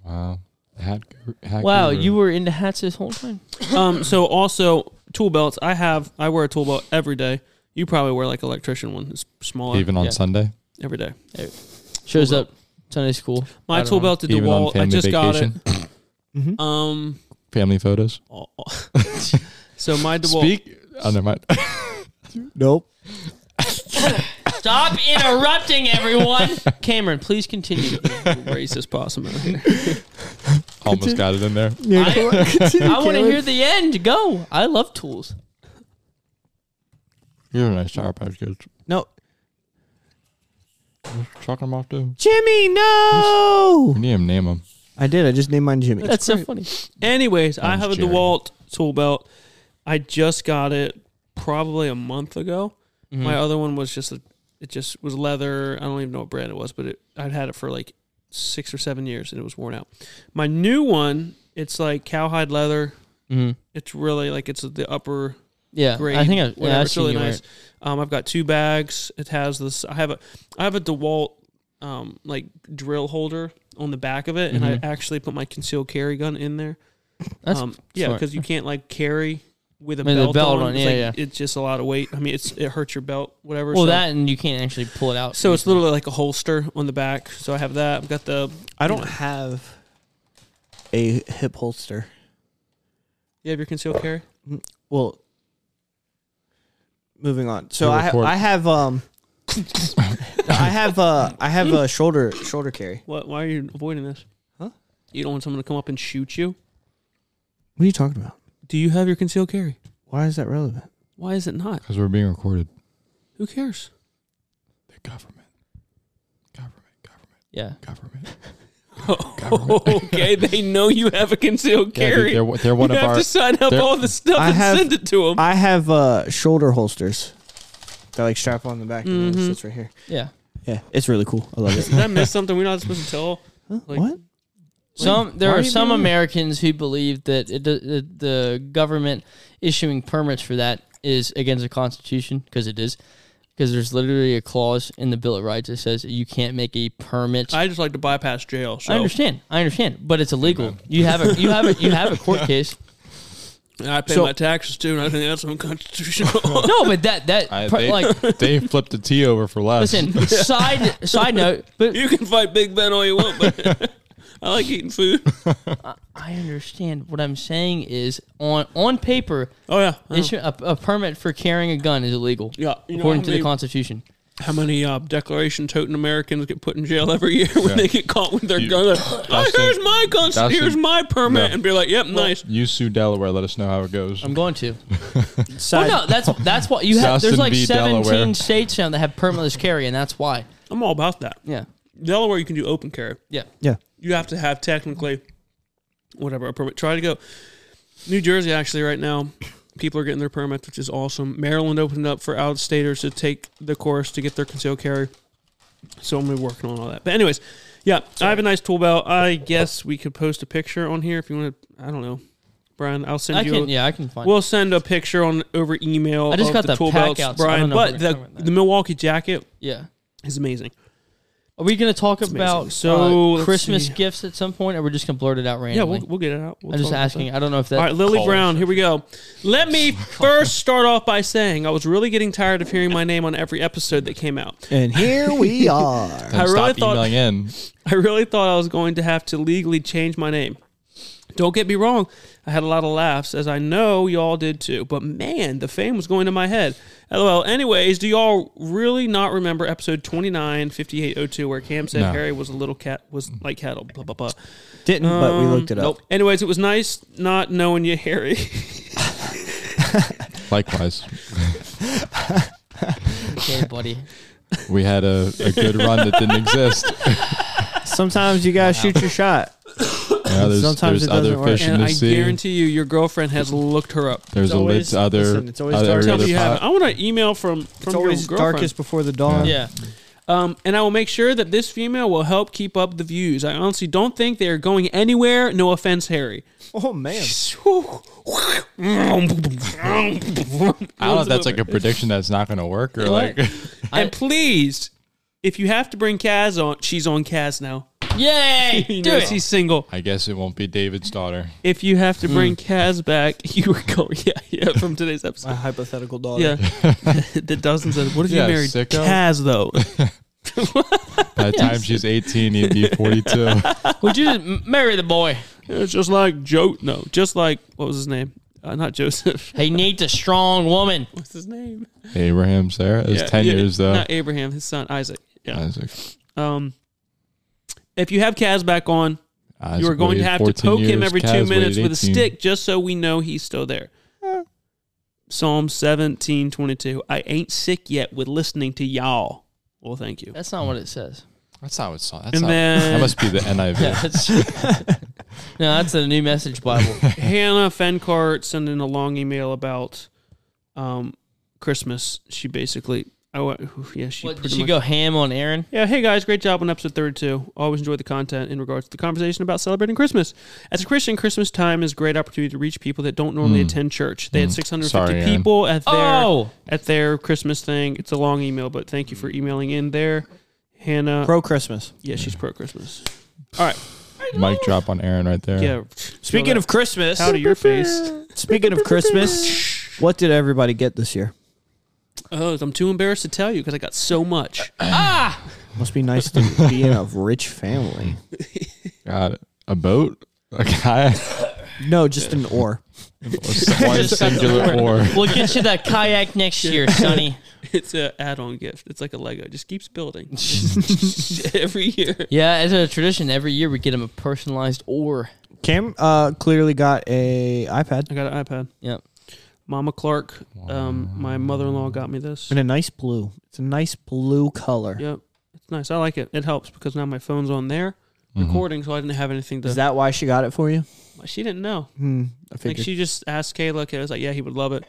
[SPEAKER 3] Wow. Hat, hat
[SPEAKER 4] Wow,
[SPEAKER 3] guru.
[SPEAKER 4] you were into hats this whole time.
[SPEAKER 1] um. So also tool belts. I have. I wear a tool belt every day. You probably wear like electrician one. It's smaller.
[SPEAKER 3] even on
[SPEAKER 4] yeah.
[SPEAKER 3] Sunday.
[SPEAKER 1] every day.
[SPEAKER 4] Shows up Sunday school. I
[SPEAKER 1] My
[SPEAKER 4] don't
[SPEAKER 1] tool
[SPEAKER 4] know.
[SPEAKER 1] belt at
[SPEAKER 3] Even on
[SPEAKER 1] DeWalt. I
[SPEAKER 3] family
[SPEAKER 1] just
[SPEAKER 3] vacation.
[SPEAKER 1] got it.
[SPEAKER 2] Uh,
[SPEAKER 1] Um.
[SPEAKER 3] Family photos.
[SPEAKER 1] oh, oh. [laughs] so my DeWalt.
[SPEAKER 3] Speak. Oh, never mind. [laughs]
[SPEAKER 2] Nope.
[SPEAKER 4] Stop interrupting everyone, [laughs]
[SPEAKER 1] [laughs]
[SPEAKER 4] Cameron. Please continue.
[SPEAKER 1] racist possum out here.
[SPEAKER 3] Almost got it in there.
[SPEAKER 4] I want to hear the end. Go. I love tools.
[SPEAKER 3] You're a nice Sour Patch Kids.
[SPEAKER 2] [laughs] No,
[SPEAKER 3] Chalk them off too.
[SPEAKER 2] Jimmy. No.
[SPEAKER 3] We need to name them.
[SPEAKER 2] I did. I just named mine Jimmy.
[SPEAKER 4] That's so funny.
[SPEAKER 1] Anyways, I
[SPEAKER 3] Sounds
[SPEAKER 1] have a
[SPEAKER 3] Jerry.
[SPEAKER 1] DeWalt tool belt. I just got it probably a month ago.
[SPEAKER 4] Mm-hmm. Hmm.
[SPEAKER 1] My other one was just a, it just was leather. I don't even know what brand it was, but it, I'd had it for like six or seven years and it was worn out. My new one, it's like cowhide leather.
[SPEAKER 4] Mhm.
[SPEAKER 1] It's really like it's the upper
[SPEAKER 4] Yeah,
[SPEAKER 1] grade.
[SPEAKER 4] I think I,
[SPEAKER 1] whatever.
[SPEAKER 4] yeah, I've
[SPEAKER 1] it's
[SPEAKER 4] seen
[SPEAKER 1] really
[SPEAKER 4] you wear
[SPEAKER 1] nice.
[SPEAKER 4] it.
[SPEAKER 1] Um, I've got two bags. It has this. I have a. I have a Dewalt um like drill holder on the back of it, and I actually put my concealed carry gun in there.
[SPEAKER 4] Mm-hmm. That's
[SPEAKER 1] um, yeah,
[SPEAKER 4] smart.
[SPEAKER 1] because you can't like carry with a
[SPEAKER 4] With a
[SPEAKER 1] belt,
[SPEAKER 4] belt
[SPEAKER 1] on.
[SPEAKER 4] on,
[SPEAKER 1] It's,
[SPEAKER 4] yeah,
[SPEAKER 1] like,
[SPEAKER 4] yeah.
[SPEAKER 1] it's just a lot of weight. I mean, it's it hurts your belt, whatever.
[SPEAKER 4] Well,
[SPEAKER 1] so,
[SPEAKER 4] that and you can't actually pull it out.
[SPEAKER 1] So it's literally like a holster on the back. So I have that. I've got the.
[SPEAKER 2] I don't have a hip holster.
[SPEAKER 1] You have your concealed carry.
[SPEAKER 2] Well, moving on. So
[SPEAKER 3] We'll
[SPEAKER 2] I have.
[SPEAKER 3] record.
[SPEAKER 2] I have. Um. [coughs] I have. Uh. I have a shoulder shoulder carry.
[SPEAKER 1] What? Why are you avoiding this?
[SPEAKER 2] Huh?
[SPEAKER 1] You don't want someone to come up and shoot you.
[SPEAKER 2] What are you talking about?
[SPEAKER 1] Do you have your concealed carry?
[SPEAKER 2] Why is that relevant?
[SPEAKER 1] Why is it not?
[SPEAKER 3] Because we're being recorded.
[SPEAKER 1] Who cares?
[SPEAKER 3] The government. Government. Government.
[SPEAKER 4] yeah.
[SPEAKER 3] Government.
[SPEAKER 1] [laughs] okay, they know you have a concealed carry.
[SPEAKER 3] they're, they're one
[SPEAKER 1] you
[SPEAKER 3] of
[SPEAKER 1] have
[SPEAKER 3] our.
[SPEAKER 1] to sign up
[SPEAKER 3] they're-
[SPEAKER 1] all the stuff
[SPEAKER 2] I
[SPEAKER 1] and
[SPEAKER 2] have-
[SPEAKER 1] send it to them.
[SPEAKER 2] I have uh shoulder holsters. That like strap on the back and
[SPEAKER 1] Mm-hmm.
[SPEAKER 2] then it sits right here.
[SPEAKER 4] Yeah.
[SPEAKER 2] Yeah, it's really cool. I [laughs] love it.
[SPEAKER 1] Did I miss something we're not supposed to tell? Like-
[SPEAKER 2] what?
[SPEAKER 4] Some there
[SPEAKER 2] why
[SPEAKER 4] are
[SPEAKER 2] are you
[SPEAKER 4] some
[SPEAKER 2] doing that?
[SPEAKER 4] Americans who believe that it, the, the government issuing permits for that is against the Constitution because it is because there's literally a clause in the Bill of Rights that says you can't make a permit. I,
[SPEAKER 1] I just like to bypass jail. So
[SPEAKER 4] understand, I understand, but it's illegal. You have a you have a you have a court case.
[SPEAKER 1] And I pay
[SPEAKER 4] So-
[SPEAKER 1] my taxes too, and I think that's
[SPEAKER 4] [laughs]
[SPEAKER 1] unconstitutional. [laughs]
[SPEAKER 4] No, but that that
[SPEAKER 3] I-
[SPEAKER 4] per-
[SPEAKER 3] they,
[SPEAKER 4] like
[SPEAKER 3] [laughs] they flipped the T over for less. [laughs]
[SPEAKER 4] listen side side note, but
[SPEAKER 1] you can fight Big Ben all you want, but [laughs] I like eating food.
[SPEAKER 4] I understand what I'm saying is on on paper
[SPEAKER 1] Oh yeah, I know.
[SPEAKER 4] issue a, a permit for carrying a gun is illegal.
[SPEAKER 1] yeah. You know
[SPEAKER 4] according
[SPEAKER 1] how
[SPEAKER 4] to
[SPEAKER 1] many,
[SPEAKER 4] the Constitution.
[SPEAKER 1] how many uh, declaration toting Americans get put in jail every year when
[SPEAKER 3] Yeah.
[SPEAKER 1] they get caught with their
[SPEAKER 3] You-
[SPEAKER 1] gun? [laughs] Like, oh,
[SPEAKER 3] Dustin-
[SPEAKER 1] here's my gun.
[SPEAKER 3] Dustin-
[SPEAKER 1] Here's my permit,
[SPEAKER 3] No.
[SPEAKER 1] and be like, yep, nice.
[SPEAKER 3] You sue Delaware. Let us know how it goes.
[SPEAKER 4] I'm going to.
[SPEAKER 2] Side,
[SPEAKER 4] no, that's that's why you have. There's
[SPEAKER 3] Justin
[SPEAKER 4] like
[SPEAKER 3] B.
[SPEAKER 4] 17
[SPEAKER 3] Delaware.
[SPEAKER 4] states now that have permitless carry, and that's why.
[SPEAKER 1] I'm all about that.
[SPEAKER 4] Yeah,
[SPEAKER 1] Delaware, you can do open carry.
[SPEAKER 4] yeah.
[SPEAKER 2] Yeah.
[SPEAKER 1] you have to have technically whatever a permit. Try to go. New Jersey actually right now, people are getting their permits, which is awesome. Maryland opened up for out of staters to take the course to get their concealed carry. So I'm gonna be working on all that. But anyways, yeah, I have a nice tool belt. I guess we could post a picture on here if you want to. I don't know, Brian. I'll send
[SPEAKER 4] I
[SPEAKER 1] you.
[SPEAKER 4] can.
[SPEAKER 1] a-
[SPEAKER 4] Yeah, I can find.
[SPEAKER 1] We'll send a picture on over email.
[SPEAKER 4] I just
[SPEAKER 1] of
[SPEAKER 4] got
[SPEAKER 1] the,
[SPEAKER 4] the
[SPEAKER 1] tool
[SPEAKER 4] pack
[SPEAKER 1] belts,
[SPEAKER 4] outs. I
[SPEAKER 1] Brian.
[SPEAKER 4] don't know if
[SPEAKER 1] But
[SPEAKER 4] we're
[SPEAKER 1] the,
[SPEAKER 4] covering that.
[SPEAKER 1] the Milwaukee jacket
[SPEAKER 4] yeah.
[SPEAKER 1] is amazing.
[SPEAKER 4] Are we gonna talk
[SPEAKER 1] amazing.
[SPEAKER 4] about
[SPEAKER 1] So,
[SPEAKER 4] so
[SPEAKER 1] let's
[SPEAKER 4] Christmas
[SPEAKER 1] see.
[SPEAKER 4] gifts at some point, or we're just gonna blurt it out randomly?
[SPEAKER 1] Yeah, we'll, we'll get it out. We'll
[SPEAKER 4] I'm just
[SPEAKER 1] talk about that.
[SPEAKER 4] asking. I don't know if that.
[SPEAKER 1] All right, Lily
[SPEAKER 4] calls.
[SPEAKER 1] Brown, here we go. Let me first start off by saying I was really getting tired of hearing my name on every episode that came out.
[SPEAKER 2] and here [laughs] we are.
[SPEAKER 3] And
[SPEAKER 1] I really
[SPEAKER 3] stop
[SPEAKER 1] thought-
[SPEAKER 3] emailing in.
[SPEAKER 1] I really thought I was going to have to legally change my name. Don't get me wrong, I had a lot of laughs, as I know y'all did too, but man, the fame was going to my head. LOL. Anyways, do y'all really not remember episode 29, 5802, where Cam said
[SPEAKER 3] No.
[SPEAKER 1] Harry was a little cat, was like cattle, blah, blah, blah.
[SPEAKER 2] Didn't, but we looked it
[SPEAKER 1] Um,
[SPEAKER 2] up.
[SPEAKER 1] Anyways, it was nice not knowing you, Harry. [laughs]
[SPEAKER 3] Likewise,
[SPEAKER 1] [laughs]
[SPEAKER 4] Okay, buddy.
[SPEAKER 3] we had a, a good run that didn't exist.
[SPEAKER 2] Sometimes you gotta shoot your shot.
[SPEAKER 3] Yeah, there's,
[SPEAKER 2] Sometimes
[SPEAKER 3] there's
[SPEAKER 2] it doesn't
[SPEAKER 3] other
[SPEAKER 2] work.
[SPEAKER 3] fish in
[SPEAKER 1] And
[SPEAKER 3] the
[SPEAKER 1] I
[SPEAKER 3] sea.
[SPEAKER 1] guarantee you, your girlfriend has looked her up.
[SPEAKER 3] there's a
[SPEAKER 2] always-
[SPEAKER 3] lit other.
[SPEAKER 2] listen, it's always
[SPEAKER 3] other,
[SPEAKER 2] dark.
[SPEAKER 3] every
[SPEAKER 1] Tell
[SPEAKER 3] other
[SPEAKER 1] me you haven't.
[SPEAKER 3] pot.
[SPEAKER 1] I want an email from from
[SPEAKER 2] It's
[SPEAKER 1] your
[SPEAKER 2] always
[SPEAKER 1] girlfriend.
[SPEAKER 2] darkest before the dawn.
[SPEAKER 4] Yeah.
[SPEAKER 1] Um, and I will make sure that this female will help keep up the views. I honestly don't think they are going anywhere. No
[SPEAKER 3] [laughs]
[SPEAKER 1] offense, Harry.
[SPEAKER 2] Oh man.
[SPEAKER 3] I don't know if that's
[SPEAKER 1] [laughs]
[SPEAKER 3] like a prediction that's not going to work or like.
[SPEAKER 1] and please, if you have to bring Kaz on, she's on Kaz [laughs] now.
[SPEAKER 4] Yay!
[SPEAKER 1] He
[SPEAKER 4] Do
[SPEAKER 1] knows
[SPEAKER 4] it.
[SPEAKER 1] he's single.
[SPEAKER 3] [laughs] I guess it won't be David's
[SPEAKER 1] [laughs]
[SPEAKER 3] daughter.
[SPEAKER 1] If you have to
[SPEAKER 3] Hmm.
[SPEAKER 1] bring Kaz back, [laughs] you are going. Yeah, yeah. From
[SPEAKER 3] [laughs]
[SPEAKER 1] today's
[SPEAKER 2] My
[SPEAKER 1] episode.
[SPEAKER 2] hypothetical daughter.
[SPEAKER 1] Yeah, [laughs] the dozens of. What if
[SPEAKER 3] Yeah,
[SPEAKER 1] you married
[SPEAKER 3] sicko. [laughs]
[SPEAKER 1] Kaz though?
[SPEAKER 3] By the time she's 18, he'd be 42.
[SPEAKER 4] [laughs]
[SPEAKER 1] [laughs]
[SPEAKER 4] Would you just m- marry the boy?
[SPEAKER 1] It's just like Joe. No, just like what was his name? Uh, not Joseph. [laughs]
[SPEAKER 4] He needs a strong woman.
[SPEAKER 1] What's his name?
[SPEAKER 3] Abraham, Sarah. It was 10 years though.
[SPEAKER 1] Not Abraham. His son Isaac. Yeah.
[SPEAKER 3] Isaac.
[SPEAKER 1] Um, if you have Kaz back on,
[SPEAKER 3] Isaac
[SPEAKER 1] you are going to
[SPEAKER 3] waited
[SPEAKER 1] have to
[SPEAKER 3] 14
[SPEAKER 1] poke him
[SPEAKER 3] years.
[SPEAKER 1] every two
[SPEAKER 3] Kaz
[SPEAKER 1] minutes
[SPEAKER 3] waited
[SPEAKER 1] with a
[SPEAKER 3] 18.
[SPEAKER 1] stick just so we know he's still there. Psalm seventeen twenty two. I ain't sick yet with listening to y'all. Well, thank you.
[SPEAKER 4] That's not what it says.
[SPEAKER 3] That's not what's on. That's
[SPEAKER 1] And
[SPEAKER 3] not,
[SPEAKER 1] then-
[SPEAKER 3] that must be the NIV.
[SPEAKER 1] [laughs]
[SPEAKER 4] Yeah, that's, no, that's the new message Bible.
[SPEAKER 1] Hannah Fencart sent in a long email about um, Christmas. She basically, I went, [sighs] yeah, she
[SPEAKER 4] What, did
[SPEAKER 1] pretty
[SPEAKER 4] she
[SPEAKER 1] much-
[SPEAKER 4] go ham on Aaron?
[SPEAKER 1] Yeah, hey guys, great job on episode 32. Always enjoy the content in regards to the conversation about celebrating Christmas. As a Christian, Christmas time is a great opportunity to reach people that don't normally attend church. They had 650
[SPEAKER 3] Sorry, Aaron.
[SPEAKER 1] people at their
[SPEAKER 4] Oh!
[SPEAKER 1] at their Christmas thing. It's a long email, but thank you for emailing in there. Hannah.
[SPEAKER 2] Pro Christmas.
[SPEAKER 1] yeah, she's pro Christmas. All right.
[SPEAKER 3] Mic drop on Aaron right there.
[SPEAKER 1] Yeah.
[SPEAKER 2] Speaking of Christmas.
[SPEAKER 1] Out of your
[SPEAKER 2] [laughs]
[SPEAKER 1] face.
[SPEAKER 2] Speaking of [laughs] Christmas, what did everybody get this year?
[SPEAKER 1] Oh, I'm too embarrassed to tell you because I got so much. [laughs]
[SPEAKER 2] Must be nice to be in a rich family.
[SPEAKER 3] God, a boat, a [laughs] kayak,
[SPEAKER 2] No, just an oar.
[SPEAKER 3] one
[SPEAKER 1] [laughs]
[SPEAKER 3] singular oar.
[SPEAKER 4] We'll get you that kayak next year, Sonny.
[SPEAKER 1] It's an add-on gift. It's like a Lego. It just keeps building [laughs] every year.
[SPEAKER 4] Yeah, as a tradition, every year we get him a personalized
[SPEAKER 1] [laughs]
[SPEAKER 4] oar.
[SPEAKER 2] Cam uh, clearly got a
[SPEAKER 1] I
[SPEAKER 2] iPad
[SPEAKER 1] got an iPad.
[SPEAKER 4] Yep.
[SPEAKER 1] Mama Clark, um, my mother-in-law got me this.
[SPEAKER 2] in a nice blue. It's a nice blue color.
[SPEAKER 1] Yep, it's nice. I like it. It helps because now my phone's on there
[SPEAKER 3] Mm-hmm.
[SPEAKER 1] recording, so I didn't have anything to.
[SPEAKER 2] Is that why she got it for you?
[SPEAKER 1] she didn't know.
[SPEAKER 2] Hmm, I
[SPEAKER 1] Like
[SPEAKER 2] figured.
[SPEAKER 1] she just asked Kayla. Kayla was like, "Yeah, he would love it,"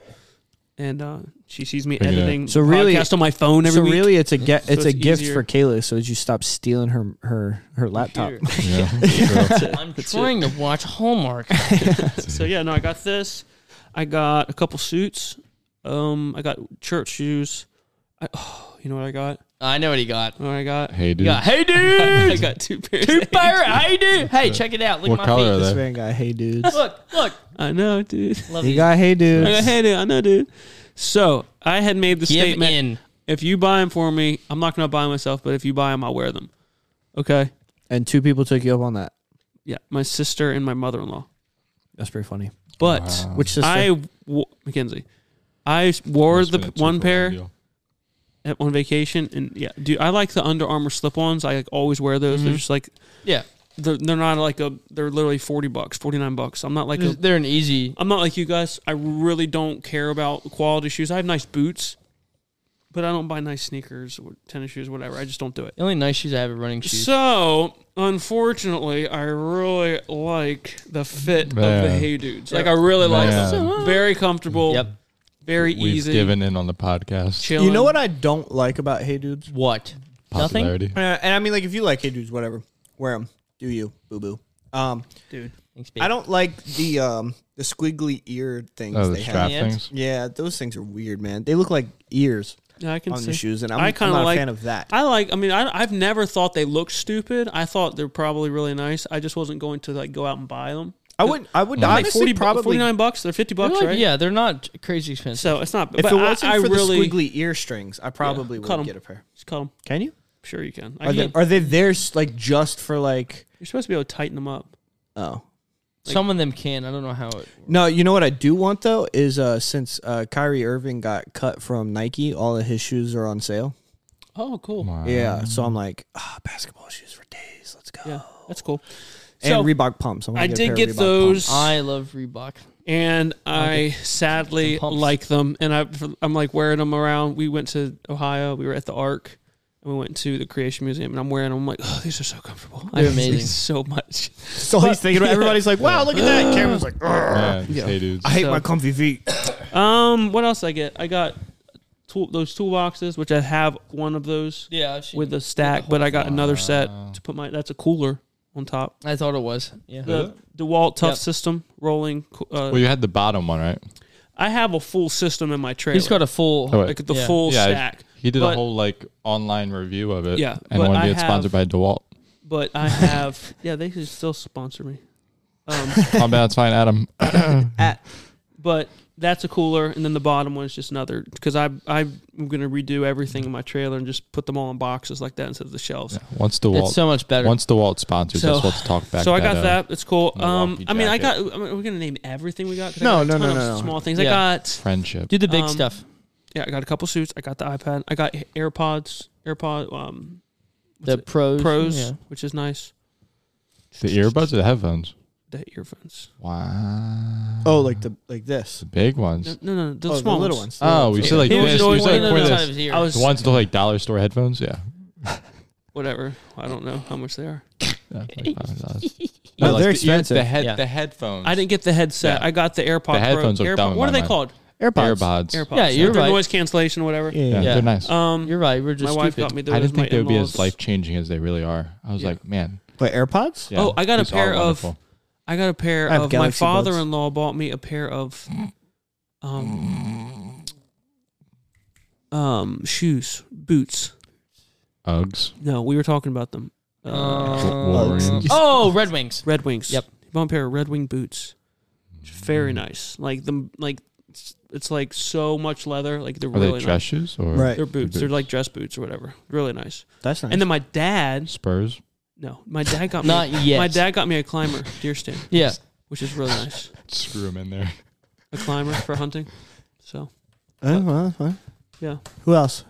[SPEAKER 1] and uh, she sees me
[SPEAKER 3] Figured it out.
[SPEAKER 1] editing
[SPEAKER 2] So
[SPEAKER 1] so
[SPEAKER 2] really-
[SPEAKER 1] really, podcast on my phone every
[SPEAKER 2] so
[SPEAKER 1] week.
[SPEAKER 2] really, it's a ge- it's, a
[SPEAKER 1] it's
[SPEAKER 2] gift
[SPEAKER 1] easier.
[SPEAKER 2] for Kayla. So that you stop stealing her her her laptop.
[SPEAKER 3] Yeah. Girl,
[SPEAKER 4] I'm trying to
[SPEAKER 1] [laughs]
[SPEAKER 4] watch Hallmark.
[SPEAKER 1] So yeah, no, I got this. I got a couple suits. Um, I got church shoes. I, [sighs] oh, you know what I got?
[SPEAKER 4] I know what he got.
[SPEAKER 1] You know what I got?
[SPEAKER 3] Hey, dude.
[SPEAKER 4] Yeah, hey
[SPEAKER 1] I [laughs]
[SPEAKER 4] dude,
[SPEAKER 1] got two pairs.
[SPEAKER 4] two
[SPEAKER 1] of-
[SPEAKER 4] pair. Hey dude, hey, check it out. Look
[SPEAKER 3] What
[SPEAKER 4] at my
[SPEAKER 3] color are
[SPEAKER 4] feet.
[SPEAKER 2] This
[SPEAKER 3] they?
[SPEAKER 2] man got hey dudes.
[SPEAKER 4] [laughs] Look, look.
[SPEAKER 1] I know, dude.
[SPEAKER 4] Love
[SPEAKER 2] he
[SPEAKER 4] these.
[SPEAKER 2] got hey
[SPEAKER 1] I go, [laughs]
[SPEAKER 2] dudes.
[SPEAKER 1] hey, dude, I know, dude. So I had made the
[SPEAKER 4] Give
[SPEAKER 1] statement:
[SPEAKER 4] in.
[SPEAKER 1] if you buy them for me, I'm not gonna buy 'em myself, but if you buy them, I'll wear them. Okay.
[SPEAKER 2] And two people took you up on that.
[SPEAKER 1] Yeah, my sister and my mother-in-law.
[SPEAKER 2] That's pretty funny.
[SPEAKER 1] But
[SPEAKER 2] Which sister?
[SPEAKER 1] I, w- Mackenzie, I wore
[SPEAKER 3] Must've
[SPEAKER 1] the
[SPEAKER 3] been a
[SPEAKER 1] one
[SPEAKER 3] two-for-one
[SPEAKER 1] pair
[SPEAKER 3] deal.
[SPEAKER 1] at, on vacation, and yeah, dude, I like the Under Armour slip-ons. I like, always wear those.
[SPEAKER 4] Mm-hmm.
[SPEAKER 1] They're just like
[SPEAKER 4] Yeah,
[SPEAKER 1] they're, they're not like a. They're literally forty bucks, forty nine bucks. I'm not like a.
[SPEAKER 4] they're an easy.
[SPEAKER 1] I'm not like you guys. I really don't care about quality shoes. I have nice boots, but I don't buy nice sneakers or tennis shoes, whatever. I just don't do it.
[SPEAKER 4] The only nice shoes I have are running shoes.
[SPEAKER 1] So, unfortunately, I really like the fit of the
[SPEAKER 3] Man.
[SPEAKER 1] Hey Dudes. Like, I really like them.
[SPEAKER 3] Man.
[SPEAKER 1] Very comfortable.
[SPEAKER 4] Yep.
[SPEAKER 1] Very
[SPEAKER 3] We've
[SPEAKER 1] easy.
[SPEAKER 3] given in on the podcast.
[SPEAKER 1] chilling.
[SPEAKER 2] You know what I don't like about hey dudes?
[SPEAKER 4] what? Nothing.
[SPEAKER 3] Popularity.
[SPEAKER 2] Uh, and I mean, like, if you like hey dudes, whatever, wear them. Do you, boo boo? Um,
[SPEAKER 1] dude?
[SPEAKER 4] Thanks, babe.
[SPEAKER 2] I don't like the um the squiggly ear things
[SPEAKER 3] Oh, the
[SPEAKER 2] they
[SPEAKER 3] strap
[SPEAKER 2] have.
[SPEAKER 4] Yeah.
[SPEAKER 3] things.
[SPEAKER 2] Yeah, those things are weird, man. They look like ears
[SPEAKER 1] Yeah, I can
[SPEAKER 2] on
[SPEAKER 1] see.
[SPEAKER 2] the shoes, and I'm,
[SPEAKER 1] I
[SPEAKER 2] I am
[SPEAKER 1] kinda
[SPEAKER 2] not
[SPEAKER 1] like-
[SPEAKER 2] a fan of that.
[SPEAKER 1] I like. I mean, I, I've never thought they looked stupid. I thought they're probably really nice. I just wasn't going to like go out and buy them.
[SPEAKER 2] I would, I
[SPEAKER 3] Mm.
[SPEAKER 2] would
[SPEAKER 1] Like
[SPEAKER 2] honestly
[SPEAKER 1] 40, bu-
[SPEAKER 2] probably.
[SPEAKER 1] 49 bucks. They're 50
[SPEAKER 4] They're
[SPEAKER 1] bucks,
[SPEAKER 4] like-
[SPEAKER 1] right?
[SPEAKER 4] Yeah, they're not crazy expensive.
[SPEAKER 1] So it's not.
[SPEAKER 2] if
[SPEAKER 1] but
[SPEAKER 2] it wasn't
[SPEAKER 1] I,
[SPEAKER 2] for
[SPEAKER 1] I really
[SPEAKER 2] the squiggly earstrings, I probably
[SPEAKER 1] cut
[SPEAKER 2] would
[SPEAKER 1] 'em.
[SPEAKER 2] get a pair.
[SPEAKER 1] Just cut them.
[SPEAKER 2] Can you?
[SPEAKER 1] Sure, you can. I
[SPEAKER 2] Are they,
[SPEAKER 1] can't-
[SPEAKER 2] are they there s- like just for like?
[SPEAKER 1] You're supposed to be able to tighten them up.
[SPEAKER 2] Oh
[SPEAKER 4] Some of them can. I don't know how it.
[SPEAKER 2] no! You know what I do want though is uh since uh Kyrie Irving got cut from Nike, all of his shoes are on sale.
[SPEAKER 1] Oh, cool.
[SPEAKER 2] Yeah, so I'm like ah, basketball shoes for days. Let's go.
[SPEAKER 1] Yeah, that's cool.
[SPEAKER 2] And
[SPEAKER 1] So,
[SPEAKER 2] Reebok pumps. I'm gonna
[SPEAKER 1] I
[SPEAKER 2] a
[SPEAKER 1] did
[SPEAKER 2] pair of
[SPEAKER 1] get
[SPEAKER 2] Reebok pumps.
[SPEAKER 1] those,
[SPEAKER 4] I love Reebok.
[SPEAKER 1] and I sadly
[SPEAKER 4] Some pumps.
[SPEAKER 1] like them. And I, I'm like wearing them around. We went to Ohio. We were at the Arc, and We went to the Creation Museum, and I'm wearing them. I'm like, oh, these are so comfortable.
[SPEAKER 4] They're
[SPEAKER 1] I just like
[SPEAKER 4] amazing.
[SPEAKER 1] so much.
[SPEAKER 2] So he's thinking about everybody's like, wow, look
[SPEAKER 1] [laughs]
[SPEAKER 2] at that. Cameron's like, "Ugh,
[SPEAKER 3] Yeah, these hey dudes.
[SPEAKER 2] I hate
[SPEAKER 1] So-
[SPEAKER 2] my comfy feet.
[SPEAKER 1] Um, what else I get? I got tool, those toolboxes, which I have one of those
[SPEAKER 4] Yeah, I've seen-
[SPEAKER 1] with a stack, but I got another set to put my. That's a cooler on top.
[SPEAKER 4] I thought it was. Yeah.
[SPEAKER 1] The DeWalt Tough
[SPEAKER 4] Yep.
[SPEAKER 1] System rolling. co- Uh,
[SPEAKER 3] well, you had the bottom one, right?
[SPEAKER 1] I have a full system in my trailer.
[SPEAKER 4] He's got a full.
[SPEAKER 3] Oh, wait.
[SPEAKER 1] like the
[SPEAKER 4] Yeah.
[SPEAKER 1] full
[SPEAKER 3] yeah,
[SPEAKER 1] stack.
[SPEAKER 3] he did
[SPEAKER 1] but,
[SPEAKER 3] a whole like online review of it.
[SPEAKER 1] Yeah,
[SPEAKER 3] and
[SPEAKER 1] but
[SPEAKER 3] wanted
[SPEAKER 1] I
[SPEAKER 3] to get
[SPEAKER 1] have-
[SPEAKER 3] sponsored by Dewalt.
[SPEAKER 1] But I have. [laughs] yeah, they could still sponsor me. Um,
[SPEAKER 3] Calm down, it's Oh, fine, Adam.
[SPEAKER 1] but that's a cooler, and then the bottom one is just another because I I'm gonna redo everything in my trailer and just put them all in boxes like that instead of the shelves.
[SPEAKER 3] Once Dewalt,
[SPEAKER 4] It's so much better.
[SPEAKER 3] once Dewalt sponsors
[SPEAKER 1] So-
[SPEAKER 3] us, let's talk back.
[SPEAKER 1] so I
[SPEAKER 3] that,
[SPEAKER 1] got
[SPEAKER 3] uh,
[SPEAKER 1] that. It's cool. Um,
[SPEAKER 3] Milwaukee
[SPEAKER 1] I mean, I got. I
[SPEAKER 3] jacket.
[SPEAKER 1] mean, we're gonna name everything we got. 'cause
[SPEAKER 2] No,
[SPEAKER 1] I got
[SPEAKER 2] no,
[SPEAKER 1] a
[SPEAKER 2] no,
[SPEAKER 1] ton
[SPEAKER 2] no,
[SPEAKER 1] of
[SPEAKER 2] no.
[SPEAKER 1] Small things. I
[SPEAKER 4] Yeah.
[SPEAKER 1] got.
[SPEAKER 3] friendship.
[SPEAKER 4] Do the big
[SPEAKER 1] um,
[SPEAKER 4] stuff.
[SPEAKER 1] Yeah, I got a couple suits. I got the iPad. I got AirPods. AirPod um, what's
[SPEAKER 4] The
[SPEAKER 1] it?
[SPEAKER 4] pros.
[SPEAKER 1] Pros,
[SPEAKER 4] Yeah.
[SPEAKER 1] which is nice.
[SPEAKER 3] the earbuds or the headphones?
[SPEAKER 1] The earphones.
[SPEAKER 3] Wow.
[SPEAKER 2] [coughs] Oh, like the like this.
[SPEAKER 3] the big ones.
[SPEAKER 1] No, no, no the
[SPEAKER 2] oh, the
[SPEAKER 1] small
[SPEAKER 2] little
[SPEAKER 1] ones.
[SPEAKER 2] ones.
[SPEAKER 3] Oh, we
[SPEAKER 1] Yeah.
[SPEAKER 3] said like
[SPEAKER 1] He was
[SPEAKER 3] this.
[SPEAKER 1] always
[SPEAKER 3] We said
[SPEAKER 1] pointing
[SPEAKER 3] like
[SPEAKER 1] at
[SPEAKER 3] for
[SPEAKER 1] the
[SPEAKER 4] side of
[SPEAKER 3] this.
[SPEAKER 4] his ear.
[SPEAKER 1] I was
[SPEAKER 3] The ones that look like dollar store headphones. Yeah.
[SPEAKER 1] whatever. I don't know how much they are.
[SPEAKER 3] Yeah,
[SPEAKER 1] [laughs]
[SPEAKER 3] like uh, five dollars. like
[SPEAKER 2] No, they're
[SPEAKER 3] the ear-
[SPEAKER 2] expensive.
[SPEAKER 3] The head,
[SPEAKER 4] Yeah.
[SPEAKER 3] the headphones.
[SPEAKER 1] I didn't get the headset.
[SPEAKER 3] Yeah.
[SPEAKER 1] I got the AirPod.
[SPEAKER 3] The headphones
[SPEAKER 1] Pro.
[SPEAKER 3] look
[SPEAKER 1] AirPod-
[SPEAKER 3] dumb in
[SPEAKER 1] What
[SPEAKER 3] my
[SPEAKER 1] are they
[SPEAKER 3] mind.
[SPEAKER 1] called?
[SPEAKER 2] AirPods.
[SPEAKER 3] AirPods.
[SPEAKER 1] AirPods.
[SPEAKER 4] Yeah, you're
[SPEAKER 1] They're
[SPEAKER 4] right.
[SPEAKER 1] noise cancellation or whatever.
[SPEAKER 2] Yeah.
[SPEAKER 3] Yeah,
[SPEAKER 4] Yeah.
[SPEAKER 3] they're nice.
[SPEAKER 1] Um,
[SPEAKER 4] You're right. We're just
[SPEAKER 1] my wife
[SPEAKER 4] stupid.
[SPEAKER 1] got me those.
[SPEAKER 3] I didn't
[SPEAKER 1] My
[SPEAKER 3] think they would be as
[SPEAKER 1] in-laws.
[SPEAKER 3] life changing as they really are. I was like, man.
[SPEAKER 2] But AirPods?
[SPEAKER 3] yeah,
[SPEAKER 1] Oh, I got a
[SPEAKER 3] these are
[SPEAKER 1] pair of-
[SPEAKER 3] wonderful.
[SPEAKER 1] I got a pair
[SPEAKER 2] I have
[SPEAKER 1] of my
[SPEAKER 2] Galaxy Buds.
[SPEAKER 1] father-in-law bought me a pair of um um shoes, boots.
[SPEAKER 3] Uggs.
[SPEAKER 1] No, we were talking about them.
[SPEAKER 3] Oh,
[SPEAKER 1] Uh,
[SPEAKER 4] Um,
[SPEAKER 3] Wolverines.
[SPEAKER 4] oh, Red Wings.
[SPEAKER 1] Red Wings.
[SPEAKER 4] Yep.
[SPEAKER 1] He bought me a pair of Red Wing boots. Which is
[SPEAKER 3] Mm.
[SPEAKER 1] very nice. Like them like it's, it's like so much leather. Like they're
[SPEAKER 3] Are
[SPEAKER 1] really
[SPEAKER 3] they
[SPEAKER 1] nice.
[SPEAKER 3] dress shoes or
[SPEAKER 2] Right.
[SPEAKER 1] They're boots. They're like dress boots or whatever. Really nice.
[SPEAKER 2] That's nice.
[SPEAKER 1] And then my dad
[SPEAKER 3] Spurs?
[SPEAKER 1] no, my dad got me
[SPEAKER 4] Not
[SPEAKER 1] [laughs]
[SPEAKER 4] yet.
[SPEAKER 1] my dad got me a climber deer stand,
[SPEAKER 4] Yeah.
[SPEAKER 1] which is really nice.
[SPEAKER 3] Screw them in there.
[SPEAKER 1] A climber for hunting. So
[SPEAKER 2] Oh, well, that's fine.
[SPEAKER 1] yeah.
[SPEAKER 2] Who else?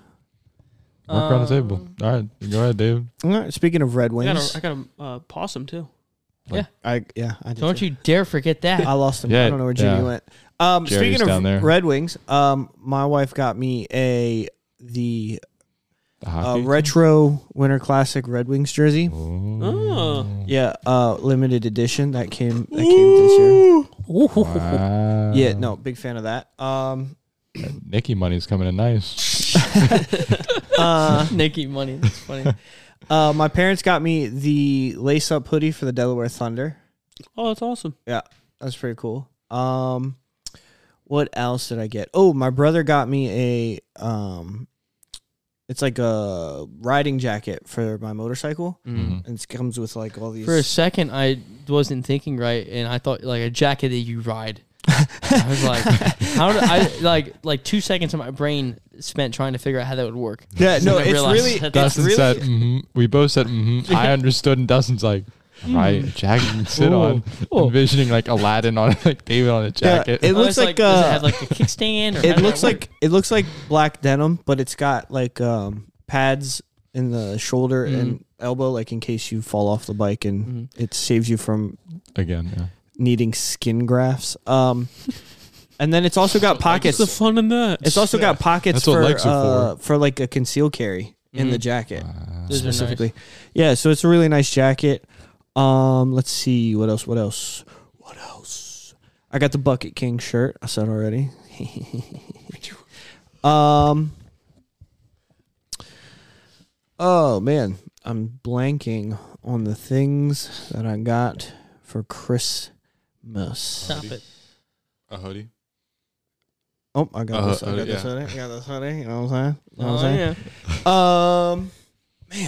[SPEAKER 3] Work around the
[SPEAKER 1] Um,
[SPEAKER 3] table. All right, go ahead, David.
[SPEAKER 2] All right, speaking of Red
[SPEAKER 1] I
[SPEAKER 2] Wings,
[SPEAKER 1] got a, I got a uh, possum too.
[SPEAKER 2] I yeah, I did
[SPEAKER 4] Don't
[SPEAKER 2] too.
[SPEAKER 4] you dare forget that.
[SPEAKER 1] [laughs]
[SPEAKER 2] I lost him.
[SPEAKER 3] Yeah,
[SPEAKER 2] I don't know where Jimmy
[SPEAKER 3] yeah.
[SPEAKER 2] went. Um,
[SPEAKER 3] Jerry's
[SPEAKER 2] speaking of
[SPEAKER 3] down there.
[SPEAKER 2] Red Wings, um, my wife got me a the
[SPEAKER 3] The
[SPEAKER 2] uh,
[SPEAKER 3] hockey.
[SPEAKER 2] retro Winter Classic Red Wings jersey.
[SPEAKER 1] [laughs] Oh.
[SPEAKER 3] Mm.
[SPEAKER 2] Yeah, uh, limited edition that came that came this year.
[SPEAKER 3] Wow.
[SPEAKER 2] Yeah, no, big fan of that. Um,
[SPEAKER 3] Nicky money's coming in nice.
[SPEAKER 4] Nikki money. That's funny.
[SPEAKER 2] [laughs] uh, my parents got me the lace up hoodie for the Delaware Thunder.
[SPEAKER 1] Oh, that's awesome.
[SPEAKER 2] Yeah, that's pretty cool. Um, what else did I get? Oh, my brother got me a um, it's like a riding jacket for my motorcycle, and it comes with like all these.
[SPEAKER 4] For a second, I wasn't thinking right, and I thought like a jacket that you ride. I
[SPEAKER 2] [laughs]
[SPEAKER 4] was like, how did I like like two seconds of my brain spent trying to figure out how that would work.
[SPEAKER 2] [laughs] yeah, no,
[SPEAKER 4] [laughs] I
[SPEAKER 2] it's
[SPEAKER 4] realized
[SPEAKER 2] really.
[SPEAKER 4] that-
[SPEAKER 2] It's
[SPEAKER 3] Dustin
[SPEAKER 2] really
[SPEAKER 3] said, mm we both said, mm
[SPEAKER 2] [laughs]
[SPEAKER 3] I understood, and Dustin's like,
[SPEAKER 2] Hmm.
[SPEAKER 3] right, jacket you sit on, envisioning like Aladdin on [laughs] like David on a
[SPEAKER 2] yeah,
[SPEAKER 3] jacket.
[SPEAKER 2] it
[SPEAKER 4] I
[SPEAKER 2] looks
[SPEAKER 4] was
[SPEAKER 2] like,
[SPEAKER 4] does it
[SPEAKER 2] uh,
[SPEAKER 4] have like a kickstand? Or how
[SPEAKER 2] [laughs] it
[SPEAKER 4] does
[SPEAKER 2] looks
[SPEAKER 4] that work?
[SPEAKER 2] like it looks like black denim, but it's got like um pads in the shoulder and elbow, like in case you fall off the bike, and it saves you from
[SPEAKER 3] Again, yeah.
[SPEAKER 2] needing skin grafts. Um, and then it's also got pockets.
[SPEAKER 1] What's the fun in that?
[SPEAKER 2] It's also got pockets
[SPEAKER 3] That's what
[SPEAKER 2] for,
[SPEAKER 3] legs are
[SPEAKER 2] uh, for like a concealed carry in the jacket
[SPEAKER 4] Those are nice.
[SPEAKER 2] specifically. Yeah, so it's a really nice jacket. Um, let's see what else. What else? What else? I got the Bucket King shirt. I said already. [laughs] um. Oh man, I'm blanking on the things that I got for Christmas.
[SPEAKER 4] Stop it.
[SPEAKER 3] a hoodie.
[SPEAKER 2] Oh, I got
[SPEAKER 3] Uh,
[SPEAKER 2] this. I
[SPEAKER 3] uh,
[SPEAKER 2] got this
[SPEAKER 3] yeah.
[SPEAKER 2] hoodie. I got this hoodie. You know what I'm saying? You know what I'm saying?
[SPEAKER 4] Uh-huh, Oh yeah.
[SPEAKER 2] Um,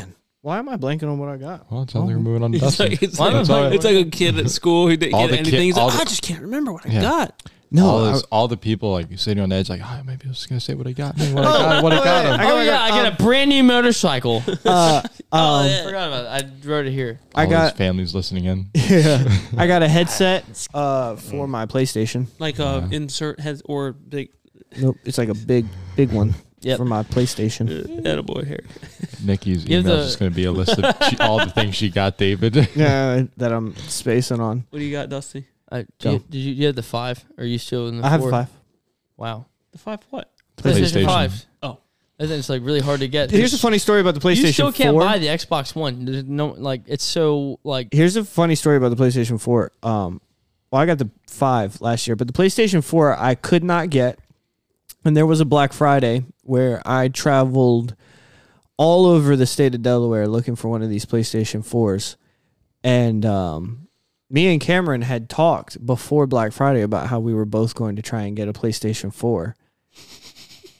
[SPEAKER 2] man, why am I blanking on what I got?
[SPEAKER 3] Well, it sounds like we're moving on to
[SPEAKER 1] It's
[SPEAKER 3] Dustin.
[SPEAKER 1] like, it's,
[SPEAKER 4] Why
[SPEAKER 1] like,
[SPEAKER 4] don't I-
[SPEAKER 1] it's like a kid at school who didn't
[SPEAKER 3] All
[SPEAKER 1] get
[SPEAKER 3] the
[SPEAKER 1] anything.
[SPEAKER 3] kid-
[SPEAKER 1] He's like,
[SPEAKER 3] all the-
[SPEAKER 1] I just can't remember what I
[SPEAKER 3] Yeah.
[SPEAKER 1] got.
[SPEAKER 2] No,
[SPEAKER 3] all,
[SPEAKER 2] I-
[SPEAKER 3] those, all the people like sitting on the edge, like, oh, maybe I was gonna say what I got, me, what I got, what I got. him."
[SPEAKER 4] Oh yeah, I got a brand
[SPEAKER 2] [laughs]
[SPEAKER 4] new motorcycle.
[SPEAKER 2] uh,
[SPEAKER 4] [laughs] oh,
[SPEAKER 2] um,
[SPEAKER 4] yeah. forgot about that. I wrote it here.
[SPEAKER 2] I
[SPEAKER 3] all
[SPEAKER 2] got
[SPEAKER 3] these families listening in.
[SPEAKER 2] Oh, [laughs] I got a headset
[SPEAKER 4] [laughs]
[SPEAKER 2] uh, for my PlayStation.
[SPEAKER 1] Like uh, insert heads or big
[SPEAKER 2] Nope, it's like a big, big one
[SPEAKER 4] Yep.
[SPEAKER 2] for my PlayStation.
[SPEAKER 1] uh, attaboy hair.
[SPEAKER 3] Nikki's
[SPEAKER 4] Give
[SPEAKER 3] email
[SPEAKER 4] the-
[SPEAKER 3] is just gonna be a list of she, all the things she got,
[SPEAKER 2] [laughs]
[SPEAKER 3] David.
[SPEAKER 2] Yeah, that I'm spacing on.
[SPEAKER 1] What do you got, Dusty?
[SPEAKER 4] I, do you, did you, you have the five? Or are you still in the?
[SPEAKER 2] I have
[SPEAKER 4] four?
[SPEAKER 2] five.
[SPEAKER 4] Wow.
[SPEAKER 1] The five what? [laughs]
[SPEAKER 4] PlayStation,
[SPEAKER 3] PlayStation.
[SPEAKER 4] Five.
[SPEAKER 1] Oh.
[SPEAKER 4] And then it's like really hard to get.
[SPEAKER 2] Here's a funny story about the PlayStation
[SPEAKER 4] You still can't
[SPEAKER 2] 4.
[SPEAKER 4] buy the Xbox One. There's no like it's so like
[SPEAKER 2] Here's a funny story about the PlayStation 4. Um, well, I got the 5 last year, but the PlayStation 4 I could not get. And there was a Black Friday where I traveled all over the state of Delaware looking for one of these PlayStation 4s. And um, me and Cameron had talked before Black Friday about how we were both going to try and get a PlayStation 4.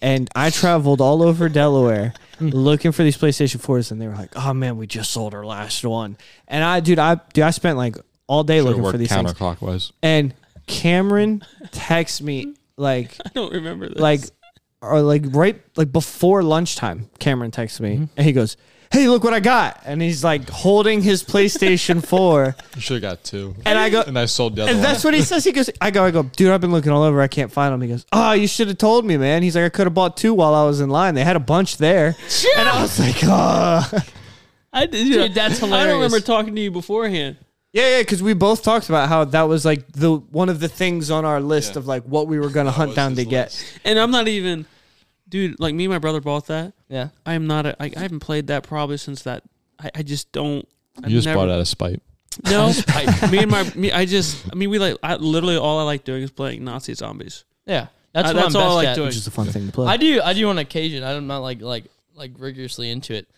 [SPEAKER 2] And I traveled all over Delaware looking for these PlayStation 4s, and they were like, "Oh man, we just sold our last one." And I, dude, I, dude, I spent like all day
[SPEAKER 3] It
[SPEAKER 2] looking for
[SPEAKER 3] worked
[SPEAKER 2] these things.
[SPEAKER 3] counterclockwise.
[SPEAKER 2] And Cameron texts me like
[SPEAKER 1] I don't remember this.
[SPEAKER 2] like or like right like before lunchtime cameron texts me and he goes hey look what i got and he's like holding his playstation 4
[SPEAKER 3] You should have got two.
[SPEAKER 2] and i go
[SPEAKER 3] And I sold the other
[SPEAKER 2] and
[SPEAKER 3] one.
[SPEAKER 2] that's what he says he goes i go i go dude i've been looking all over i can't find them he goes oh you should have told me man he's like i could have bought two while i was in line they had a bunch there and i was like oh
[SPEAKER 1] I did, dude,
[SPEAKER 4] that's
[SPEAKER 1] [laughs] I
[SPEAKER 4] hilarious.
[SPEAKER 1] don't remember talking to you beforehand.
[SPEAKER 2] yeah yeah because we both talked about how that was like the one of the things on our list
[SPEAKER 3] Yeah.
[SPEAKER 2] of like what we were gonna hunt
[SPEAKER 3] was
[SPEAKER 2] down
[SPEAKER 3] his
[SPEAKER 2] to
[SPEAKER 3] list.
[SPEAKER 2] get
[SPEAKER 1] And I'm not even, dude. Like me and my brother bought that.
[SPEAKER 4] yeah.
[SPEAKER 1] I am not. A, I, I haven't played that probably since that. I, I just don't. I've
[SPEAKER 3] You just
[SPEAKER 1] never-
[SPEAKER 3] bought it out of spite. [laughs]
[SPEAKER 1] No, me and my. Me, I just. I mean, we like. I, literally, all I like doing is playing Nazi zombies.
[SPEAKER 4] Yeah. That's
[SPEAKER 1] Uh,
[SPEAKER 4] what
[SPEAKER 1] that's
[SPEAKER 4] I'm
[SPEAKER 1] all I
[SPEAKER 4] best
[SPEAKER 1] like
[SPEAKER 4] at.
[SPEAKER 1] doing.
[SPEAKER 2] which is a fun thing to play
[SPEAKER 4] I do I do on occasion. I'm not like like like rigorously into it.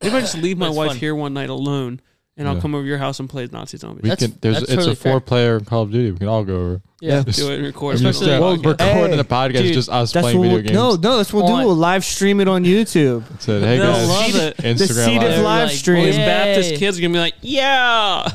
[SPEAKER 1] If I just leave my
[SPEAKER 4] That's
[SPEAKER 1] wife
[SPEAKER 4] fun.
[SPEAKER 1] here one night alone, and I'll
[SPEAKER 3] Yeah.
[SPEAKER 1] come over to your house and play Nazi zombies.
[SPEAKER 3] We
[SPEAKER 4] That's-
[SPEAKER 3] can, there's,
[SPEAKER 4] that's
[SPEAKER 3] it's
[SPEAKER 4] totally
[SPEAKER 3] a
[SPEAKER 4] fair.
[SPEAKER 3] four-player Call of Duty. We can all go over.
[SPEAKER 4] Yeah.
[SPEAKER 3] Just-
[SPEAKER 1] Do it and record.
[SPEAKER 3] I mean,
[SPEAKER 1] Especially
[SPEAKER 3] instead-
[SPEAKER 1] the
[SPEAKER 3] we'll
[SPEAKER 1] podcast.
[SPEAKER 3] record
[SPEAKER 2] Hey,
[SPEAKER 3] the podcast
[SPEAKER 1] dude,
[SPEAKER 3] just us
[SPEAKER 2] That's
[SPEAKER 3] playing
[SPEAKER 2] what
[SPEAKER 3] video
[SPEAKER 2] we'll,
[SPEAKER 3] games.
[SPEAKER 2] No, no, that's what we'll
[SPEAKER 4] On-
[SPEAKER 2] do. We'll live stream it on YouTube.
[SPEAKER 3] Said, hey
[SPEAKER 1] They'll
[SPEAKER 3] guys,
[SPEAKER 1] love it.
[SPEAKER 2] The seed
[SPEAKER 3] Instagram
[SPEAKER 2] of
[SPEAKER 3] live.
[SPEAKER 4] They're
[SPEAKER 2] live
[SPEAKER 4] like,
[SPEAKER 1] All these
[SPEAKER 2] stream.
[SPEAKER 4] yeah.
[SPEAKER 1] Baptist
[SPEAKER 4] Yay.
[SPEAKER 1] kids are gonna be like, yeah.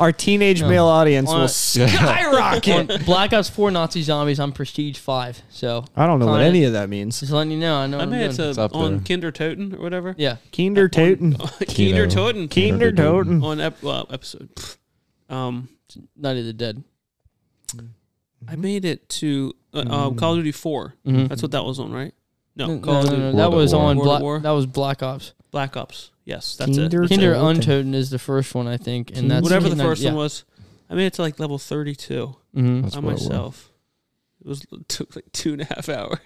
[SPEAKER 2] Our teenage male audience will
[SPEAKER 4] On-
[SPEAKER 2] skyrocket.
[SPEAKER 4] [laughs] On Black Ops 4 Nazi Zombies, I'm Prestige 5. So
[SPEAKER 2] I don't know what
[SPEAKER 4] Kinda-
[SPEAKER 2] any of that means.
[SPEAKER 4] Just letting you know, I know.
[SPEAKER 1] I
[SPEAKER 4] what
[SPEAKER 1] made
[SPEAKER 4] I'm
[SPEAKER 1] it
[SPEAKER 4] doing.
[SPEAKER 1] to
[SPEAKER 3] It's up
[SPEAKER 1] on
[SPEAKER 3] there.
[SPEAKER 1] Kinder Toten or whatever.
[SPEAKER 4] Yeah.
[SPEAKER 2] Kinder Toten.
[SPEAKER 1] Kinder Toten.
[SPEAKER 2] Kinder Toten.
[SPEAKER 1] on ep- well, episode. pff. Um,
[SPEAKER 4] Night of the Dead.
[SPEAKER 1] I made it to uh, uh, Call of Duty 4 That's what that was on, right? No,
[SPEAKER 4] Mm-hmm. No,
[SPEAKER 1] Call
[SPEAKER 4] no,
[SPEAKER 1] of
[SPEAKER 4] no,
[SPEAKER 1] Duty
[SPEAKER 4] no,
[SPEAKER 3] World at
[SPEAKER 4] that was
[SPEAKER 3] War.
[SPEAKER 4] on
[SPEAKER 1] World at
[SPEAKER 4] Black.
[SPEAKER 1] War.
[SPEAKER 4] That was Black Ops.
[SPEAKER 1] Black Ops. Yes, that's
[SPEAKER 2] Kinder
[SPEAKER 1] it. That's
[SPEAKER 4] Kinder
[SPEAKER 1] it.
[SPEAKER 2] Toten.
[SPEAKER 4] Untoten is the first one, I think, and that's
[SPEAKER 1] Whatever the first one was, I made it to like level thirty-two
[SPEAKER 4] Mm-hmm.
[SPEAKER 3] That's
[SPEAKER 1] by
[SPEAKER 3] what it was.
[SPEAKER 1] myself. It was [laughs] it took like two and a half hours.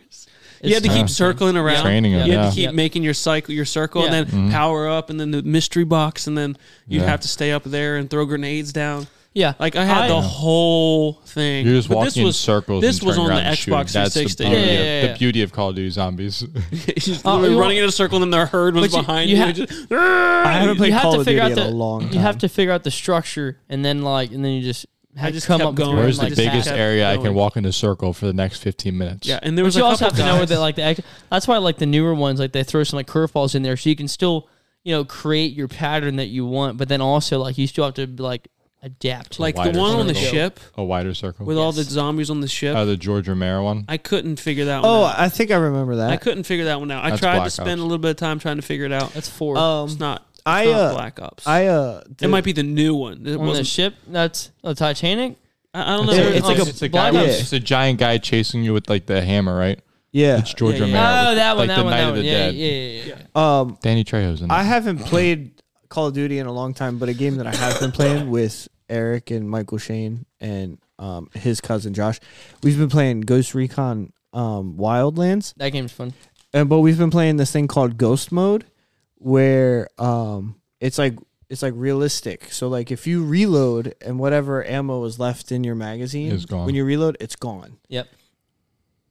[SPEAKER 1] you
[SPEAKER 4] It's
[SPEAKER 1] had to keep
[SPEAKER 4] time.
[SPEAKER 1] circling around.
[SPEAKER 3] Training
[SPEAKER 1] You
[SPEAKER 3] it,
[SPEAKER 1] had
[SPEAKER 3] yeah. Mm-hmm.
[SPEAKER 1] to keep
[SPEAKER 4] Yep.
[SPEAKER 1] making your cycle, your circle,
[SPEAKER 4] Yeah.
[SPEAKER 1] and then power up, and then the mystery box, and then you'd
[SPEAKER 3] Yeah.
[SPEAKER 1] have to stay up there and throw grenades down.
[SPEAKER 4] Yeah,
[SPEAKER 1] Like I had the whole thing.
[SPEAKER 3] You're just
[SPEAKER 1] But
[SPEAKER 3] walking
[SPEAKER 1] this
[SPEAKER 3] in
[SPEAKER 1] was,
[SPEAKER 3] circles.
[SPEAKER 1] This
[SPEAKER 3] and
[SPEAKER 1] was on
[SPEAKER 3] turning
[SPEAKER 1] the
[SPEAKER 3] around and shooting.
[SPEAKER 1] Xbox
[SPEAKER 3] That's
[SPEAKER 1] 360.
[SPEAKER 3] The beauty,
[SPEAKER 4] Yeah,
[SPEAKER 3] of,
[SPEAKER 4] yeah, yeah.
[SPEAKER 3] the beauty of Call of Duty Zombies.
[SPEAKER 1] [laughs] He's
[SPEAKER 4] Uh,
[SPEAKER 1] literally
[SPEAKER 4] you-
[SPEAKER 1] running in a circle, and then their herd was
[SPEAKER 4] But you-
[SPEAKER 1] behind
[SPEAKER 4] you
[SPEAKER 1] you.
[SPEAKER 4] ha-
[SPEAKER 1] Just-
[SPEAKER 2] I haven't
[SPEAKER 4] you
[SPEAKER 2] played
[SPEAKER 4] have
[SPEAKER 2] Call
[SPEAKER 4] to
[SPEAKER 2] of
[SPEAKER 4] figure
[SPEAKER 2] Duty
[SPEAKER 4] out
[SPEAKER 2] in
[SPEAKER 4] the
[SPEAKER 2] a long time.
[SPEAKER 4] you have to figure out the structure, and then like, and then you just
[SPEAKER 1] I
[SPEAKER 4] have
[SPEAKER 1] just
[SPEAKER 4] to come
[SPEAKER 1] kept
[SPEAKER 4] up with
[SPEAKER 1] going.
[SPEAKER 4] where,
[SPEAKER 1] Where's
[SPEAKER 3] Where's
[SPEAKER 1] the
[SPEAKER 3] the
[SPEAKER 4] like,
[SPEAKER 1] biggest
[SPEAKER 3] biggest
[SPEAKER 1] kept
[SPEAKER 3] area I
[SPEAKER 1] going.
[SPEAKER 3] can walk in a circle for the next 15 minutes?
[SPEAKER 1] yeah, and there was
[SPEAKER 4] But you
[SPEAKER 1] a
[SPEAKER 4] also have
[SPEAKER 1] couple
[SPEAKER 4] to know where
[SPEAKER 1] guys.
[SPEAKER 4] they like the. Act- that's why like the newer ones, like they throw some like curveballs in there, so you can still you know create your pattern that you want, but then also like you still have to like adapt.
[SPEAKER 1] like the
[SPEAKER 3] wider
[SPEAKER 1] one on the
[SPEAKER 3] circle.
[SPEAKER 1] ship
[SPEAKER 3] A wider circle.
[SPEAKER 1] with all the zombies on the ship.
[SPEAKER 3] Oh, the George Romero one.
[SPEAKER 1] I couldn't figure that one
[SPEAKER 2] Oh,
[SPEAKER 1] out.
[SPEAKER 2] I think I remember
[SPEAKER 1] I
[SPEAKER 2] that.
[SPEAKER 1] couldn't figure that one out. I
[SPEAKER 3] That's
[SPEAKER 1] tried
[SPEAKER 3] Black
[SPEAKER 1] to spend
[SPEAKER 3] Ops.
[SPEAKER 1] a little bit of time trying to figure it out.
[SPEAKER 4] that's four
[SPEAKER 2] Um,
[SPEAKER 1] it's not. It's
[SPEAKER 2] I,
[SPEAKER 1] not
[SPEAKER 2] uh,
[SPEAKER 1] Black Ops.
[SPEAKER 2] I uh,
[SPEAKER 1] it might be the new one. It
[SPEAKER 4] on the
[SPEAKER 1] wasn't.
[SPEAKER 4] ship. That's oh, Titanic.
[SPEAKER 1] I, I don't know.
[SPEAKER 2] It's
[SPEAKER 1] There-
[SPEAKER 2] a- it's like a
[SPEAKER 3] it's a guy
[SPEAKER 4] Black
[SPEAKER 3] with-
[SPEAKER 2] Ops.
[SPEAKER 3] it's a giant guy chasing you with like the hammer, right?
[SPEAKER 2] yeah.
[SPEAKER 3] It's George
[SPEAKER 1] Yeah, yeah.
[SPEAKER 3] Romero.
[SPEAKER 4] Oh,
[SPEAKER 3] with,
[SPEAKER 4] that one,
[SPEAKER 3] like,
[SPEAKER 4] that
[SPEAKER 3] the
[SPEAKER 4] one,
[SPEAKER 3] Night
[SPEAKER 4] that
[SPEAKER 3] of
[SPEAKER 4] one.
[SPEAKER 3] the
[SPEAKER 4] yeah,
[SPEAKER 3] Dead.
[SPEAKER 4] yeah, yeah, yeah.
[SPEAKER 2] Um,
[SPEAKER 3] Danny Trejo's in
[SPEAKER 2] I
[SPEAKER 3] it.
[SPEAKER 2] haven't played Call of Duty in a long time, but a game that I have been playing with Eric and Michael Shane and um, his cousin Josh, we've been playing Ghost Recon um, Wildlands,
[SPEAKER 4] That game's fun.
[SPEAKER 2] and but we've been playing this thing called Ghost Mode, where um, it's like it's like realistic. So like if you reload and whatever ammo is left in your magazine,
[SPEAKER 3] Is gone.
[SPEAKER 2] when you reload, it's gone.
[SPEAKER 4] Yep.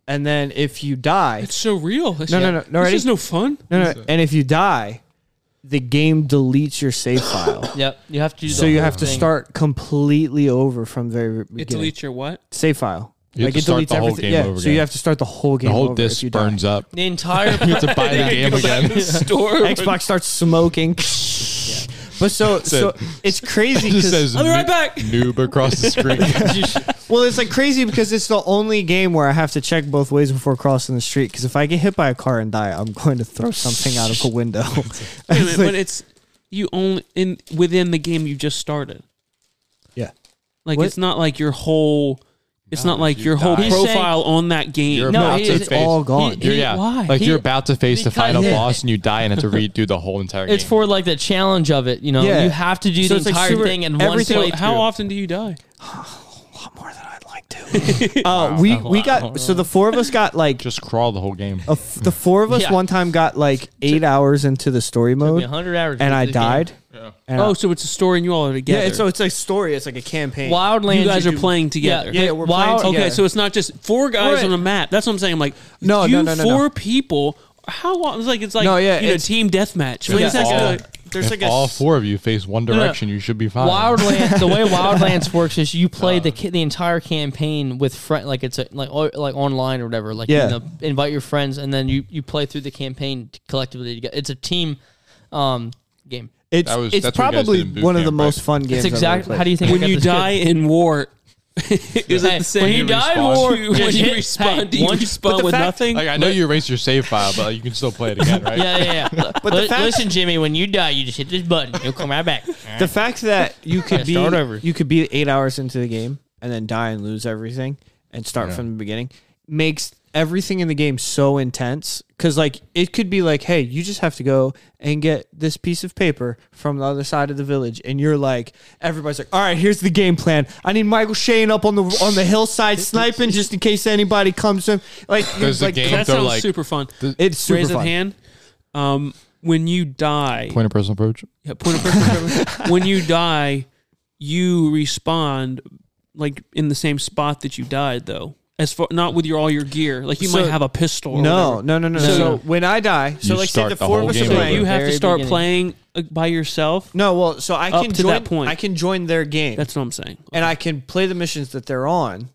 [SPEAKER 2] And then if you die,
[SPEAKER 1] It's so real. It's-
[SPEAKER 2] No, no, no, no,
[SPEAKER 1] This
[SPEAKER 2] ready?
[SPEAKER 1] is no fun.
[SPEAKER 2] no, no, and if you die, the game deletes
[SPEAKER 1] [coughs]
[SPEAKER 2] your save file.
[SPEAKER 4] Yep. You have to. Do the
[SPEAKER 2] So you
[SPEAKER 4] whole
[SPEAKER 2] have to
[SPEAKER 4] thing.
[SPEAKER 2] start completely over from the very
[SPEAKER 1] It
[SPEAKER 2] beginning.
[SPEAKER 1] deletes your what?
[SPEAKER 2] save file.
[SPEAKER 3] You have to start the whole game
[SPEAKER 2] yeah,
[SPEAKER 3] over
[SPEAKER 2] so you
[SPEAKER 3] again.
[SPEAKER 2] have to start the whole game.
[SPEAKER 3] the whole
[SPEAKER 2] over if
[SPEAKER 3] disc
[SPEAKER 2] you die.
[SPEAKER 3] burns up.
[SPEAKER 2] [laughs]
[SPEAKER 4] the entire.
[SPEAKER 3] [laughs] You have to buy the
[SPEAKER 1] [laughs]
[SPEAKER 3] game again.
[SPEAKER 1] Store.
[SPEAKER 2] Xbox starts
[SPEAKER 3] [laughs]
[SPEAKER 2] smoking. But so so it's crazy.
[SPEAKER 3] It just
[SPEAKER 2] 'cause-
[SPEAKER 3] says
[SPEAKER 1] I'll be right
[SPEAKER 3] "Noob-
[SPEAKER 1] back."
[SPEAKER 3] Noob across the screen.
[SPEAKER 2] well, it's like crazy because it's the only game where I have to check both ways before crossing the street. Because if I get hit by a car and die, I'm going to throw something out of a window. [laughs]
[SPEAKER 1] Wait a minute, but it's you only in within the game you just started.
[SPEAKER 2] yeah.
[SPEAKER 1] Like
[SPEAKER 2] What?
[SPEAKER 1] it's not like your whole. It's not like
[SPEAKER 3] you
[SPEAKER 1] your whole
[SPEAKER 3] die.
[SPEAKER 4] He's
[SPEAKER 1] profile on that
[SPEAKER 3] [laughs]
[SPEAKER 1] game.
[SPEAKER 3] You're
[SPEAKER 4] No,
[SPEAKER 3] about
[SPEAKER 4] he
[SPEAKER 3] to
[SPEAKER 4] is-
[SPEAKER 3] face.
[SPEAKER 2] all gone.
[SPEAKER 3] You're, yeah,
[SPEAKER 1] why?
[SPEAKER 3] like
[SPEAKER 1] He-
[SPEAKER 3] you're about to face the
[SPEAKER 4] because-
[SPEAKER 3] final
[SPEAKER 4] Yeah.
[SPEAKER 3] boss and you die and have to redo the whole entire game.
[SPEAKER 4] It's for like the challenge of it. You know,
[SPEAKER 2] Yeah.
[SPEAKER 4] you have to do
[SPEAKER 2] So
[SPEAKER 4] the
[SPEAKER 2] it's like
[SPEAKER 4] entire
[SPEAKER 2] super-
[SPEAKER 4] thing in one
[SPEAKER 2] everything-
[SPEAKER 1] So
[SPEAKER 4] playthrough.
[SPEAKER 1] how often do you die?
[SPEAKER 2] A lot more than I'd like [laughs] Uh,
[SPEAKER 4] [laughs]
[SPEAKER 2] we we got so the four of us got like
[SPEAKER 3] Just crawl the whole game.
[SPEAKER 2] a f- the four of us
[SPEAKER 4] Yeah.
[SPEAKER 2] one time got like eight hours into the story mode,
[SPEAKER 4] 100 hours
[SPEAKER 2] and
[SPEAKER 4] into
[SPEAKER 2] I
[SPEAKER 4] the game.
[SPEAKER 2] died. And
[SPEAKER 1] Oh,
[SPEAKER 2] I-
[SPEAKER 1] so it's a story and you all are together.
[SPEAKER 2] yeah. It's, so it's a story. It's like a campaign.
[SPEAKER 4] Wildlands.
[SPEAKER 1] you guys
[SPEAKER 4] you
[SPEAKER 1] are
[SPEAKER 4] do-
[SPEAKER 1] playing together.
[SPEAKER 2] Yeah, we're playing
[SPEAKER 4] Wild-
[SPEAKER 1] Okay,
[SPEAKER 2] together.
[SPEAKER 1] so it's not just four guys
[SPEAKER 4] Right.
[SPEAKER 1] on a map. That's what I'm saying. I'm like,
[SPEAKER 2] No,
[SPEAKER 1] you
[SPEAKER 2] no, no, no, no.
[SPEAKER 1] four people. How long? It's like it's like
[SPEAKER 2] No, yeah,
[SPEAKER 1] you know,
[SPEAKER 2] it's-
[SPEAKER 1] team deathmatch. Wait a
[SPEAKER 4] Yeah.
[SPEAKER 1] second,
[SPEAKER 3] all,
[SPEAKER 1] like,
[SPEAKER 2] there's
[SPEAKER 3] if
[SPEAKER 2] like a
[SPEAKER 3] all
[SPEAKER 2] s-
[SPEAKER 3] four of you face one
[SPEAKER 4] no.
[SPEAKER 3] direction, you should be fine.
[SPEAKER 2] [laughs]
[SPEAKER 4] Wildlands. the way Wildlands works is you play
[SPEAKER 2] Uh.
[SPEAKER 4] the the entire campaign with friend, like it's a, like o- like online or whatever. Like
[SPEAKER 2] Yeah.
[SPEAKER 4] you know, invite your friends, and then you you play through the campaign t- collectively. together. It's a team um game.
[SPEAKER 2] It's
[SPEAKER 3] That was-
[SPEAKER 2] it's
[SPEAKER 3] that's what you guys
[SPEAKER 2] probably
[SPEAKER 3] did in boot
[SPEAKER 2] one of the
[SPEAKER 3] camp,
[SPEAKER 2] most
[SPEAKER 3] right?
[SPEAKER 2] fun games. I've
[SPEAKER 4] It's
[SPEAKER 2] ever
[SPEAKER 4] exactly.
[SPEAKER 2] played.
[SPEAKER 4] How do you think I
[SPEAKER 1] when
[SPEAKER 4] got
[SPEAKER 1] you
[SPEAKER 4] this good?
[SPEAKER 1] die in war, [laughs] is
[SPEAKER 4] Hey,
[SPEAKER 1] it the same?
[SPEAKER 4] When you die in
[SPEAKER 3] respawn.
[SPEAKER 4] war,
[SPEAKER 1] When you- when
[SPEAKER 4] just
[SPEAKER 1] you
[SPEAKER 4] hit-
[SPEAKER 1] respawn,
[SPEAKER 4] hey,
[SPEAKER 1] do you
[SPEAKER 4] once-
[SPEAKER 1] respawn
[SPEAKER 2] the
[SPEAKER 1] with
[SPEAKER 2] fact-
[SPEAKER 1] nothing?
[SPEAKER 3] Like I know you erased your save file, but like, you can still play it again, right?
[SPEAKER 4] [laughs] Yeah, yeah, yeah. but
[SPEAKER 2] the fact-
[SPEAKER 4] listen, Jimmy, when you die, you just hit this button. You'll come right back.
[SPEAKER 2] The fact that you could be
[SPEAKER 4] start over.
[SPEAKER 2] you could be eight hours into the game and then die and lose everything and start from the beginning makes everything in the game so intense because like it could be like hey you just have to go and get this piece of paper from the other side of the village and you're like everybody's like all right here's the game plan i need michael shane up on the on the hillside sniping just in case anybody comes in like
[SPEAKER 3] There's
[SPEAKER 2] it's
[SPEAKER 3] the
[SPEAKER 2] like
[SPEAKER 3] game.
[SPEAKER 1] that
[SPEAKER 3] they're
[SPEAKER 1] sounds
[SPEAKER 3] like-
[SPEAKER 1] super fun.
[SPEAKER 2] it's super
[SPEAKER 1] Raise
[SPEAKER 2] fun.
[SPEAKER 1] of hand. Um, when you die,
[SPEAKER 3] Point of personal approach.
[SPEAKER 1] Yeah, point
[SPEAKER 3] [laughs]
[SPEAKER 1] of preference. when you die, you respond like in the same spot that you died, though. As far not with your all your gear, like you
[SPEAKER 2] So-
[SPEAKER 1] might have a pistol. Or
[SPEAKER 2] no
[SPEAKER 1] whatever.
[SPEAKER 2] no no no
[SPEAKER 1] So-
[SPEAKER 2] so, so when i die so
[SPEAKER 3] You
[SPEAKER 2] like say
[SPEAKER 3] start
[SPEAKER 2] the
[SPEAKER 3] the
[SPEAKER 2] four of
[SPEAKER 3] whole
[SPEAKER 2] us are
[SPEAKER 3] game
[SPEAKER 1] So
[SPEAKER 3] over.
[SPEAKER 2] playing
[SPEAKER 1] you have to
[SPEAKER 4] Very
[SPEAKER 1] start
[SPEAKER 4] beginning.
[SPEAKER 1] playing uh, by yourself.
[SPEAKER 2] No, well, so I
[SPEAKER 1] Up
[SPEAKER 2] can
[SPEAKER 1] to
[SPEAKER 2] join,
[SPEAKER 1] that point.
[SPEAKER 2] I can join their game,
[SPEAKER 1] That's what I'm saying.
[SPEAKER 2] and I can play the missions that they're on.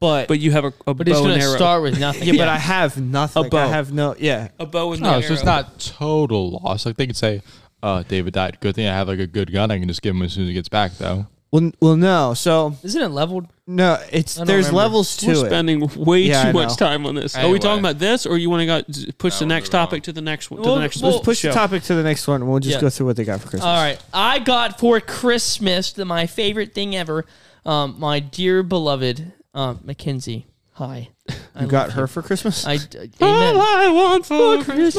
[SPEAKER 2] But
[SPEAKER 1] But you have a, a
[SPEAKER 4] But it's
[SPEAKER 1] bow
[SPEAKER 4] going
[SPEAKER 1] and
[SPEAKER 4] to
[SPEAKER 1] arrow.
[SPEAKER 4] start with nothing.
[SPEAKER 2] yeah, but I have nothing.
[SPEAKER 1] bow.
[SPEAKER 2] I have no. Yeah,
[SPEAKER 1] a bow and
[SPEAKER 3] No,
[SPEAKER 1] an
[SPEAKER 3] so it's
[SPEAKER 1] arrow.
[SPEAKER 3] not total loss. Like they could say, uh, David died. Good thing I have like a good gun. I can just give him as soon as he gets back, though.
[SPEAKER 2] well, n- well, no. So
[SPEAKER 4] Isn't it leveled?
[SPEAKER 2] no, it's
[SPEAKER 4] don't
[SPEAKER 2] there's
[SPEAKER 4] remember.
[SPEAKER 2] levels to
[SPEAKER 1] We're
[SPEAKER 2] it.
[SPEAKER 1] spending way
[SPEAKER 2] Yeah, I
[SPEAKER 1] too much
[SPEAKER 2] know.
[SPEAKER 1] time on this. Are we
[SPEAKER 3] Anyway.
[SPEAKER 1] talking about this, or you want to go z- push the
[SPEAKER 3] we'll
[SPEAKER 1] next
[SPEAKER 3] move on.
[SPEAKER 1] topic to the next one? To
[SPEAKER 4] Well,
[SPEAKER 1] the next
[SPEAKER 4] well,
[SPEAKER 1] one.
[SPEAKER 2] Push
[SPEAKER 1] show. Uh,
[SPEAKER 2] the topic to the next one, and we'll just
[SPEAKER 4] Yeah.
[SPEAKER 2] go through what they got for Christmas.
[SPEAKER 4] All right. I got for Christmas the, my favorite thing ever, um, my dear beloved um, Mackenzie. Hi. I
[SPEAKER 2] you got her for Christmas.
[SPEAKER 4] I, d-
[SPEAKER 1] [laughs]
[SPEAKER 4] amen.
[SPEAKER 1] I want for
[SPEAKER 4] Christmas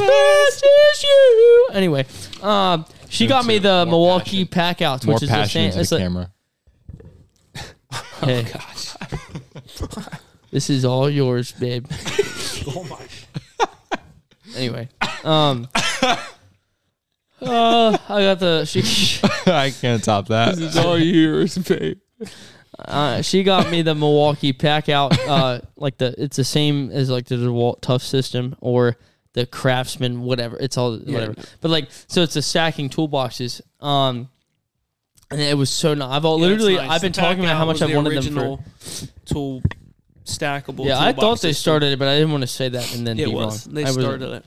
[SPEAKER 4] is you. Anyway, um, she got me the
[SPEAKER 3] More
[SPEAKER 4] Milwaukee
[SPEAKER 3] passion.
[SPEAKER 4] Packouts,
[SPEAKER 3] More
[SPEAKER 4] which is the
[SPEAKER 3] passion
[SPEAKER 4] same.
[SPEAKER 3] into the
[SPEAKER 4] It's like,
[SPEAKER 3] camera.
[SPEAKER 4] hey,
[SPEAKER 3] Oh,
[SPEAKER 4] [laughs] this is all yours,
[SPEAKER 3] [laughs]
[SPEAKER 4] babe. oh my. Anyway,
[SPEAKER 3] [laughs]
[SPEAKER 4] um, uh, I got the she.
[SPEAKER 3] [laughs] I can't top that.
[SPEAKER 1] It's all yours, babe.
[SPEAKER 4] Uh, she got me the Milwaukee pack out. Uh, like the it's the same as like the DeWalt Tough System or the Craftsman, whatever. It's all whatever. But like, so it's the stacking toolboxes. Um, and it was so nice. I've all, literally I've been talking about how much I wanted them for.
[SPEAKER 1] tool stackable.
[SPEAKER 4] Yeah, I thought they
[SPEAKER 1] toolboxes.
[SPEAKER 4] started it, but I didn't want to say that and then
[SPEAKER 1] It
[SPEAKER 4] be
[SPEAKER 1] was.
[SPEAKER 4] wrong.
[SPEAKER 1] They
[SPEAKER 4] I was-
[SPEAKER 1] started it.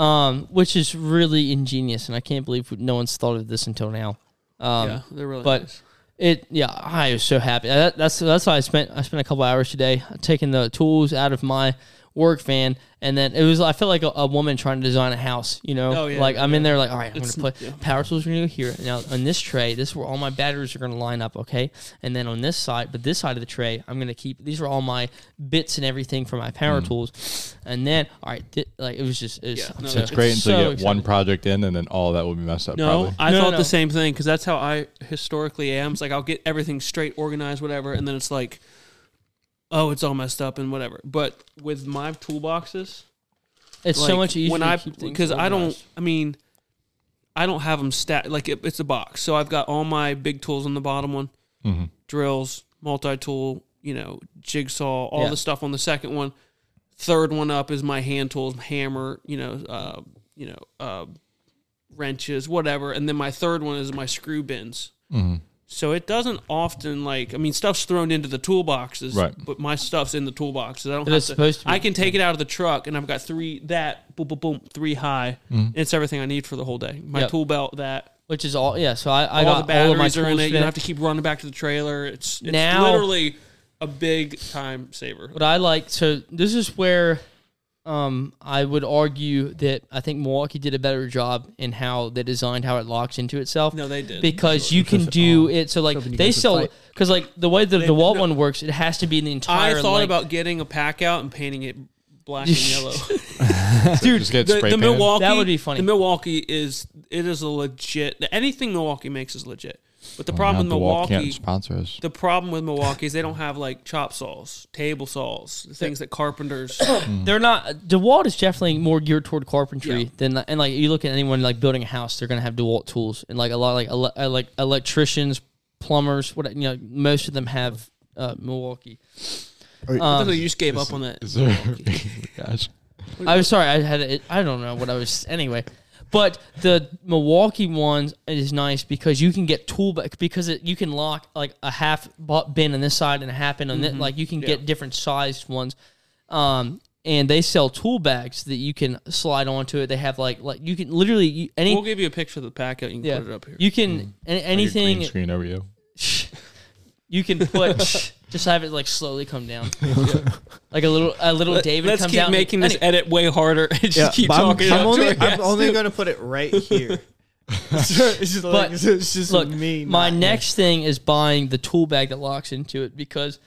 [SPEAKER 4] um, which is really ingenious, and I can't believe no one's thought of this until now. Um,
[SPEAKER 1] yeah, they're really.
[SPEAKER 4] but it yeah i was so happy Uh, that, that's that's why i spent i spent a couple hours today taking the tools out of my work van and then it was i felt like a, a woman trying to design a house you know
[SPEAKER 1] Oh, yeah,
[SPEAKER 4] like i'm in
[SPEAKER 1] yeah.
[SPEAKER 4] there like all right i'm
[SPEAKER 1] It's-
[SPEAKER 4] gonna put
[SPEAKER 1] yeah.
[SPEAKER 4] power tools are gonna go here now on this tray this is where all my batteries are gonna line up okay and then on this side but this side of the tray i'm gonna keep these are all my bits and everything for my
[SPEAKER 3] Mm.
[SPEAKER 4] power tools and then all right thi- like it was just it was,
[SPEAKER 1] Yeah,
[SPEAKER 4] I'm
[SPEAKER 1] no,
[SPEAKER 4] so-
[SPEAKER 1] that's
[SPEAKER 3] It's great until
[SPEAKER 4] so
[SPEAKER 3] you get
[SPEAKER 4] excited.
[SPEAKER 3] one project in, and then all that will be messed up.
[SPEAKER 1] no,
[SPEAKER 3] probably.
[SPEAKER 1] I
[SPEAKER 4] No,
[SPEAKER 1] thought
[SPEAKER 4] no.
[SPEAKER 1] the same thing because that's how I historically am. It's like I'll get everything straight, organized, whatever, and then it's like, oh, it's all messed up and whatever. But with my toolboxes,
[SPEAKER 4] it's
[SPEAKER 1] like,
[SPEAKER 4] so much easier
[SPEAKER 1] when I because I don't. I mean, I don't have them stat like it, it's a box. So I've got all my big tools on the bottom one, drills, multi tool, you know, jigsaw, all
[SPEAKER 4] Yeah.
[SPEAKER 1] the stuff on the second one. Third one up is my hand tools, hammer, you know, uh, you know, uh, wrenches, whatever. And then my third one is my screw bins. So it doesn't often like I mean stuff's thrown into the toolboxes,
[SPEAKER 3] Right.
[SPEAKER 1] but my stuff's in the toolboxes. I don't
[SPEAKER 4] But
[SPEAKER 1] have
[SPEAKER 4] it's supposed to be-
[SPEAKER 1] I can take it out of the truck and I've got three that boom boom boom three high. And it's everything I need for the whole day. My
[SPEAKER 4] Hmm. Yep.
[SPEAKER 1] tool belt that
[SPEAKER 4] which is all yeah so i, I
[SPEAKER 1] all
[SPEAKER 4] got
[SPEAKER 1] the batteries
[SPEAKER 4] all of my
[SPEAKER 1] are in
[SPEAKER 4] tools
[SPEAKER 1] it. You
[SPEAKER 4] fit.
[SPEAKER 1] don't have to keep running back to the trailer. It's it's
[SPEAKER 4] Now-
[SPEAKER 1] literally a big time saver.
[SPEAKER 4] But I like so this is where um I would argue that I think Milwaukee did a better job in how they designed how it locks into itself.
[SPEAKER 1] No, they did.
[SPEAKER 4] Because you can do it so like they sell because like the way the DeWalt
[SPEAKER 1] no.
[SPEAKER 4] one works, it has to be the entire
[SPEAKER 1] I thought
[SPEAKER 4] like-
[SPEAKER 1] about getting a pack out and painting it black
[SPEAKER 4] [laughs]
[SPEAKER 1] and yellow.
[SPEAKER 3] dude, just get
[SPEAKER 1] the,
[SPEAKER 3] spray
[SPEAKER 1] the
[SPEAKER 3] painted.
[SPEAKER 1] Milwaukee
[SPEAKER 4] That would be funny.
[SPEAKER 1] The Milwaukee is it is a legit anything Milwaukee makes is legit. But the
[SPEAKER 4] Oh,
[SPEAKER 1] problem with Milwaukee,
[SPEAKER 3] can't sponsor
[SPEAKER 1] [laughs]
[SPEAKER 3] us.
[SPEAKER 1] the problem with Milwaukee is they don't have like chop saws, table saws, the things that carpenters.
[SPEAKER 4] They're not. DeWalt is definitely more geared toward carpentry
[SPEAKER 1] Yeah.
[SPEAKER 4] than, and like you look at anyone like building a house, they're gonna have DeWalt tools and like a lot of like ele- uh, like electricians, plumbers, what you know, most of them have uh, Milwaukee.
[SPEAKER 1] I thought you just gave up on that.
[SPEAKER 3] Is [laughs] there? Gosh.
[SPEAKER 4] I was sorry, I had it. I don't know what I was anyway. But the Milwaukee ones is nice because you can get tool back because it, you can lock like a half bu- bin on this side and a half bin on
[SPEAKER 1] Mm-hmm.
[SPEAKER 4] that. Like you can get different sized ones, um, and they sell tool bags that you can slide onto it. They have like like you can literally you, any
[SPEAKER 1] We'll give you a picture of the packet. You can
[SPEAKER 4] yeah
[SPEAKER 1] put it up here. Mm.
[SPEAKER 4] you can a-
[SPEAKER 3] Your green
[SPEAKER 4] anything
[SPEAKER 3] screen over you.
[SPEAKER 4] you can put just have it like slowly
[SPEAKER 1] [laughs]
[SPEAKER 4] come down like a little a little David
[SPEAKER 1] Let's
[SPEAKER 4] comes
[SPEAKER 1] keep
[SPEAKER 4] down
[SPEAKER 1] making this
[SPEAKER 4] Any-
[SPEAKER 1] edit way harder. and just keep
[SPEAKER 2] but I'm-
[SPEAKER 1] talking.
[SPEAKER 2] I'm,
[SPEAKER 1] up to
[SPEAKER 2] only,
[SPEAKER 1] our
[SPEAKER 2] I'm
[SPEAKER 1] guests. [laughs]
[SPEAKER 2] only going to put it right here. [laughs] it's just like,
[SPEAKER 4] But,
[SPEAKER 2] it's just
[SPEAKER 4] look,
[SPEAKER 2] me.
[SPEAKER 4] my
[SPEAKER 2] not-
[SPEAKER 4] next thing is buying the tool bag that locks into it because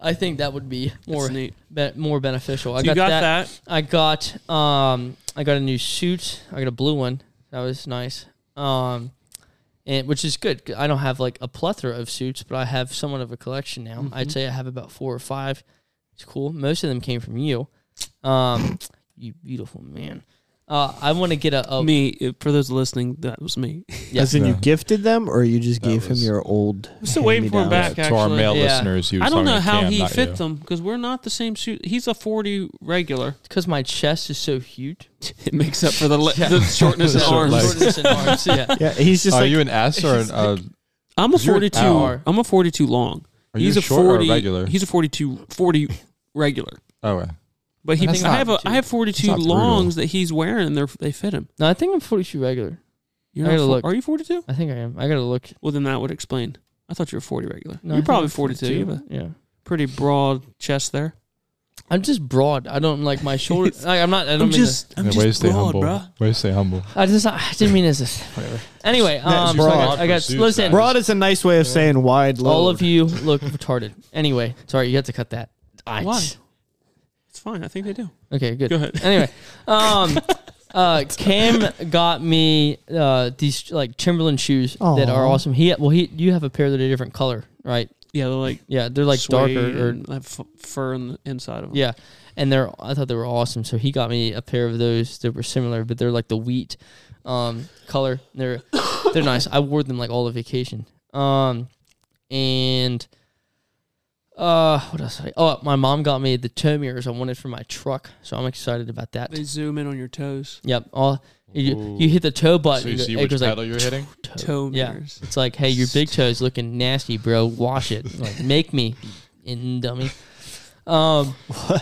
[SPEAKER 4] I think that would be more
[SPEAKER 1] That's neat.
[SPEAKER 4] be- more beneficial. I
[SPEAKER 1] you
[SPEAKER 4] got,
[SPEAKER 1] got
[SPEAKER 4] that.
[SPEAKER 1] that.
[SPEAKER 4] I got um I got a new suit. I got a blue one. That was nice. Um and which is good. I don't have like a plethora of suits, but I have somewhat of a collection now. I'd say I have about four or five. It's cool. Most of them came from you. Um you beautiful man. Uh, I want to get a, a
[SPEAKER 1] me uh, for those listening. That was me.
[SPEAKER 2] As in, you gifted them, or you just gave him
[SPEAKER 3] was-
[SPEAKER 2] your old? I'm
[SPEAKER 1] still waiting for him back.
[SPEAKER 3] to our
[SPEAKER 1] Actually,
[SPEAKER 3] male
[SPEAKER 4] yeah.
[SPEAKER 3] listeners, he was
[SPEAKER 1] I
[SPEAKER 3] talking
[SPEAKER 1] don't know
[SPEAKER 3] to
[SPEAKER 1] how
[SPEAKER 3] Cam,
[SPEAKER 1] he
[SPEAKER 3] not
[SPEAKER 1] fit
[SPEAKER 3] you.
[SPEAKER 1] them because we're not the same suit. He's a forty regular.
[SPEAKER 4] because my chest is so huge.
[SPEAKER 1] It makes up for the, [laughs] le- the shortness in
[SPEAKER 3] Short
[SPEAKER 1] arms.
[SPEAKER 3] legs.
[SPEAKER 4] Shortness in arms, yeah.
[SPEAKER 2] Yeah, he's just
[SPEAKER 3] Are
[SPEAKER 2] like
[SPEAKER 3] you an S or an? Uh,
[SPEAKER 1] I'm a
[SPEAKER 3] You're an
[SPEAKER 1] 42.
[SPEAKER 3] hour.
[SPEAKER 1] I'm a 42 long.
[SPEAKER 3] Are you
[SPEAKER 1] he's a
[SPEAKER 3] short or
[SPEAKER 1] 40
[SPEAKER 3] regular?
[SPEAKER 1] He's a 42 40 regular.
[SPEAKER 3] oh, right.
[SPEAKER 1] But he,
[SPEAKER 3] That's
[SPEAKER 1] I
[SPEAKER 3] not
[SPEAKER 1] have a, I have 42
[SPEAKER 3] that's not
[SPEAKER 1] longs that he's wearing and they are they fit him.
[SPEAKER 4] [laughs] No, I think I'm 42 regular.
[SPEAKER 1] You're
[SPEAKER 4] I
[SPEAKER 1] not
[SPEAKER 4] gotta
[SPEAKER 1] fo-
[SPEAKER 4] look.
[SPEAKER 1] Are you 42?
[SPEAKER 4] I think I am. I gotta look.
[SPEAKER 1] Well, then that would explain. I thought you were 40 regular.
[SPEAKER 4] No, I
[SPEAKER 1] You're
[SPEAKER 4] think
[SPEAKER 1] probably
[SPEAKER 4] I'm
[SPEAKER 1] 42. You have a
[SPEAKER 4] Yeah,
[SPEAKER 1] pretty broad chest there.
[SPEAKER 4] I'm just broad. I don't like my shoulders. like, I'm not. I don't
[SPEAKER 1] I'm
[SPEAKER 4] mean.
[SPEAKER 1] just, I'm
[SPEAKER 3] Yeah, way to
[SPEAKER 1] just
[SPEAKER 3] stay
[SPEAKER 1] broad,
[SPEAKER 3] humble.
[SPEAKER 1] bruh.
[SPEAKER 3] Way to stay humble.
[SPEAKER 4] to, I just. I didn't mean as this. Whatever. Anyway, um,
[SPEAKER 2] just
[SPEAKER 4] I
[SPEAKER 2] broad.
[SPEAKER 4] got- I got.
[SPEAKER 3] Pursuits,
[SPEAKER 4] Listen,
[SPEAKER 3] that
[SPEAKER 2] broad is a nice way of saying wide. Load.
[SPEAKER 4] all of you look retarded. Anyway, sorry, you have to cut that. I-
[SPEAKER 1] Why? It's fine. I think they do.
[SPEAKER 4] Okay, good.
[SPEAKER 1] Go [laughs] ahead.
[SPEAKER 4] Anyway, um, uh, Cam got me uh, these like Timberland shoes that are
[SPEAKER 2] Aw.
[SPEAKER 4] awesome. He well, he you have a pair that are different color, right?
[SPEAKER 1] Yeah, they're like,
[SPEAKER 4] Yeah, they're like
[SPEAKER 1] suede
[SPEAKER 4] darker or
[SPEAKER 1] and have f- fur on the inside of them.
[SPEAKER 4] Yeah, and they're I thought they were awesome. So he got me a pair of those that were similar, but they're like the wheat um, color. They're [coughs] they're nice. I wore them like all of vacation. Um, and uh, what else? Did I, oh, my mom got me the tow mirrors I wanted for my truck, so I'm excited about that.
[SPEAKER 1] They zoom in on your toes.
[SPEAKER 4] Yep. All you, you hit the toe
[SPEAKER 1] Uh,
[SPEAKER 4] button.
[SPEAKER 3] So you
[SPEAKER 4] it
[SPEAKER 3] see
[SPEAKER 4] go- it
[SPEAKER 3] which
[SPEAKER 4] goes like,
[SPEAKER 3] pedal you're hitting?
[SPEAKER 1] Toe
[SPEAKER 4] yeah,
[SPEAKER 1] mirrors.
[SPEAKER 4] it's like, hey, your big toe's looking nasty, bro.
[SPEAKER 1] [laughs]
[SPEAKER 4] Wash it. Like, make me, in dummy.
[SPEAKER 1] [laughs]
[SPEAKER 4] Um, [laughs]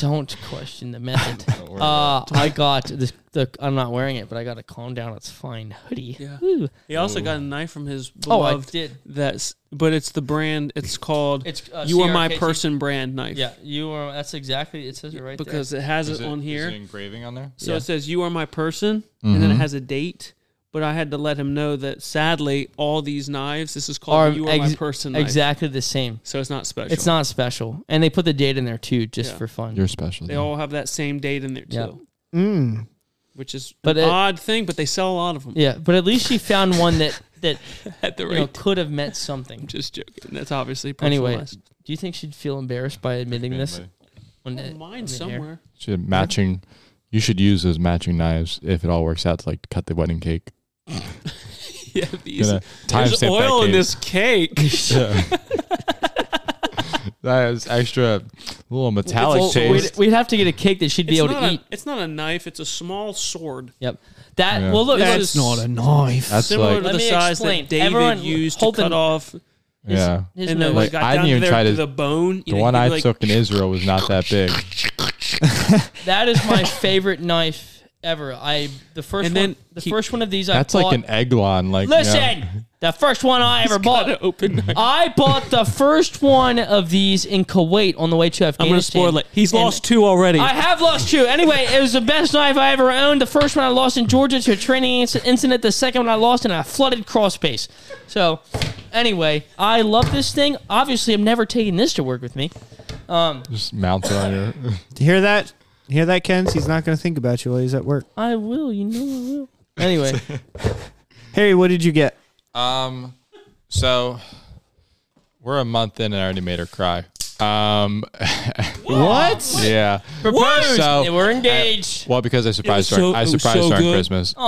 [SPEAKER 4] don't question the method. Uh, I got this. The, I'm not wearing it, but I got a calm down. It's fine hoodie.
[SPEAKER 1] Yeah.
[SPEAKER 4] Woo.
[SPEAKER 1] He also got a knife from his
[SPEAKER 4] Oh, I
[SPEAKER 1] beloved.
[SPEAKER 4] did.
[SPEAKER 1] That's but it's the brand. It's called.
[SPEAKER 4] It's, uh,
[SPEAKER 1] you are my
[SPEAKER 4] CRKC.
[SPEAKER 1] person brand knife.
[SPEAKER 4] Yeah, you are. That's exactly. It says it right
[SPEAKER 1] because it has it, on here.
[SPEAKER 3] engraving on there?
[SPEAKER 1] so it says you are my person, and
[SPEAKER 4] Mm-hmm.
[SPEAKER 1] then it has a date. But I had to let him know that sadly, all these knives. This is
[SPEAKER 4] there.
[SPEAKER 1] called you are
[SPEAKER 4] ex-
[SPEAKER 1] my person. Knife.
[SPEAKER 4] exactly the same.
[SPEAKER 1] So it's not special.
[SPEAKER 4] It's not special, and they put the date in there too, just
[SPEAKER 1] Yeah.
[SPEAKER 4] for fun.
[SPEAKER 3] You're special.
[SPEAKER 1] They
[SPEAKER 3] dude.
[SPEAKER 1] all have that same date in there too,
[SPEAKER 4] Yeah.
[SPEAKER 2] Mm.
[SPEAKER 1] which is
[SPEAKER 4] But
[SPEAKER 1] an
[SPEAKER 4] it-
[SPEAKER 1] odd thing. But they sell a lot of them.
[SPEAKER 4] yeah, but at least she found one that that
[SPEAKER 1] At the
[SPEAKER 4] you
[SPEAKER 1] rate.
[SPEAKER 4] know,
[SPEAKER 1] [laughs]
[SPEAKER 4] could have meant something.
[SPEAKER 1] just joking. That's obviously
[SPEAKER 4] Anyway,
[SPEAKER 1] personalized.
[SPEAKER 4] do you think she'd feel embarrassed by admitting this? on
[SPEAKER 1] Anyway,
[SPEAKER 4] the- on
[SPEAKER 1] mine
[SPEAKER 4] the air?
[SPEAKER 1] somewhere. [laughs]
[SPEAKER 3] Should have matching. You should use those matching knives if it all works out to like cut the wedding cake.
[SPEAKER 1] Yeah, these.
[SPEAKER 3] Gonna
[SPEAKER 1] There's
[SPEAKER 3] timestamp that
[SPEAKER 1] oil in
[SPEAKER 3] cake.
[SPEAKER 1] this
[SPEAKER 4] [laughs]
[SPEAKER 1] cake.
[SPEAKER 3] [laughs] That is extra little metallic
[SPEAKER 1] Well,
[SPEAKER 4] We'd,
[SPEAKER 3] taste.
[SPEAKER 4] we'd have to get a cake that she'd be
[SPEAKER 1] it's
[SPEAKER 4] able
[SPEAKER 1] not
[SPEAKER 4] to
[SPEAKER 1] a,
[SPEAKER 4] eat.
[SPEAKER 1] It's not a knife. It's a small sword.
[SPEAKER 4] Yep. That
[SPEAKER 3] Yeah.
[SPEAKER 4] well, look,
[SPEAKER 1] That's
[SPEAKER 4] this is-
[SPEAKER 2] Not a knife.
[SPEAKER 3] That's
[SPEAKER 1] Similar
[SPEAKER 3] like
[SPEAKER 1] to
[SPEAKER 4] Let
[SPEAKER 1] the
[SPEAKER 4] me
[SPEAKER 1] size
[SPEAKER 4] explain.
[SPEAKER 1] that David
[SPEAKER 4] Everyone,
[SPEAKER 1] used to
[SPEAKER 4] hold the-
[SPEAKER 1] cut off,
[SPEAKER 3] yeah.
[SPEAKER 4] his
[SPEAKER 1] and then
[SPEAKER 4] nose.
[SPEAKER 1] like,
[SPEAKER 3] Like,
[SPEAKER 1] got
[SPEAKER 3] I
[SPEAKER 1] down
[SPEAKER 3] didn't
[SPEAKER 1] to
[SPEAKER 3] even
[SPEAKER 1] their,
[SPEAKER 3] try
[SPEAKER 1] to,
[SPEAKER 3] to-
[SPEAKER 1] the bone.
[SPEAKER 3] The one I [laughs]
[SPEAKER 1] like,
[SPEAKER 3] took in Israel was not that
[SPEAKER 1] [laughs]
[SPEAKER 3] big.
[SPEAKER 4] that is my favorite knife ever. I the first
[SPEAKER 1] And
[SPEAKER 4] one,
[SPEAKER 1] then
[SPEAKER 4] the
[SPEAKER 1] he-
[SPEAKER 4] first one of these I
[SPEAKER 3] That's
[SPEAKER 4] bought.
[SPEAKER 3] like an eglon. Like you know.
[SPEAKER 4] Listen, the first one I ever
[SPEAKER 1] Got an
[SPEAKER 4] bought.
[SPEAKER 1] open [laughs] knife.
[SPEAKER 4] I bought the first one of these in Kuwait on the way to Afghanistan.
[SPEAKER 1] I'm gonna spoil it. He's
[SPEAKER 4] And-
[SPEAKER 1] lost two already. [laughs]
[SPEAKER 4] I have lost two. Anyway, it was the best knife I ever owned. The first one I lost in Georgia to a training inc- incident. The second one I lost in a flooded crawl space. So, anyway, I love this thing. Obviously, I'm never taking this to work with me.
[SPEAKER 3] Just mount it on your. [laughs]
[SPEAKER 2] Hear that? Hear that, Kens? He's not going to think about you while he's at work.
[SPEAKER 4] I will, you know I will. Anyway,
[SPEAKER 2] Harry, what did you get?
[SPEAKER 3] Um, so we're a month in and I already made her cry. Um,
[SPEAKER 4] What?
[SPEAKER 3] yeah.
[SPEAKER 4] Proposed.
[SPEAKER 3] So-
[SPEAKER 4] They we're engaged.
[SPEAKER 3] Well, because I surprised her.
[SPEAKER 1] so-
[SPEAKER 3] I
[SPEAKER 1] it was
[SPEAKER 3] surprised
[SPEAKER 1] so
[SPEAKER 3] her on
[SPEAKER 1] good.
[SPEAKER 3] Christmas.
[SPEAKER 4] Aw.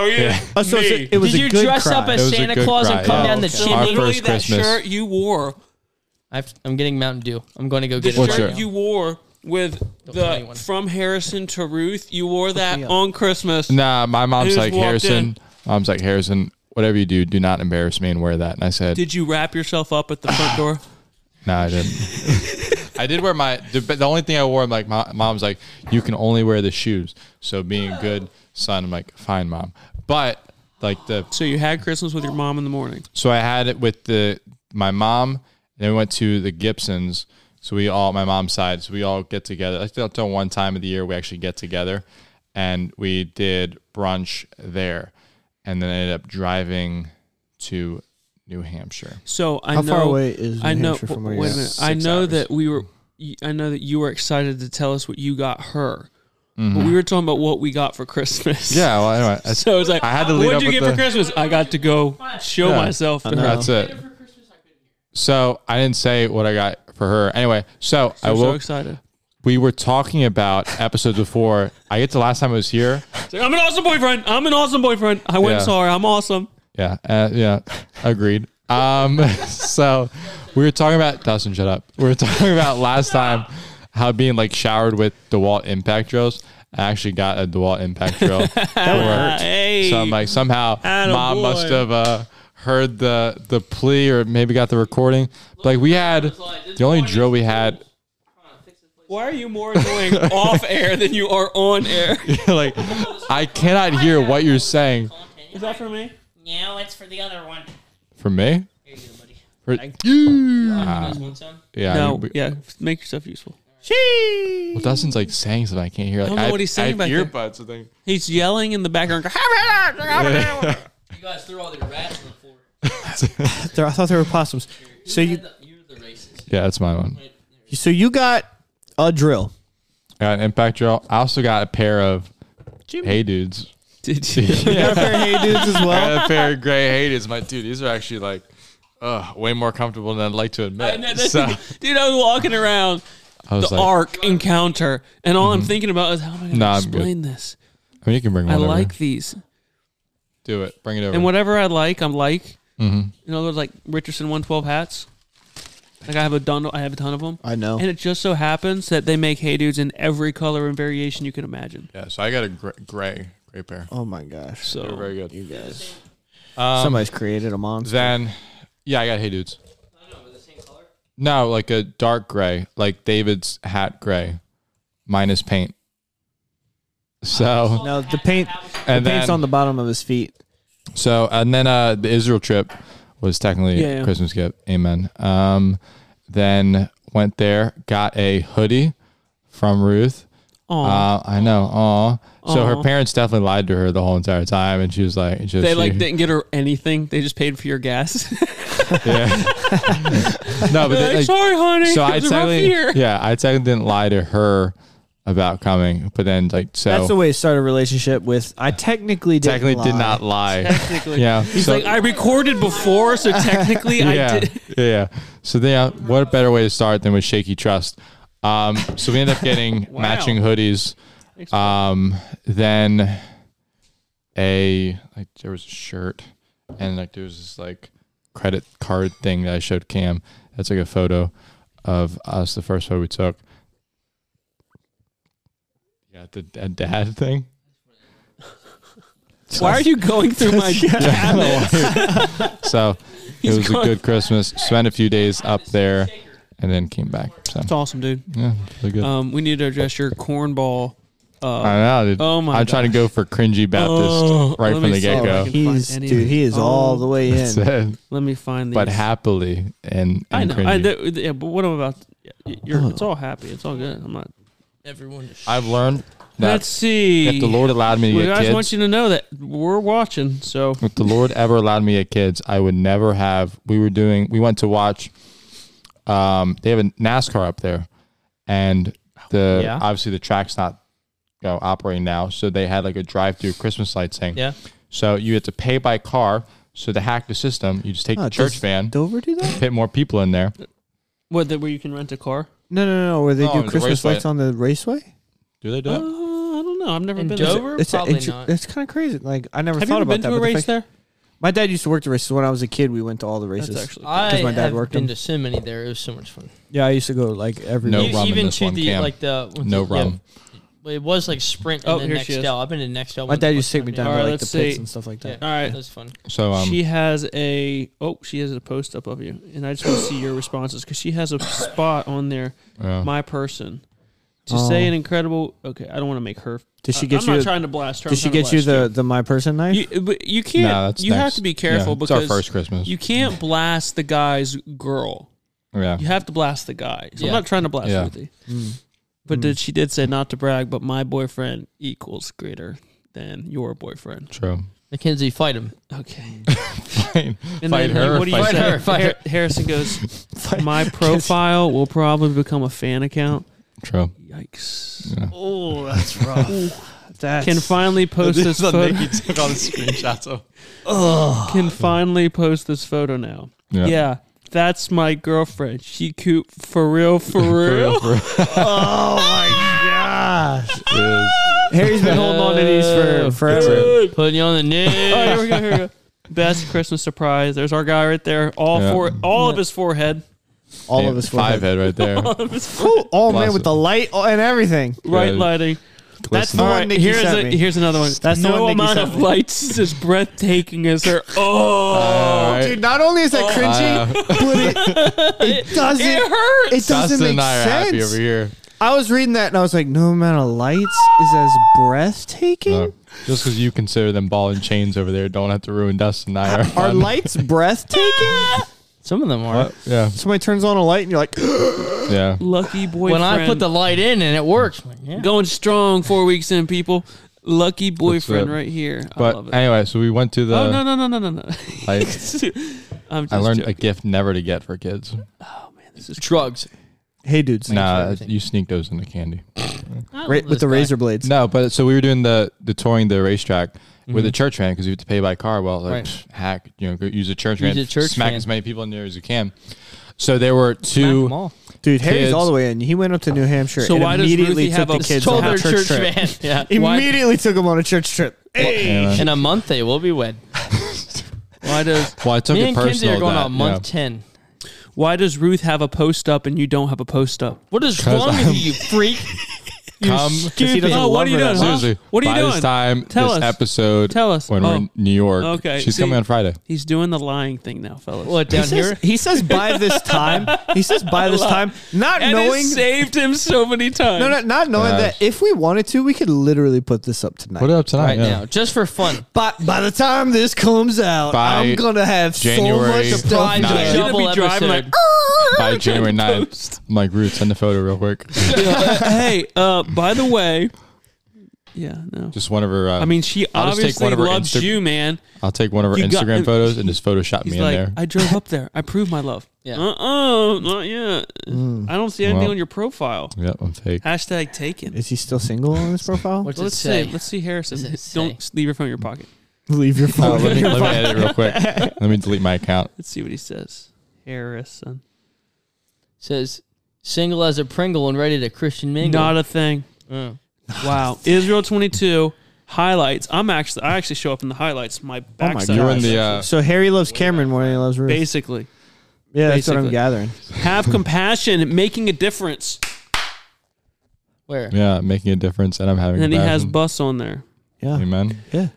[SPEAKER 1] Oh, yeah.
[SPEAKER 2] Oh, so it's a- it was
[SPEAKER 4] Did
[SPEAKER 2] a
[SPEAKER 4] you
[SPEAKER 2] good
[SPEAKER 4] dress
[SPEAKER 2] cry.
[SPEAKER 4] up
[SPEAKER 3] It
[SPEAKER 4] as
[SPEAKER 3] was a
[SPEAKER 4] Santa
[SPEAKER 3] good
[SPEAKER 4] Claus
[SPEAKER 3] cry,
[SPEAKER 4] and come
[SPEAKER 3] yeah.
[SPEAKER 4] down the
[SPEAKER 3] Okay.
[SPEAKER 1] So
[SPEAKER 4] chimney?
[SPEAKER 1] literally
[SPEAKER 3] first
[SPEAKER 1] that
[SPEAKER 3] Christmas.
[SPEAKER 1] shirt you wore,
[SPEAKER 4] I've, I'm getting Mountain Dew. I'm going to go
[SPEAKER 1] the
[SPEAKER 4] get it.
[SPEAKER 3] What
[SPEAKER 1] shirt
[SPEAKER 4] right now.
[SPEAKER 1] you wore with
[SPEAKER 4] tell
[SPEAKER 1] the
[SPEAKER 4] anyone.
[SPEAKER 1] from Harrison to Ruth, you wore that
[SPEAKER 2] up.
[SPEAKER 1] on Christmas.
[SPEAKER 3] So nah, my mom's
[SPEAKER 1] just
[SPEAKER 3] like
[SPEAKER 1] walked
[SPEAKER 3] Harrison.
[SPEAKER 1] in.
[SPEAKER 3] Mom's like Harrison. Whatever you do, do not embarrass me and wear that. And I said,
[SPEAKER 1] Did you wrap yourself up at
[SPEAKER 3] [sighs]
[SPEAKER 1] the front door?
[SPEAKER 3] No, I didn't. [laughs] I did wear my, but the only thing I wore, I'm like, my mom's like, you can only wear the shoes. So being a good son, I'm like, fine, mom. But like the,
[SPEAKER 1] So you had Christmas with your mom in the morning.
[SPEAKER 3] so I had it with the my mom. Then we went to the Gibsons. So we all, my mom's side, so we all get together. Like until one time of the year we actually get together, and we did brunch there, and then I ended up driving to New Hampshire.
[SPEAKER 1] So I
[SPEAKER 2] How
[SPEAKER 1] know
[SPEAKER 2] far away is New
[SPEAKER 1] I know.
[SPEAKER 2] Hampshire from where
[SPEAKER 1] wait a
[SPEAKER 2] you're at?
[SPEAKER 1] minute. I
[SPEAKER 3] Six
[SPEAKER 1] know
[SPEAKER 3] hours.
[SPEAKER 1] that we were. y- I know that you were excited to tell us what you got her, but we were talking about what we got for Christmas.
[SPEAKER 3] Mm-hmm. Yeah, well, anyway, that's,
[SPEAKER 1] So it's like,
[SPEAKER 3] I had to lead
[SPEAKER 1] what'd
[SPEAKER 3] up
[SPEAKER 1] you
[SPEAKER 3] with
[SPEAKER 1] get
[SPEAKER 3] the-
[SPEAKER 1] for Christmas? I got to go show
[SPEAKER 3] Yeah.
[SPEAKER 1] myself. To her.
[SPEAKER 3] That's it. So I didn't say what I got for her. Anyway, so I
[SPEAKER 1] I'm so
[SPEAKER 3] woke.
[SPEAKER 1] excited.
[SPEAKER 3] we were talking about episodes before. I get to last time I was here.
[SPEAKER 1] It's like, I'm an awesome boyfriend. I'm an awesome boyfriend. I went and
[SPEAKER 3] Yeah.
[SPEAKER 1] saw her. I'm awesome.
[SPEAKER 3] Yeah, uh, yeah, agreed. Um, [laughs] so we were talking about Dustin. Shut up. We were talking about last time how being like showered with Dewalt impact drills. I actually got a Dewalt impact drill. that
[SPEAKER 1] Hey.
[SPEAKER 3] So I'm like somehow
[SPEAKER 1] Atta
[SPEAKER 3] mom
[SPEAKER 1] boy.
[SPEAKER 3] must have uh, heard the the plea or maybe got the recording. But, like we had the only drill we had [laughs]
[SPEAKER 1] Why are you more annoying off air than you are
[SPEAKER 3] [laughs]
[SPEAKER 1] on air?
[SPEAKER 3] like I cannot hear what you're saying.
[SPEAKER 1] Is that for me?
[SPEAKER 9] No, it's for the other one.
[SPEAKER 3] For me?
[SPEAKER 9] Here you go, buddy.
[SPEAKER 3] For
[SPEAKER 9] You
[SPEAKER 3] you.
[SPEAKER 9] guys want some?
[SPEAKER 3] Yeah.
[SPEAKER 1] No.
[SPEAKER 3] we-
[SPEAKER 1] yeah. Make yourself useful.
[SPEAKER 3] Well, Dustin's like saying something I can't hear. Like,
[SPEAKER 1] don't know
[SPEAKER 3] I-
[SPEAKER 1] what he's saying
[SPEAKER 3] I
[SPEAKER 1] back
[SPEAKER 3] have
[SPEAKER 1] there.
[SPEAKER 3] earbuds. I think.
[SPEAKER 1] He's yelling in the
[SPEAKER 3] [laughs]
[SPEAKER 1] background. [laughs]
[SPEAKER 4] You guys threw all the rats on the floor.
[SPEAKER 2] There- I thought there were possums. So you,
[SPEAKER 4] You're the racist.
[SPEAKER 3] Yeah, that's my one.
[SPEAKER 2] so you got a drill.
[SPEAKER 3] I got an impact drill. I also got a pair of hey dudes.
[SPEAKER 1] Did you?
[SPEAKER 2] You got a pair of hey dudes as
[SPEAKER 3] I
[SPEAKER 2] well.
[SPEAKER 3] got a pair of gray hey dudes. My dude, these are actually like uh, way more comfortable than I'd like to
[SPEAKER 1] I know,
[SPEAKER 3] admit.
[SPEAKER 1] that's-
[SPEAKER 3] So
[SPEAKER 1] dude, I was walking around
[SPEAKER 3] I was
[SPEAKER 1] the
[SPEAKER 3] like, Mm-hmm.
[SPEAKER 1] arc encounter, and all I'm thinking about is how am I going to
[SPEAKER 3] Nah, I'm good.
[SPEAKER 1] explain this?
[SPEAKER 3] I mean, you can bring one.
[SPEAKER 1] I
[SPEAKER 3] over.
[SPEAKER 1] like these,
[SPEAKER 3] Do it. Bring it over.
[SPEAKER 1] and whatever I like, I'm like.
[SPEAKER 3] Mm-hmm.
[SPEAKER 1] You know those like Richardson 112 hats. Like I have a don, I have a ton of them,
[SPEAKER 2] I know.
[SPEAKER 1] and it just so happens that they make hey dudes in every color and variation you can imagine.
[SPEAKER 3] Yeah. So I got a gr- gray, gray pair.
[SPEAKER 2] Oh my gosh.
[SPEAKER 3] They're
[SPEAKER 1] So
[SPEAKER 3] very good.
[SPEAKER 2] You guys.
[SPEAKER 3] um,
[SPEAKER 2] Somebody's created a monster.
[SPEAKER 3] Then, yeah, I got hey dudes.
[SPEAKER 4] I don't know, the same color.
[SPEAKER 3] No, like a dark gray, like David's hat gray, minus paint. So
[SPEAKER 2] no, the paint
[SPEAKER 3] and
[SPEAKER 2] Ah, the paint's
[SPEAKER 3] then
[SPEAKER 2] on the bottom of his feet.
[SPEAKER 3] so and then uh the Israel trip was technically
[SPEAKER 1] Yeah, yeah.
[SPEAKER 3] a Christmas gift. Amen. Um, then went there, got a hoodie from Ruth.
[SPEAKER 1] Aw.
[SPEAKER 3] Uh, I know. Aw. So her
[SPEAKER 1] Aw.
[SPEAKER 3] parents definitely lied to her the whole entire time, and she was like, she,
[SPEAKER 1] they like didn't get her anything. They just paid for
[SPEAKER 3] [laughs]
[SPEAKER 1] your gas.
[SPEAKER 3] yeah. [laughs] no, but they,
[SPEAKER 1] Like,
[SPEAKER 3] like,
[SPEAKER 1] Sorry, honey.
[SPEAKER 3] so
[SPEAKER 1] it
[SPEAKER 3] I
[SPEAKER 1] was a rough
[SPEAKER 3] technically,
[SPEAKER 1] year. [laughs]
[SPEAKER 3] yeah, [laughs] I technically didn't lie to her about coming, but then like so
[SPEAKER 2] That's the way to start a relationship with. I technically didn't
[SPEAKER 3] technically did
[SPEAKER 2] lie.
[SPEAKER 3] not lie.
[SPEAKER 1] Technically,
[SPEAKER 3] yeah,
[SPEAKER 1] He's
[SPEAKER 3] so-
[SPEAKER 1] like, I recorded
[SPEAKER 3] [laughs]
[SPEAKER 1] before, so technically
[SPEAKER 3] yeah,
[SPEAKER 1] [laughs] I
[SPEAKER 3] [laughs]
[SPEAKER 1] did.
[SPEAKER 3] yeah. So then, what better way to start than with shaky trust? Um, so we ended up
[SPEAKER 1] [laughs]
[SPEAKER 3] getting matching hoodies. Um, then a like there was a shirt and like there was this like credit card thing that I showed Cam. That's like a photo of us, the first photo we took. Yeah, the a dad thing.
[SPEAKER 1] Why are you going through
[SPEAKER 3] [laughs]
[SPEAKER 1] my
[SPEAKER 3] So it
[SPEAKER 1] [laughs] He's
[SPEAKER 3] was a
[SPEAKER 1] going-
[SPEAKER 3] good Christmas. Spent a few days up there and then came back. So
[SPEAKER 1] It's awesome, dude.
[SPEAKER 3] yeah, really good.
[SPEAKER 1] Um, we need to address your cornball.
[SPEAKER 3] I know. Dude.
[SPEAKER 1] oh my
[SPEAKER 3] I'm trying to go for cringy Baptist
[SPEAKER 1] Oh,
[SPEAKER 3] right
[SPEAKER 1] let
[SPEAKER 3] from
[SPEAKER 1] me
[SPEAKER 3] the
[SPEAKER 1] see if
[SPEAKER 3] get
[SPEAKER 1] I
[SPEAKER 3] go.
[SPEAKER 1] can find
[SPEAKER 2] He's
[SPEAKER 1] any of
[SPEAKER 2] dude. He
[SPEAKER 1] these.
[SPEAKER 2] is all the way in.
[SPEAKER 1] Let me find these.
[SPEAKER 3] But happily and, and
[SPEAKER 1] I know.
[SPEAKER 3] cringy.
[SPEAKER 1] I, th- yeah, but what I'm about? You're, it's all happy. It's all good. I'm not.
[SPEAKER 4] Everyone just
[SPEAKER 3] I've learned that
[SPEAKER 1] Let's see.
[SPEAKER 3] if the Lord allowed me to
[SPEAKER 1] well,
[SPEAKER 3] get
[SPEAKER 1] guys
[SPEAKER 3] kids,
[SPEAKER 1] want you to know that we're watching. So
[SPEAKER 3] if the Lord ever allowed me to get kids, I would never have. We were doing. We went to watch. Um, they have a NASCAR up there, and the
[SPEAKER 1] Yeah.
[SPEAKER 3] obviously the track's not you know, operating now, so they had like a drive-through Christmas light thing.
[SPEAKER 4] Yeah.
[SPEAKER 3] So you had to pay by car So to hack the system, you just take
[SPEAKER 2] Oh,
[SPEAKER 3] the church
[SPEAKER 2] does
[SPEAKER 3] van,
[SPEAKER 2] Dover do that?
[SPEAKER 3] put more people in there.
[SPEAKER 1] What, that where you can rent a car?
[SPEAKER 2] No, no, no. Where they
[SPEAKER 3] No, it
[SPEAKER 2] do
[SPEAKER 3] was a
[SPEAKER 2] Christmas
[SPEAKER 3] Oh, raceway.
[SPEAKER 2] lights on the raceway?
[SPEAKER 3] Do they do
[SPEAKER 1] Uh, I don't know. I've never
[SPEAKER 4] In
[SPEAKER 1] been.
[SPEAKER 4] Dover?
[SPEAKER 2] It's a
[SPEAKER 4] Probably
[SPEAKER 2] intru-
[SPEAKER 4] not.
[SPEAKER 2] It's kind of crazy. Like I never
[SPEAKER 1] Have you
[SPEAKER 2] thought
[SPEAKER 1] ever
[SPEAKER 2] about
[SPEAKER 1] been
[SPEAKER 2] that.
[SPEAKER 1] to a
[SPEAKER 2] but the
[SPEAKER 1] race
[SPEAKER 2] fact-
[SPEAKER 1] there?
[SPEAKER 2] My dad used to work the races. When I was a kid, we went to all the races.
[SPEAKER 1] That's actually.
[SPEAKER 4] I
[SPEAKER 2] my dad
[SPEAKER 4] have
[SPEAKER 2] worked
[SPEAKER 4] been
[SPEAKER 2] them.
[SPEAKER 4] to so many there. It was so much fun.
[SPEAKER 2] yeah, I used to go like every.
[SPEAKER 3] No
[SPEAKER 2] race.
[SPEAKER 3] rum in
[SPEAKER 4] even
[SPEAKER 3] this
[SPEAKER 4] to
[SPEAKER 3] one,
[SPEAKER 4] the
[SPEAKER 3] Cam.
[SPEAKER 4] like the what's
[SPEAKER 3] No
[SPEAKER 4] it-
[SPEAKER 3] rum.
[SPEAKER 4] yeah, it was like sprint and
[SPEAKER 1] Oh,
[SPEAKER 4] then
[SPEAKER 1] here she
[SPEAKER 4] next
[SPEAKER 1] is.
[SPEAKER 4] Nextel. I've been to Nextel.
[SPEAKER 2] My
[SPEAKER 4] one
[SPEAKER 2] dad
[SPEAKER 4] bunch
[SPEAKER 2] used to
[SPEAKER 4] of
[SPEAKER 2] take me down
[SPEAKER 4] times.
[SPEAKER 1] All right,
[SPEAKER 2] to like the
[SPEAKER 1] let's
[SPEAKER 2] pits
[SPEAKER 1] see.
[SPEAKER 2] and stuff like that.
[SPEAKER 4] Yeah,
[SPEAKER 1] All right.
[SPEAKER 4] that was fun.
[SPEAKER 3] So um,
[SPEAKER 1] she has a oh, she has a post up of you, and I just want to see your responses because she has a spot on there.
[SPEAKER 3] yeah.
[SPEAKER 1] My person to say
[SPEAKER 2] Oh.
[SPEAKER 1] an incredible. Okay, I don't want to make her.
[SPEAKER 2] Did she
[SPEAKER 1] I- Uh,
[SPEAKER 2] get
[SPEAKER 1] I'm
[SPEAKER 2] you
[SPEAKER 1] not
[SPEAKER 2] a-
[SPEAKER 1] trying to blast her.
[SPEAKER 2] Did
[SPEAKER 1] I'm
[SPEAKER 2] she
[SPEAKER 1] trying to
[SPEAKER 2] get you
[SPEAKER 1] blast
[SPEAKER 2] the, the my person knife?
[SPEAKER 1] You, but you can't.
[SPEAKER 3] No, that's
[SPEAKER 1] you have
[SPEAKER 3] next.
[SPEAKER 1] to be careful
[SPEAKER 3] Yeah, it's
[SPEAKER 1] because
[SPEAKER 3] our first Christmas.
[SPEAKER 1] You can't blast the guy's girl.
[SPEAKER 3] yeah.
[SPEAKER 1] You have to blast the guy. So
[SPEAKER 4] Yeah.
[SPEAKER 1] I'm not trying to blast
[SPEAKER 3] Yeah.
[SPEAKER 1] Ruthie. But did, she did say not to brag, but my boyfriend equals greater than your boyfriend.
[SPEAKER 3] True.
[SPEAKER 4] Mackenzie, fight him.
[SPEAKER 1] Okay.
[SPEAKER 3] Fight, [laughs]
[SPEAKER 1] And
[SPEAKER 3] fight
[SPEAKER 1] then
[SPEAKER 3] her.
[SPEAKER 1] what
[SPEAKER 3] What
[SPEAKER 1] do
[SPEAKER 3] do
[SPEAKER 1] you
[SPEAKER 3] fight
[SPEAKER 1] say?
[SPEAKER 4] her, fight
[SPEAKER 1] Har- Harrison goes, my profile will probably become a fan account.
[SPEAKER 3] True.
[SPEAKER 1] Yikes.
[SPEAKER 2] Oh, that's rough. that's
[SPEAKER 1] Can finally post this photo.
[SPEAKER 3] took all the screenshots of.
[SPEAKER 1] Can finally post this photo now.
[SPEAKER 3] Yeah.
[SPEAKER 1] Yeah. That's my girlfriend. She cute for real, for real.
[SPEAKER 3] For real, for
[SPEAKER 2] Oh my gosh!
[SPEAKER 3] real.
[SPEAKER 2] Harry's
[SPEAKER 1] [laughs]
[SPEAKER 2] been holding on to these
[SPEAKER 1] Uh,
[SPEAKER 2] for forever.
[SPEAKER 4] Putting you on the
[SPEAKER 1] Oh, here
[SPEAKER 4] news.
[SPEAKER 1] we go. Here we go. Best Christmas surprise. There's our guy right there. All
[SPEAKER 3] Yeah.
[SPEAKER 1] four, all of his forehead.
[SPEAKER 2] All
[SPEAKER 3] Yeah,
[SPEAKER 2] of us
[SPEAKER 3] five head right
[SPEAKER 1] [laughs]
[SPEAKER 3] there.
[SPEAKER 2] Cool. Oh man,
[SPEAKER 3] Bless
[SPEAKER 2] with
[SPEAKER 3] it.
[SPEAKER 2] the light and everything.
[SPEAKER 1] Right
[SPEAKER 3] Yeah.
[SPEAKER 1] lighting.
[SPEAKER 2] That's the
[SPEAKER 1] All
[SPEAKER 2] one
[SPEAKER 1] right.
[SPEAKER 2] Nikki
[SPEAKER 1] Here's
[SPEAKER 2] sent
[SPEAKER 1] a,
[SPEAKER 2] me.
[SPEAKER 1] here's another one.
[SPEAKER 2] That's the
[SPEAKER 1] no
[SPEAKER 2] one Nikki
[SPEAKER 1] amount
[SPEAKER 2] sent
[SPEAKER 1] of
[SPEAKER 2] me.
[SPEAKER 1] lights is as breathtaking as her. Oh,
[SPEAKER 3] All right. uh,
[SPEAKER 2] Dude, not only is that
[SPEAKER 3] [laughs]
[SPEAKER 2] cringy, but it, it
[SPEAKER 1] [laughs]
[SPEAKER 2] doesn't.
[SPEAKER 1] it hurts.
[SPEAKER 2] It doesn't
[SPEAKER 3] Dustin
[SPEAKER 2] make
[SPEAKER 3] and I are happy
[SPEAKER 2] sense.
[SPEAKER 3] over here.
[SPEAKER 2] I was reading that and I was like, no amount of lights is as breathtaking.
[SPEAKER 3] No, just because you consider them ball and chains over there, don't have to ruin Dustin and I. Our
[SPEAKER 2] Are
[SPEAKER 3] fun.
[SPEAKER 2] lights breathtaking?
[SPEAKER 4] Some of them are.
[SPEAKER 3] What? Yeah.
[SPEAKER 2] Somebody turns on a light and you're like, [gasps]
[SPEAKER 3] Yeah.
[SPEAKER 1] Lucky boyfriend.
[SPEAKER 4] When I put the light in and it works, I'm like, yeah.
[SPEAKER 1] [laughs] going strong four weeks in, people. Lucky boyfriend
[SPEAKER 3] it.
[SPEAKER 1] right here. I love
[SPEAKER 3] But
[SPEAKER 1] it.
[SPEAKER 3] anyway, so we went to the.
[SPEAKER 1] oh no no no no [laughs] no no.
[SPEAKER 3] Like,
[SPEAKER 1] I'm just
[SPEAKER 3] I learned a
[SPEAKER 1] joking.
[SPEAKER 3] gift never to get for kids.
[SPEAKER 1] This is
[SPEAKER 4] drugs.
[SPEAKER 2] hey, dudes,
[SPEAKER 3] Nah,
[SPEAKER 4] everything.
[SPEAKER 3] you sneak those into candy.
[SPEAKER 4] I
[SPEAKER 2] right
[SPEAKER 4] love
[SPEAKER 2] with
[SPEAKER 4] this
[SPEAKER 2] the
[SPEAKER 4] guy.
[SPEAKER 2] razor blades.
[SPEAKER 3] No, but so we were doing the the touring the racetrack with a
[SPEAKER 1] Mhm.
[SPEAKER 3] church van because you have to pay by car. Well, like
[SPEAKER 4] Right.
[SPEAKER 3] pff, hack, you know, go use a church
[SPEAKER 4] Use
[SPEAKER 3] van,
[SPEAKER 4] a church
[SPEAKER 3] smack
[SPEAKER 4] van.
[SPEAKER 3] as many people in there as you can. So there were
[SPEAKER 4] Smack
[SPEAKER 3] two.
[SPEAKER 4] 'em all.
[SPEAKER 2] Dude, Harry's
[SPEAKER 3] Kids.
[SPEAKER 2] all the way in. He went up to New Hampshire.
[SPEAKER 1] So
[SPEAKER 2] and
[SPEAKER 1] why does
[SPEAKER 2] immediately
[SPEAKER 1] Ruthie
[SPEAKER 2] took
[SPEAKER 1] have
[SPEAKER 2] the
[SPEAKER 1] a
[SPEAKER 2] kids on
[SPEAKER 4] Told
[SPEAKER 2] a
[SPEAKER 4] their
[SPEAKER 2] church,
[SPEAKER 4] church
[SPEAKER 2] trip?
[SPEAKER 4] van.
[SPEAKER 2] [laughs]
[SPEAKER 4] Yeah. [laughs] Why-
[SPEAKER 2] Immediately took him on a church
[SPEAKER 1] [laughs]
[SPEAKER 2] trip.
[SPEAKER 3] Yeah.
[SPEAKER 4] In a month they will be wed.
[SPEAKER 1] why does
[SPEAKER 3] Well, I took
[SPEAKER 4] Me
[SPEAKER 3] it
[SPEAKER 4] and Kenzie
[SPEAKER 3] personal.
[SPEAKER 4] are going
[SPEAKER 3] that,
[SPEAKER 4] on month
[SPEAKER 3] yeah.
[SPEAKER 4] ten.
[SPEAKER 1] why does Ruth have a post up and you don't have a post up?
[SPEAKER 4] What is
[SPEAKER 3] 'Cause
[SPEAKER 4] wrong
[SPEAKER 3] I'm-
[SPEAKER 4] with you, you freak?
[SPEAKER 3] Come,
[SPEAKER 2] he doesn't
[SPEAKER 1] Oh, what
[SPEAKER 2] love
[SPEAKER 1] are you
[SPEAKER 2] her that
[SPEAKER 1] doing? huh?
[SPEAKER 2] much.
[SPEAKER 3] seriously.
[SPEAKER 1] What are you
[SPEAKER 3] by
[SPEAKER 1] doing?
[SPEAKER 3] this time,
[SPEAKER 1] Tell
[SPEAKER 3] this
[SPEAKER 1] us.
[SPEAKER 3] episode,
[SPEAKER 1] Tell us.
[SPEAKER 3] when
[SPEAKER 1] Oh.
[SPEAKER 3] we're in New York.
[SPEAKER 1] Okay,
[SPEAKER 3] she's
[SPEAKER 1] see-
[SPEAKER 3] coming on Friday.
[SPEAKER 1] He's doing the lying thing now, fellas.
[SPEAKER 4] What down
[SPEAKER 2] [laughs]
[SPEAKER 4] here?
[SPEAKER 2] He
[SPEAKER 1] [laughs]
[SPEAKER 2] says by this time. He says by this time, not
[SPEAKER 1] And it
[SPEAKER 2] knowing.
[SPEAKER 1] saved him so many times.
[SPEAKER 2] No, no, not knowing
[SPEAKER 3] Gosh.
[SPEAKER 2] that if we wanted to, we could literally put this up tonight.
[SPEAKER 3] Put it up tonight.
[SPEAKER 4] Right
[SPEAKER 3] yeah.
[SPEAKER 4] now, just for fun.
[SPEAKER 2] But by the time this comes out,
[SPEAKER 3] By
[SPEAKER 2] I'm gonna have
[SPEAKER 3] January
[SPEAKER 2] so much to
[SPEAKER 4] Five
[SPEAKER 3] Nice.
[SPEAKER 2] process.
[SPEAKER 1] Shouldn't
[SPEAKER 4] double
[SPEAKER 1] be driving
[SPEAKER 4] episode.
[SPEAKER 1] [laughs]
[SPEAKER 3] By January 9th. I'm like, Ruth, send the photo real quick.
[SPEAKER 1] hey, uh, by the way, yeah, no.
[SPEAKER 3] Just one of her. Uh,
[SPEAKER 1] I mean, she
[SPEAKER 3] I'll just take
[SPEAKER 1] obviously
[SPEAKER 3] one of her
[SPEAKER 1] loves
[SPEAKER 3] Insta-
[SPEAKER 1] you, man.
[SPEAKER 3] I'll take one of her
[SPEAKER 1] You got-
[SPEAKER 3] Instagram photos and just Photoshop
[SPEAKER 1] He's
[SPEAKER 3] me in
[SPEAKER 1] like,
[SPEAKER 3] there.
[SPEAKER 1] I drove up there. I proved my love.
[SPEAKER 4] Yeah.
[SPEAKER 1] Uh-uh, not yet.
[SPEAKER 2] Mm.
[SPEAKER 1] I don't see anything
[SPEAKER 3] Well.
[SPEAKER 1] on your profile.
[SPEAKER 3] yep, I'm fake.
[SPEAKER 1] Hashtag taken.
[SPEAKER 2] Is he still single on this profile?
[SPEAKER 4] What's
[SPEAKER 1] Let's
[SPEAKER 4] it say?
[SPEAKER 1] see. Let's see,
[SPEAKER 4] What
[SPEAKER 1] Harrison.
[SPEAKER 4] does it
[SPEAKER 1] Don't leave your phone in your pocket.
[SPEAKER 2] Leave
[SPEAKER 1] [laughs]
[SPEAKER 2] your
[SPEAKER 3] Oh,
[SPEAKER 2] phone.
[SPEAKER 3] let, me, let
[SPEAKER 2] [laughs]
[SPEAKER 3] me edit it real quick. Let me delete my account.
[SPEAKER 1] Let's see what he says. Harrison.
[SPEAKER 4] says single as a Pringle and ready to Christian mingle.
[SPEAKER 1] Not a thing.
[SPEAKER 4] Mm.
[SPEAKER 1] [laughs] Wow. Israel 22 highlights. I'm actually I actually show up in the highlights. My backside.
[SPEAKER 3] Oh You're in the. Uh,
[SPEAKER 2] So Harry loves Cameron more than he loves Ruth.
[SPEAKER 1] basically.
[SPEAKER 2] yeah, that's what
[SPEAKER 1] basically.
[SPEAKER 2] I'm gathering.
[SPEAKER 3] [laughs]
[SPEAKER 1] Have compassion, making a difference.
[SPEAKER 4] Where?
[SPEAKER 3] yeah, making a difference, and I'm having.
[SPEAKER 1] And then he has
[SPEAKER 3] compassion.
[SPEAKER 1] bus on there.
[SPEAKER 2] Yeah,
[SPEAKER 3] Amen.
[SPEAKER 2] yeah.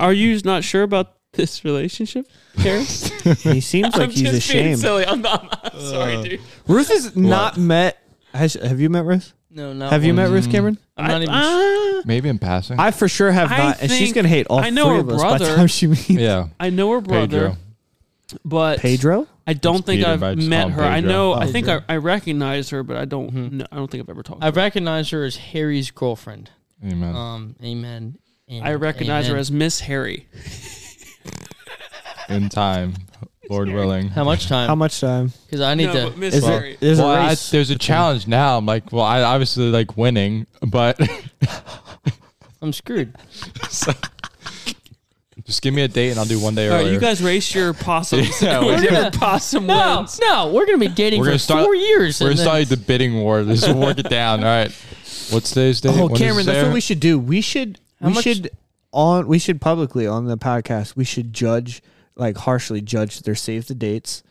[SPEAKER 1] Are you not sure about this relationship, Harris?
[SPEAKER 2] He seems
[SPEAKER 1] [laughs]
[SPEAKER 2] like he's ashamed.
[SPEAKER 1] silly. I'm, not, I'm
[SPEAKER 3] Uh,
[SPEAKER 1] sorry, dude.
[SPEAKER 2] Ruth has not met. Has, have you met Ruth?
[SPEAKER 4] [laughs] no, no.
[SPEAKER 2] Have you met
[SPEAKER 3] Mm.
[SPEAKER 2] Ruth Cameron?
[SPEAKER 4] I'm not even. sure.
[SPEAKER 1] I,
[SPEAKER 3] Maybe in passing.
[SPEAKER 2] I for sure have
[SPEAKER 1] I
[SPEAKER 2] not, and she's
[SPEAKER 1] think-
[SPEAKER 2] gonna hate all
[SPEAKER 1] I know
[SPEAKER 2] three
[SPEAKER 1] her
[SPEAKER 2] of us by the
[SPEAKER 1] brother.
[SPEAKER 2] time she meets
[SPEAKER 3] yeah,
[SPEAKER 1] I know her brother,
[SPEAKER 3] Pedro.
[SPEAKER 1] but
[SPEAKER 2] Pedro.
[SPEAKER 1] I don't
[SPEAKER 3] It's
[SPEAKER 1] think
[SPEAKER 3] Peter,
[SPEAKER 1] I've
[SPEAKER 3] but I just
[SPEAKER 1] met
[SPEAKER 3] call him
[SPEAKER 1] her. I
[SPEAKER 3] Pedro.
[SPEAKER 1] know.
[SPEAKER 2] Oh,
[SPEAKER 1] I think I,
[SPEAKER 2] Pedro.
[SPEAKER 1] I recognize her, but I don't. know- I don't think Mm-hmm. I've ever talked. to
[SPEAKER 4] I
[SPEAKER 1] her.
[SPEAKER 4] recognize her as Harry's girlfriend.
[SPEAKER 3] Amen.
[SPEAKER 4] Um, amen. and
[SPEAKER 1] I recognize her
[SPEAKER 4] amen.
[SPEAKER 1] as Miss Harry.
[SPEAKER 3] in time, Lord willing.
[SPEAKER 4] how much
[SPEAKER 2] How
[SPEAKER 4] time?
[SPEAKER 2] much time
[SPEAKER 4] Because I need
[SPEAKER 1] No,
[SPEAKER 4] to.
[SPEAKER 1] but Miss
[SPEAKER 2] is
[SPEAKER 1] Harry.
[SPEAKER 2] there? There's
[SPEAKER 3] Well,
[SPEAKER 2] a
[SPEAKER 3] I,
[SPEAKER 2] race.
[SPEAKER 3] there's a challenge now. I'm like, well, I obviously like winning, but
[SPEAKER 1] [laughs]
[SPEAKER 4] I'm screwed.
[SPEAKER 3] [laughs] Just give me a date and I'll do one day
[SPEAKER 1] All
[SPEAKER 3] earlier.
[SPEAKER 1] right, Oh,
[SPEAKER 3] [laughs]
[SPEAKER 1] you guys race your possums.
[SPEAKER 3] Yeah,
[SPEAKER 1] Where's
[SPEAKER 3] we're
[SPEAKER 1] your
[SPEAKER 4] gonna-
[SPEAKER 1] possum
[SPEAKER 4] No,
[SPEAKER 1] wins?
[SPEAKER 4] no, we're gonna be dating
[SPEAKER 3] we're
[SPEAKER 4] for
[SPEAKER 3] gonna start
[SPEAKER 4] four years.
[SPEAKER 3] We're
[SPEAKER 4] and
[SPEAKER 3] gonna
[SPEAKER 4] then-
[SPEAKER 3] start the bidding war. Let's work it down. All right. What's today's date?
[SPEAKER 2] Oh,
[SPEAKER 3] When is
[SPEAKER 2] Cameron, that's
[SPEAKER 3] there?
[SPEAKER 2] what we should do. We should
[SPEAKER 4] How
[SPEAKER 2] we
[SPEAKER 4] much-
[SPEAKER 2] should on we should publicly on the podcast we should judge like harshly judge their save the dates.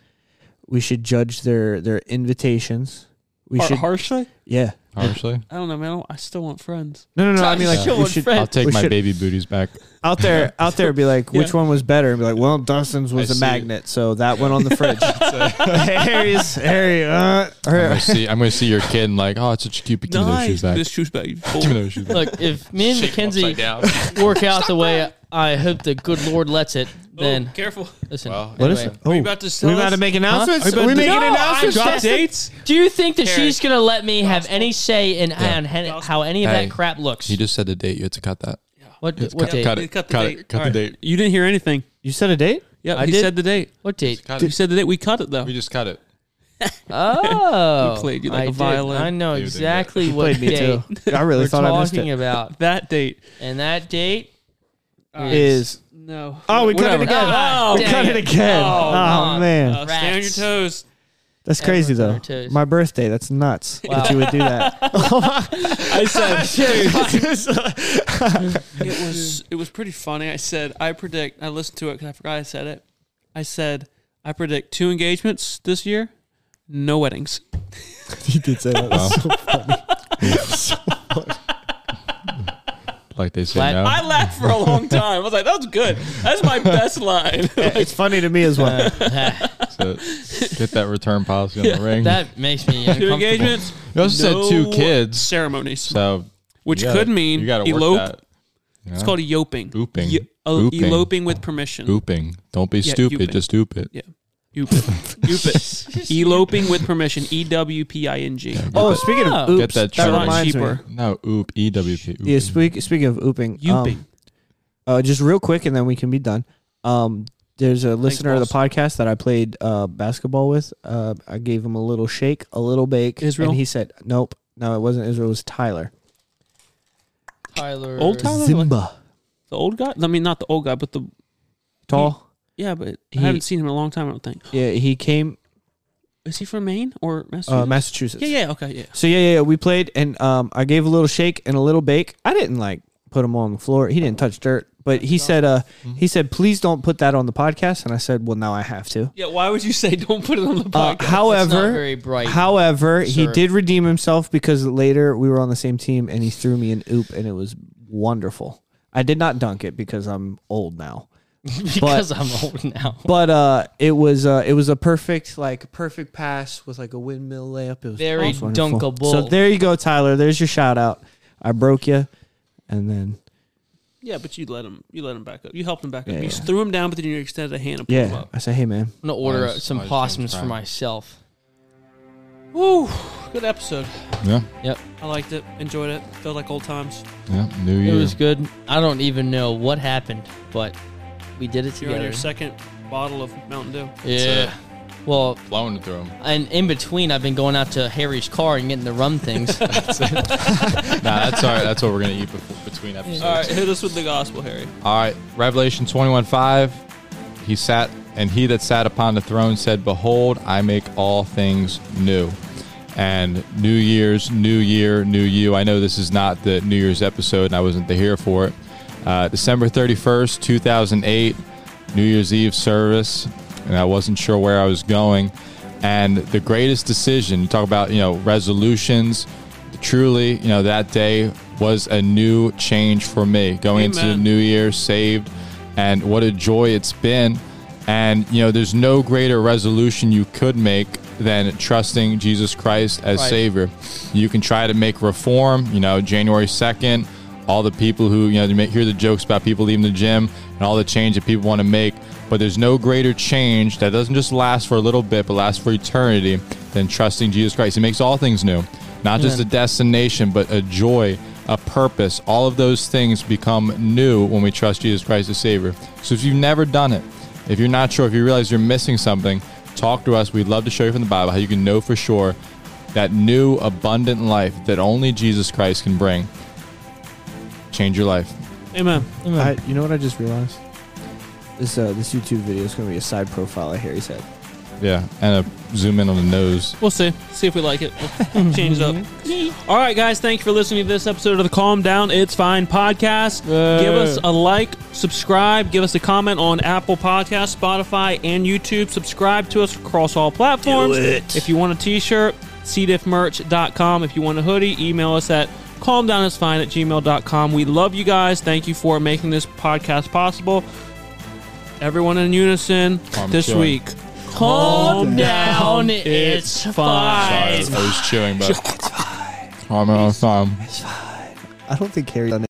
[SPEAKER 2] We should judge their their invitations. We
[SPEAKER 1] Har-
[SPEAKER 2] should
[SPEAKER 3] [laughs]
[SPEAKER 1] harshly?
[SPEAKER 2] yeah.
[SPEAKER 3] Harshly.
[SPEAKER 1] I don't know, man. I, don't- I still want friends.
[SPEAKER 2] No, no, no. I
[SPEAKER 4] Josh
[SPEAKER 2] mean, like,
[SPEAKER 4] Schilling
[SPEAKER 2] we should
[SPEAKER 4] friend.
[SPEAKER 3] I'll take
[SPEAKER 2] we
[SPEAKER 3] my
[SPEAKER 2] should-
[SPEAKER 3] baby booties back.
[SPEAKER 2] out [laughs] there, out there, be like, which
[SPEAKER 1] Yeah.
[SPEAKER 2] one was better? And be like, well, Dustin's
[SPEAKER 3] I
[SPEAKER 2] was a
[SPEAKER 3] see.
[SPEAKER 2] magnet, so that went on the [laughs] fridge. Harry's, Harry, uh,
[SPEAKER 3] I'm
[SPEAKER 2] her-
[SPEAKER 3] gonna see. I'm gonna see your kid and like, oh, it's such a cute bikini. Those shoes back.
[SPEAKER 1] This shoes bag.
[SPEAKER 3] [laughs] Give me those shoes back.
[SPEAKER 4] Look, if me and Mackenzie work out the way I hope the good Lord lets it,
[SPEAKER 1] Oh,
[SPEAKER 4] then
[SPEAKER 3] [laughs]
[SPEAKER 1] [laughs] careful.
[SPEAKER 4] listen.
[SPEAKER 3] Well,
[SPEAKER 2] What is
[SPEAKER 4] anyway.
[SPEAKER 2] Oh,
[SPEAKER 1] Are you about to sell
[SPEAKER 2] we about
[SPEAKER 1] us?
[SPEAKER 2] to make announcements?
[SPEAKER 1] Are you about
[SPEAKER 2] we
[SPEAKER 1] to-
[SPEAKER 2] making
[SPEAKER 1] No,
[SPEAKER 2] announcements?
[SPEAKER 1] I dropped
[SPEAKER 2] Justin?
[SPEAKER 1] dates.
[SPEAKER 4] Do you think that
[SPEAKER 1] Harry,
[SPEAKER 4] she's gonna let me have any say in on hen- how any of
[SPEAKER 3] Hey.
[SPEAKER 4] that crap looks?
[SPEAKER 3] He just said the date. [laughs] You had to cut that.
[SPEAKER 4] what
[SPEAKER 3] Just
[SPEAKER 4] what date?
[SPEAKER 3] Cut
[SPEAKER 1] They
[SPEAKER 3] it.
[SPEAKER 1] cut the
[SPEAKER 3] Cut
[SPEAKER 1] date.
[SPEAKER 3] it. Cut the date.
[SPEAKER 1] You didn't hear anything.
[SPEAKER 2] You said a date?
[SPEAKER 1] Yeah,
[SPEAKER 4] I
[SPEAKER 1] he
[SPEAKER 4] did.
[SPEAKER 1] said the date.
[SPEAKER 4] What date?
[SPEAKER 3] Cut
[SPEAKER 1] He
[SPEAKER 3] it.
[SPEAKER 1] said the date. We cut it though.
[SPEAKER 3] We just cut it.
[SPEAKER 4] Oh,
[SPEAKER 1] [laughs] He played you like
[SPEAKER 4] I
[SPEAKER 1] a
[SPEAKER 4] did.
[SPEAKER 1] violin.
[SPEAKER 4] I know
[SPEAKER 3] You did
[SPEAKER 4] exactly
[SPEAKER 2] Played
[SPEAKER 4] what
[SPEAKER 2] me
[SPEAKER 4] date
[SPEAKER 2] too. I really
[SPEAKER 4] we're
[SPEAKER 2] thought I missed
[SPEAKER 4] talking
[SPEAKER 2] it.
[SPEAKER 4] about,
[SPEAKER 1] that date.
[SPEAKER 4] and that date
[SPEAKER 2] Uh, Is
[SPEAKER 1] No.
[SPEAKER 2] oh, we cut it
[SPEAKER 4] Whatever.
[SPEAKER 2] again.
[SPEAKER 4] Ah,
[SPEAKER 2] we
[SPEAKER 4] dang
[SPEAKER 2] cut it again.
[SPEAKER 1] Oh,
[SPEAKER 2] Oh,
[SPEAKER 4] God.
[SPEAKER 2] man,
[SPEAKER 1] Uh, stay on your
[SPEAKER 4] Rats.
[SPEAKER 1] toes.
[SPEAKER 2] that's crazy
[SPEAKER 4] Everyone's on
[SPEAKER 2] though.
[SPEAKER 4] their toes.
[SPEAKER 2] My birthday. That's [laughs] nuts that you would do that.
[SPEAKER 1] I said
[SPEAKER 2] Dude.
[SPEAKER 1] it was it was pretty funny. I said I predict. I listened to it because I forgot I said it. I said I predict two engagements this year, no weddings.
[SPEAKER 2] he did say that.
[SPEAKER 3] Wow. like they say
[SPEAKER 4] Like-
[SPEAKER 3] now.
[SPEAKER 1] I laughed for a long time. I was like, "That's good.
[SPEAKER 3] [laughs]
[SPEAKER 1] That's my best
[SPEAKER 2] [laughs]
[SPEAKER 1] line."
[SPEAKER 2] [laughs] It's funny to me as well.
[SPEAKER 3] So,
[SPEAKER 1] [laughs]
[SPEAKER 3] get that return policy on the ring.
[SPEAKER 4] [laughs] that makes me
[SPEAKER 1] two
[SPEAKER 4] uncomfortable.
[SPEAKER 1] engagements,
[SPEAKER 3] you also
[SPEAKER 1] no
[SPEAKER 3] said two kids.
[SPEAKER 1] ceremonies,
[SPEAKER 3] So
[SPEAKER 1] which
[SPEAKER 3] you gotta-
[SPEAKER 1] could mean
[SPEAKER 3] you gotta work
[SPEAKER 1] elope.
[SPEAKER 3] that.
[SPEAKER 1] It's called yoping.
[SPEAKER 3] Ooping.
[SPEAKER 1] Ye- el-
[SPEAKER 3] Ooping.
[SPEAKER 1] Eloping with permission.
[SPEAKER 3] Ooping. Don't be
[SPEAKER 1] Yeah,
[SPEAKER 3] stupid.
[SPEAKER 1] ooping.
[SPEAKER 3] Just oop it.
[SPEAKER 1] Yeah. Oop it.
[SPEAKER 3] [laughs]
[SPEAKER 1] Oop it. Eloping with permission. E W P I N G.
[SPEAKER 2] Oh, speaking of oops,
[SPEAKER 3] Get that
[SPEAKER 2] that
[SPEAKER 3] shorter.
[SPEAKER 2] reminds me. Um,
[SPEAKER 1] Cheaper.
[SPEAKER 3] No, oop. E W P.
[SPEAKER 2] Yeah, speak, speaking of ooping, um,
[SPEAKER 1] Youping.
[SPEAKER 2] uh, just real quick, and then we can be done. Um, there's a listener of the
[SPEAKER 1] boss.
[SPEAKER 2] podcast that I played uh, basketball with. Uh, I gave him a little shake, a little bake,
[SPEAKER 1] Israel?
[SPEAKER 2] and he said, "Nope, no, it wasn't Israel. It was Tyler
[SPEAKER 4] Tyler.
[SPEAKER 1] Old Tyler?
[SPEAKER 2] Zimba,
[SPEAKER 1] The old guy? I mean, not the old guy, but the.
[SPEAKER 2] tall."
[SPEAKER 1] Yeah, but
[SPEAKER 2] He-
[SPEAKER 1] I haven't seen him in a long time, I don't think.
[SPEAKER 2] yeah, he came
[SPEAKER 1] Is he from Maine or Massachusetts?
[SPEAKER 2] uh, Massachusetts.
[SPEAKER 1] yeah, yeah, okay, yeah.
[SPEAKER 2] So yeah, yeah, yeah, we played, and um, I gave a little shake and a little bake. I didn't like put him on the floor. He didn't touch dirt, but he said, uh,
[SPEAKER 4] Mm-hmm.
[SPEAKER 2] he said, please don't put that on the podcast. And I said, well, now I have to.
[SPEAKER 1] Yeah, why would you say don't put it on the
[SPEAKER 2] Uh,
[SPEAKER 1] podcast?
[SPEAKER 2] however,
[SPEAKER 4] very bright,
[SPEAKER 2] however, he
[SPEAKER 4] sir.
[SPEAKER 2] did redeem himself because later we were on the same team and he threw me an oop and it was wonderful. I did not dunk it because I'm old
[SPEAKER 4] [laughs]
[SPEAKER 2] now.
[SPEAKER 4] because I'm
[SPEAKER 2] [laughs]
[SPEAKER 4] old now.
[SPEAKER 2] But uh, it was uh, it was a perfect like perfect pass with like a windmill layup. It was
[SPEAKER 4] Very
[SPEAKER 2] it was wonderful.
[SPEAKER 4] dunkable.
[SPEAKER 2] So there you go, Tyler. There's your shout out. I broke you, and then
[SPEAKER 1] yeah, but you let him. You let him back up. You helped him back up.
[SPEAKER 2] Yeah,
[SPEAKER 1] you
[SPEAKER 2] yeah.
[SPEAKER 1] threw him down, but then you extended a hand and pulled him
[SPEAKER 2] yeah,
[SPEAKER 1] up.
[SPEAKER 2] I say, hey man,
[SPEAKER 4] I'm gonna order
[SPEAKER 3] Why is-
[SPEAKER 4] some
[SPEAKER 3] why is James
[SPEAKER 4] possums for
[SPEAKER 3] crying?
[SPEAKER 4] myself.
[SPEAKER 1] Woo! Good episode.
[SPEAKER 3] Yeah.
[SPEAKER 4] Yep,
[SPEAKER 1] I liked it. Enjoyed it. Felt like old times.
[SPEAKER 3] Yeah. New
[SPEAKER 4] it
[SPEAKER 3] year.
[SPEAKER 4] was good. I don't even know what happened, but we did it
[SPEAKER 1] You're on
[SPEAKER 4] together.
[SPEAKER 1] your second bottle of Mountain Dew.
[SPEAKER 4] yeah. Well,
[SPEAKER 3] Blowing through him.
[SPEAKER 4] and in between, I've been going out to Harry's car and getting the rum
[SPEAKER 2] [laughs]
[SPEAKER 4] things.
[SPEAKER 3] Nah, that's all right. That's what we're gonna eat before, between episodes.
[SPEAKER 1] All right, hit us with the gospel, Harry.
[SPEAKER 3] All right, Revelation 21 5. He sat, and he that sat upon the throne said, Behold, I make all things new. And New Year's, New Year, New You. I know this is not the New Year's episode, and I wasn't here for it. Uh, December 31st, 2008, New Year's Eve service, and I wasn't sure where I was going. And the greatest decision, you talk about, you know, resolutions. Truly, you know, that day was a new change for me going into the
[SPEAKER 1] Amen.
[SPEAKER 3] new new year saved and what a joy it's been and you know there's no greater resolution you could make than trusting jesus christ as
[SPEAKER 4] Right.
[SPEAKER 3] savior you can try to make reform you know january 2nd all the people who you know you may hear the jokes about people leaving the gym and all the change that people want to make but there's no greater change that doesn't just last for a little bit but lasts for eternity than trusting jesus christ he makes all things new not just a
[SPEAKER 4] Amen.
[SPEAKER 3] destination, but a joy, a purpose. All of those things become new when we trust Jesus Christ as Savior. So if you've never done it, if you're not sure, if you realize you're missing something, talk to us. We'd love to show you from the Bible how you can know for sure that new, abundant life that only Jesus Christ can bring. Change your life.
[SPEAKER 1] Amen.
[SPEAKER 2] I, you know what I just realized? This uh, this YouTube video is going to be a side profile of Harry's head.
[SPEAKER 3] Yeah, and a zoom in on the nose.
[SPEAKER 1] We'll see. See if we like it. We'll [laughs] change it up. All right, guys. Thank you for listening to this episode of the Calm Down It's Fine podcast. Give us a like, subscribe, give us a comment on Apple Podcasts, Spotify, and YouTube. Subscribe to us across all platforms. If you want a t shirt, cdiffmerch.com. If you want a hoodie, email us at calmdownisfine at gmail.com. We love you guys. Thank you for making this podcast possible. Everyone in unison
[SPEAKER 3] Calm
[SPEAKER 1] this
[SPEAKER 3] chilling.
[SPEAKER 1] week.
[SPEAKER 4] Calm down, it's
[SPEAKER 3] Sorry, I was chewing, but. I'm out of time.
[SPEAKER 2] I don't think Harry's done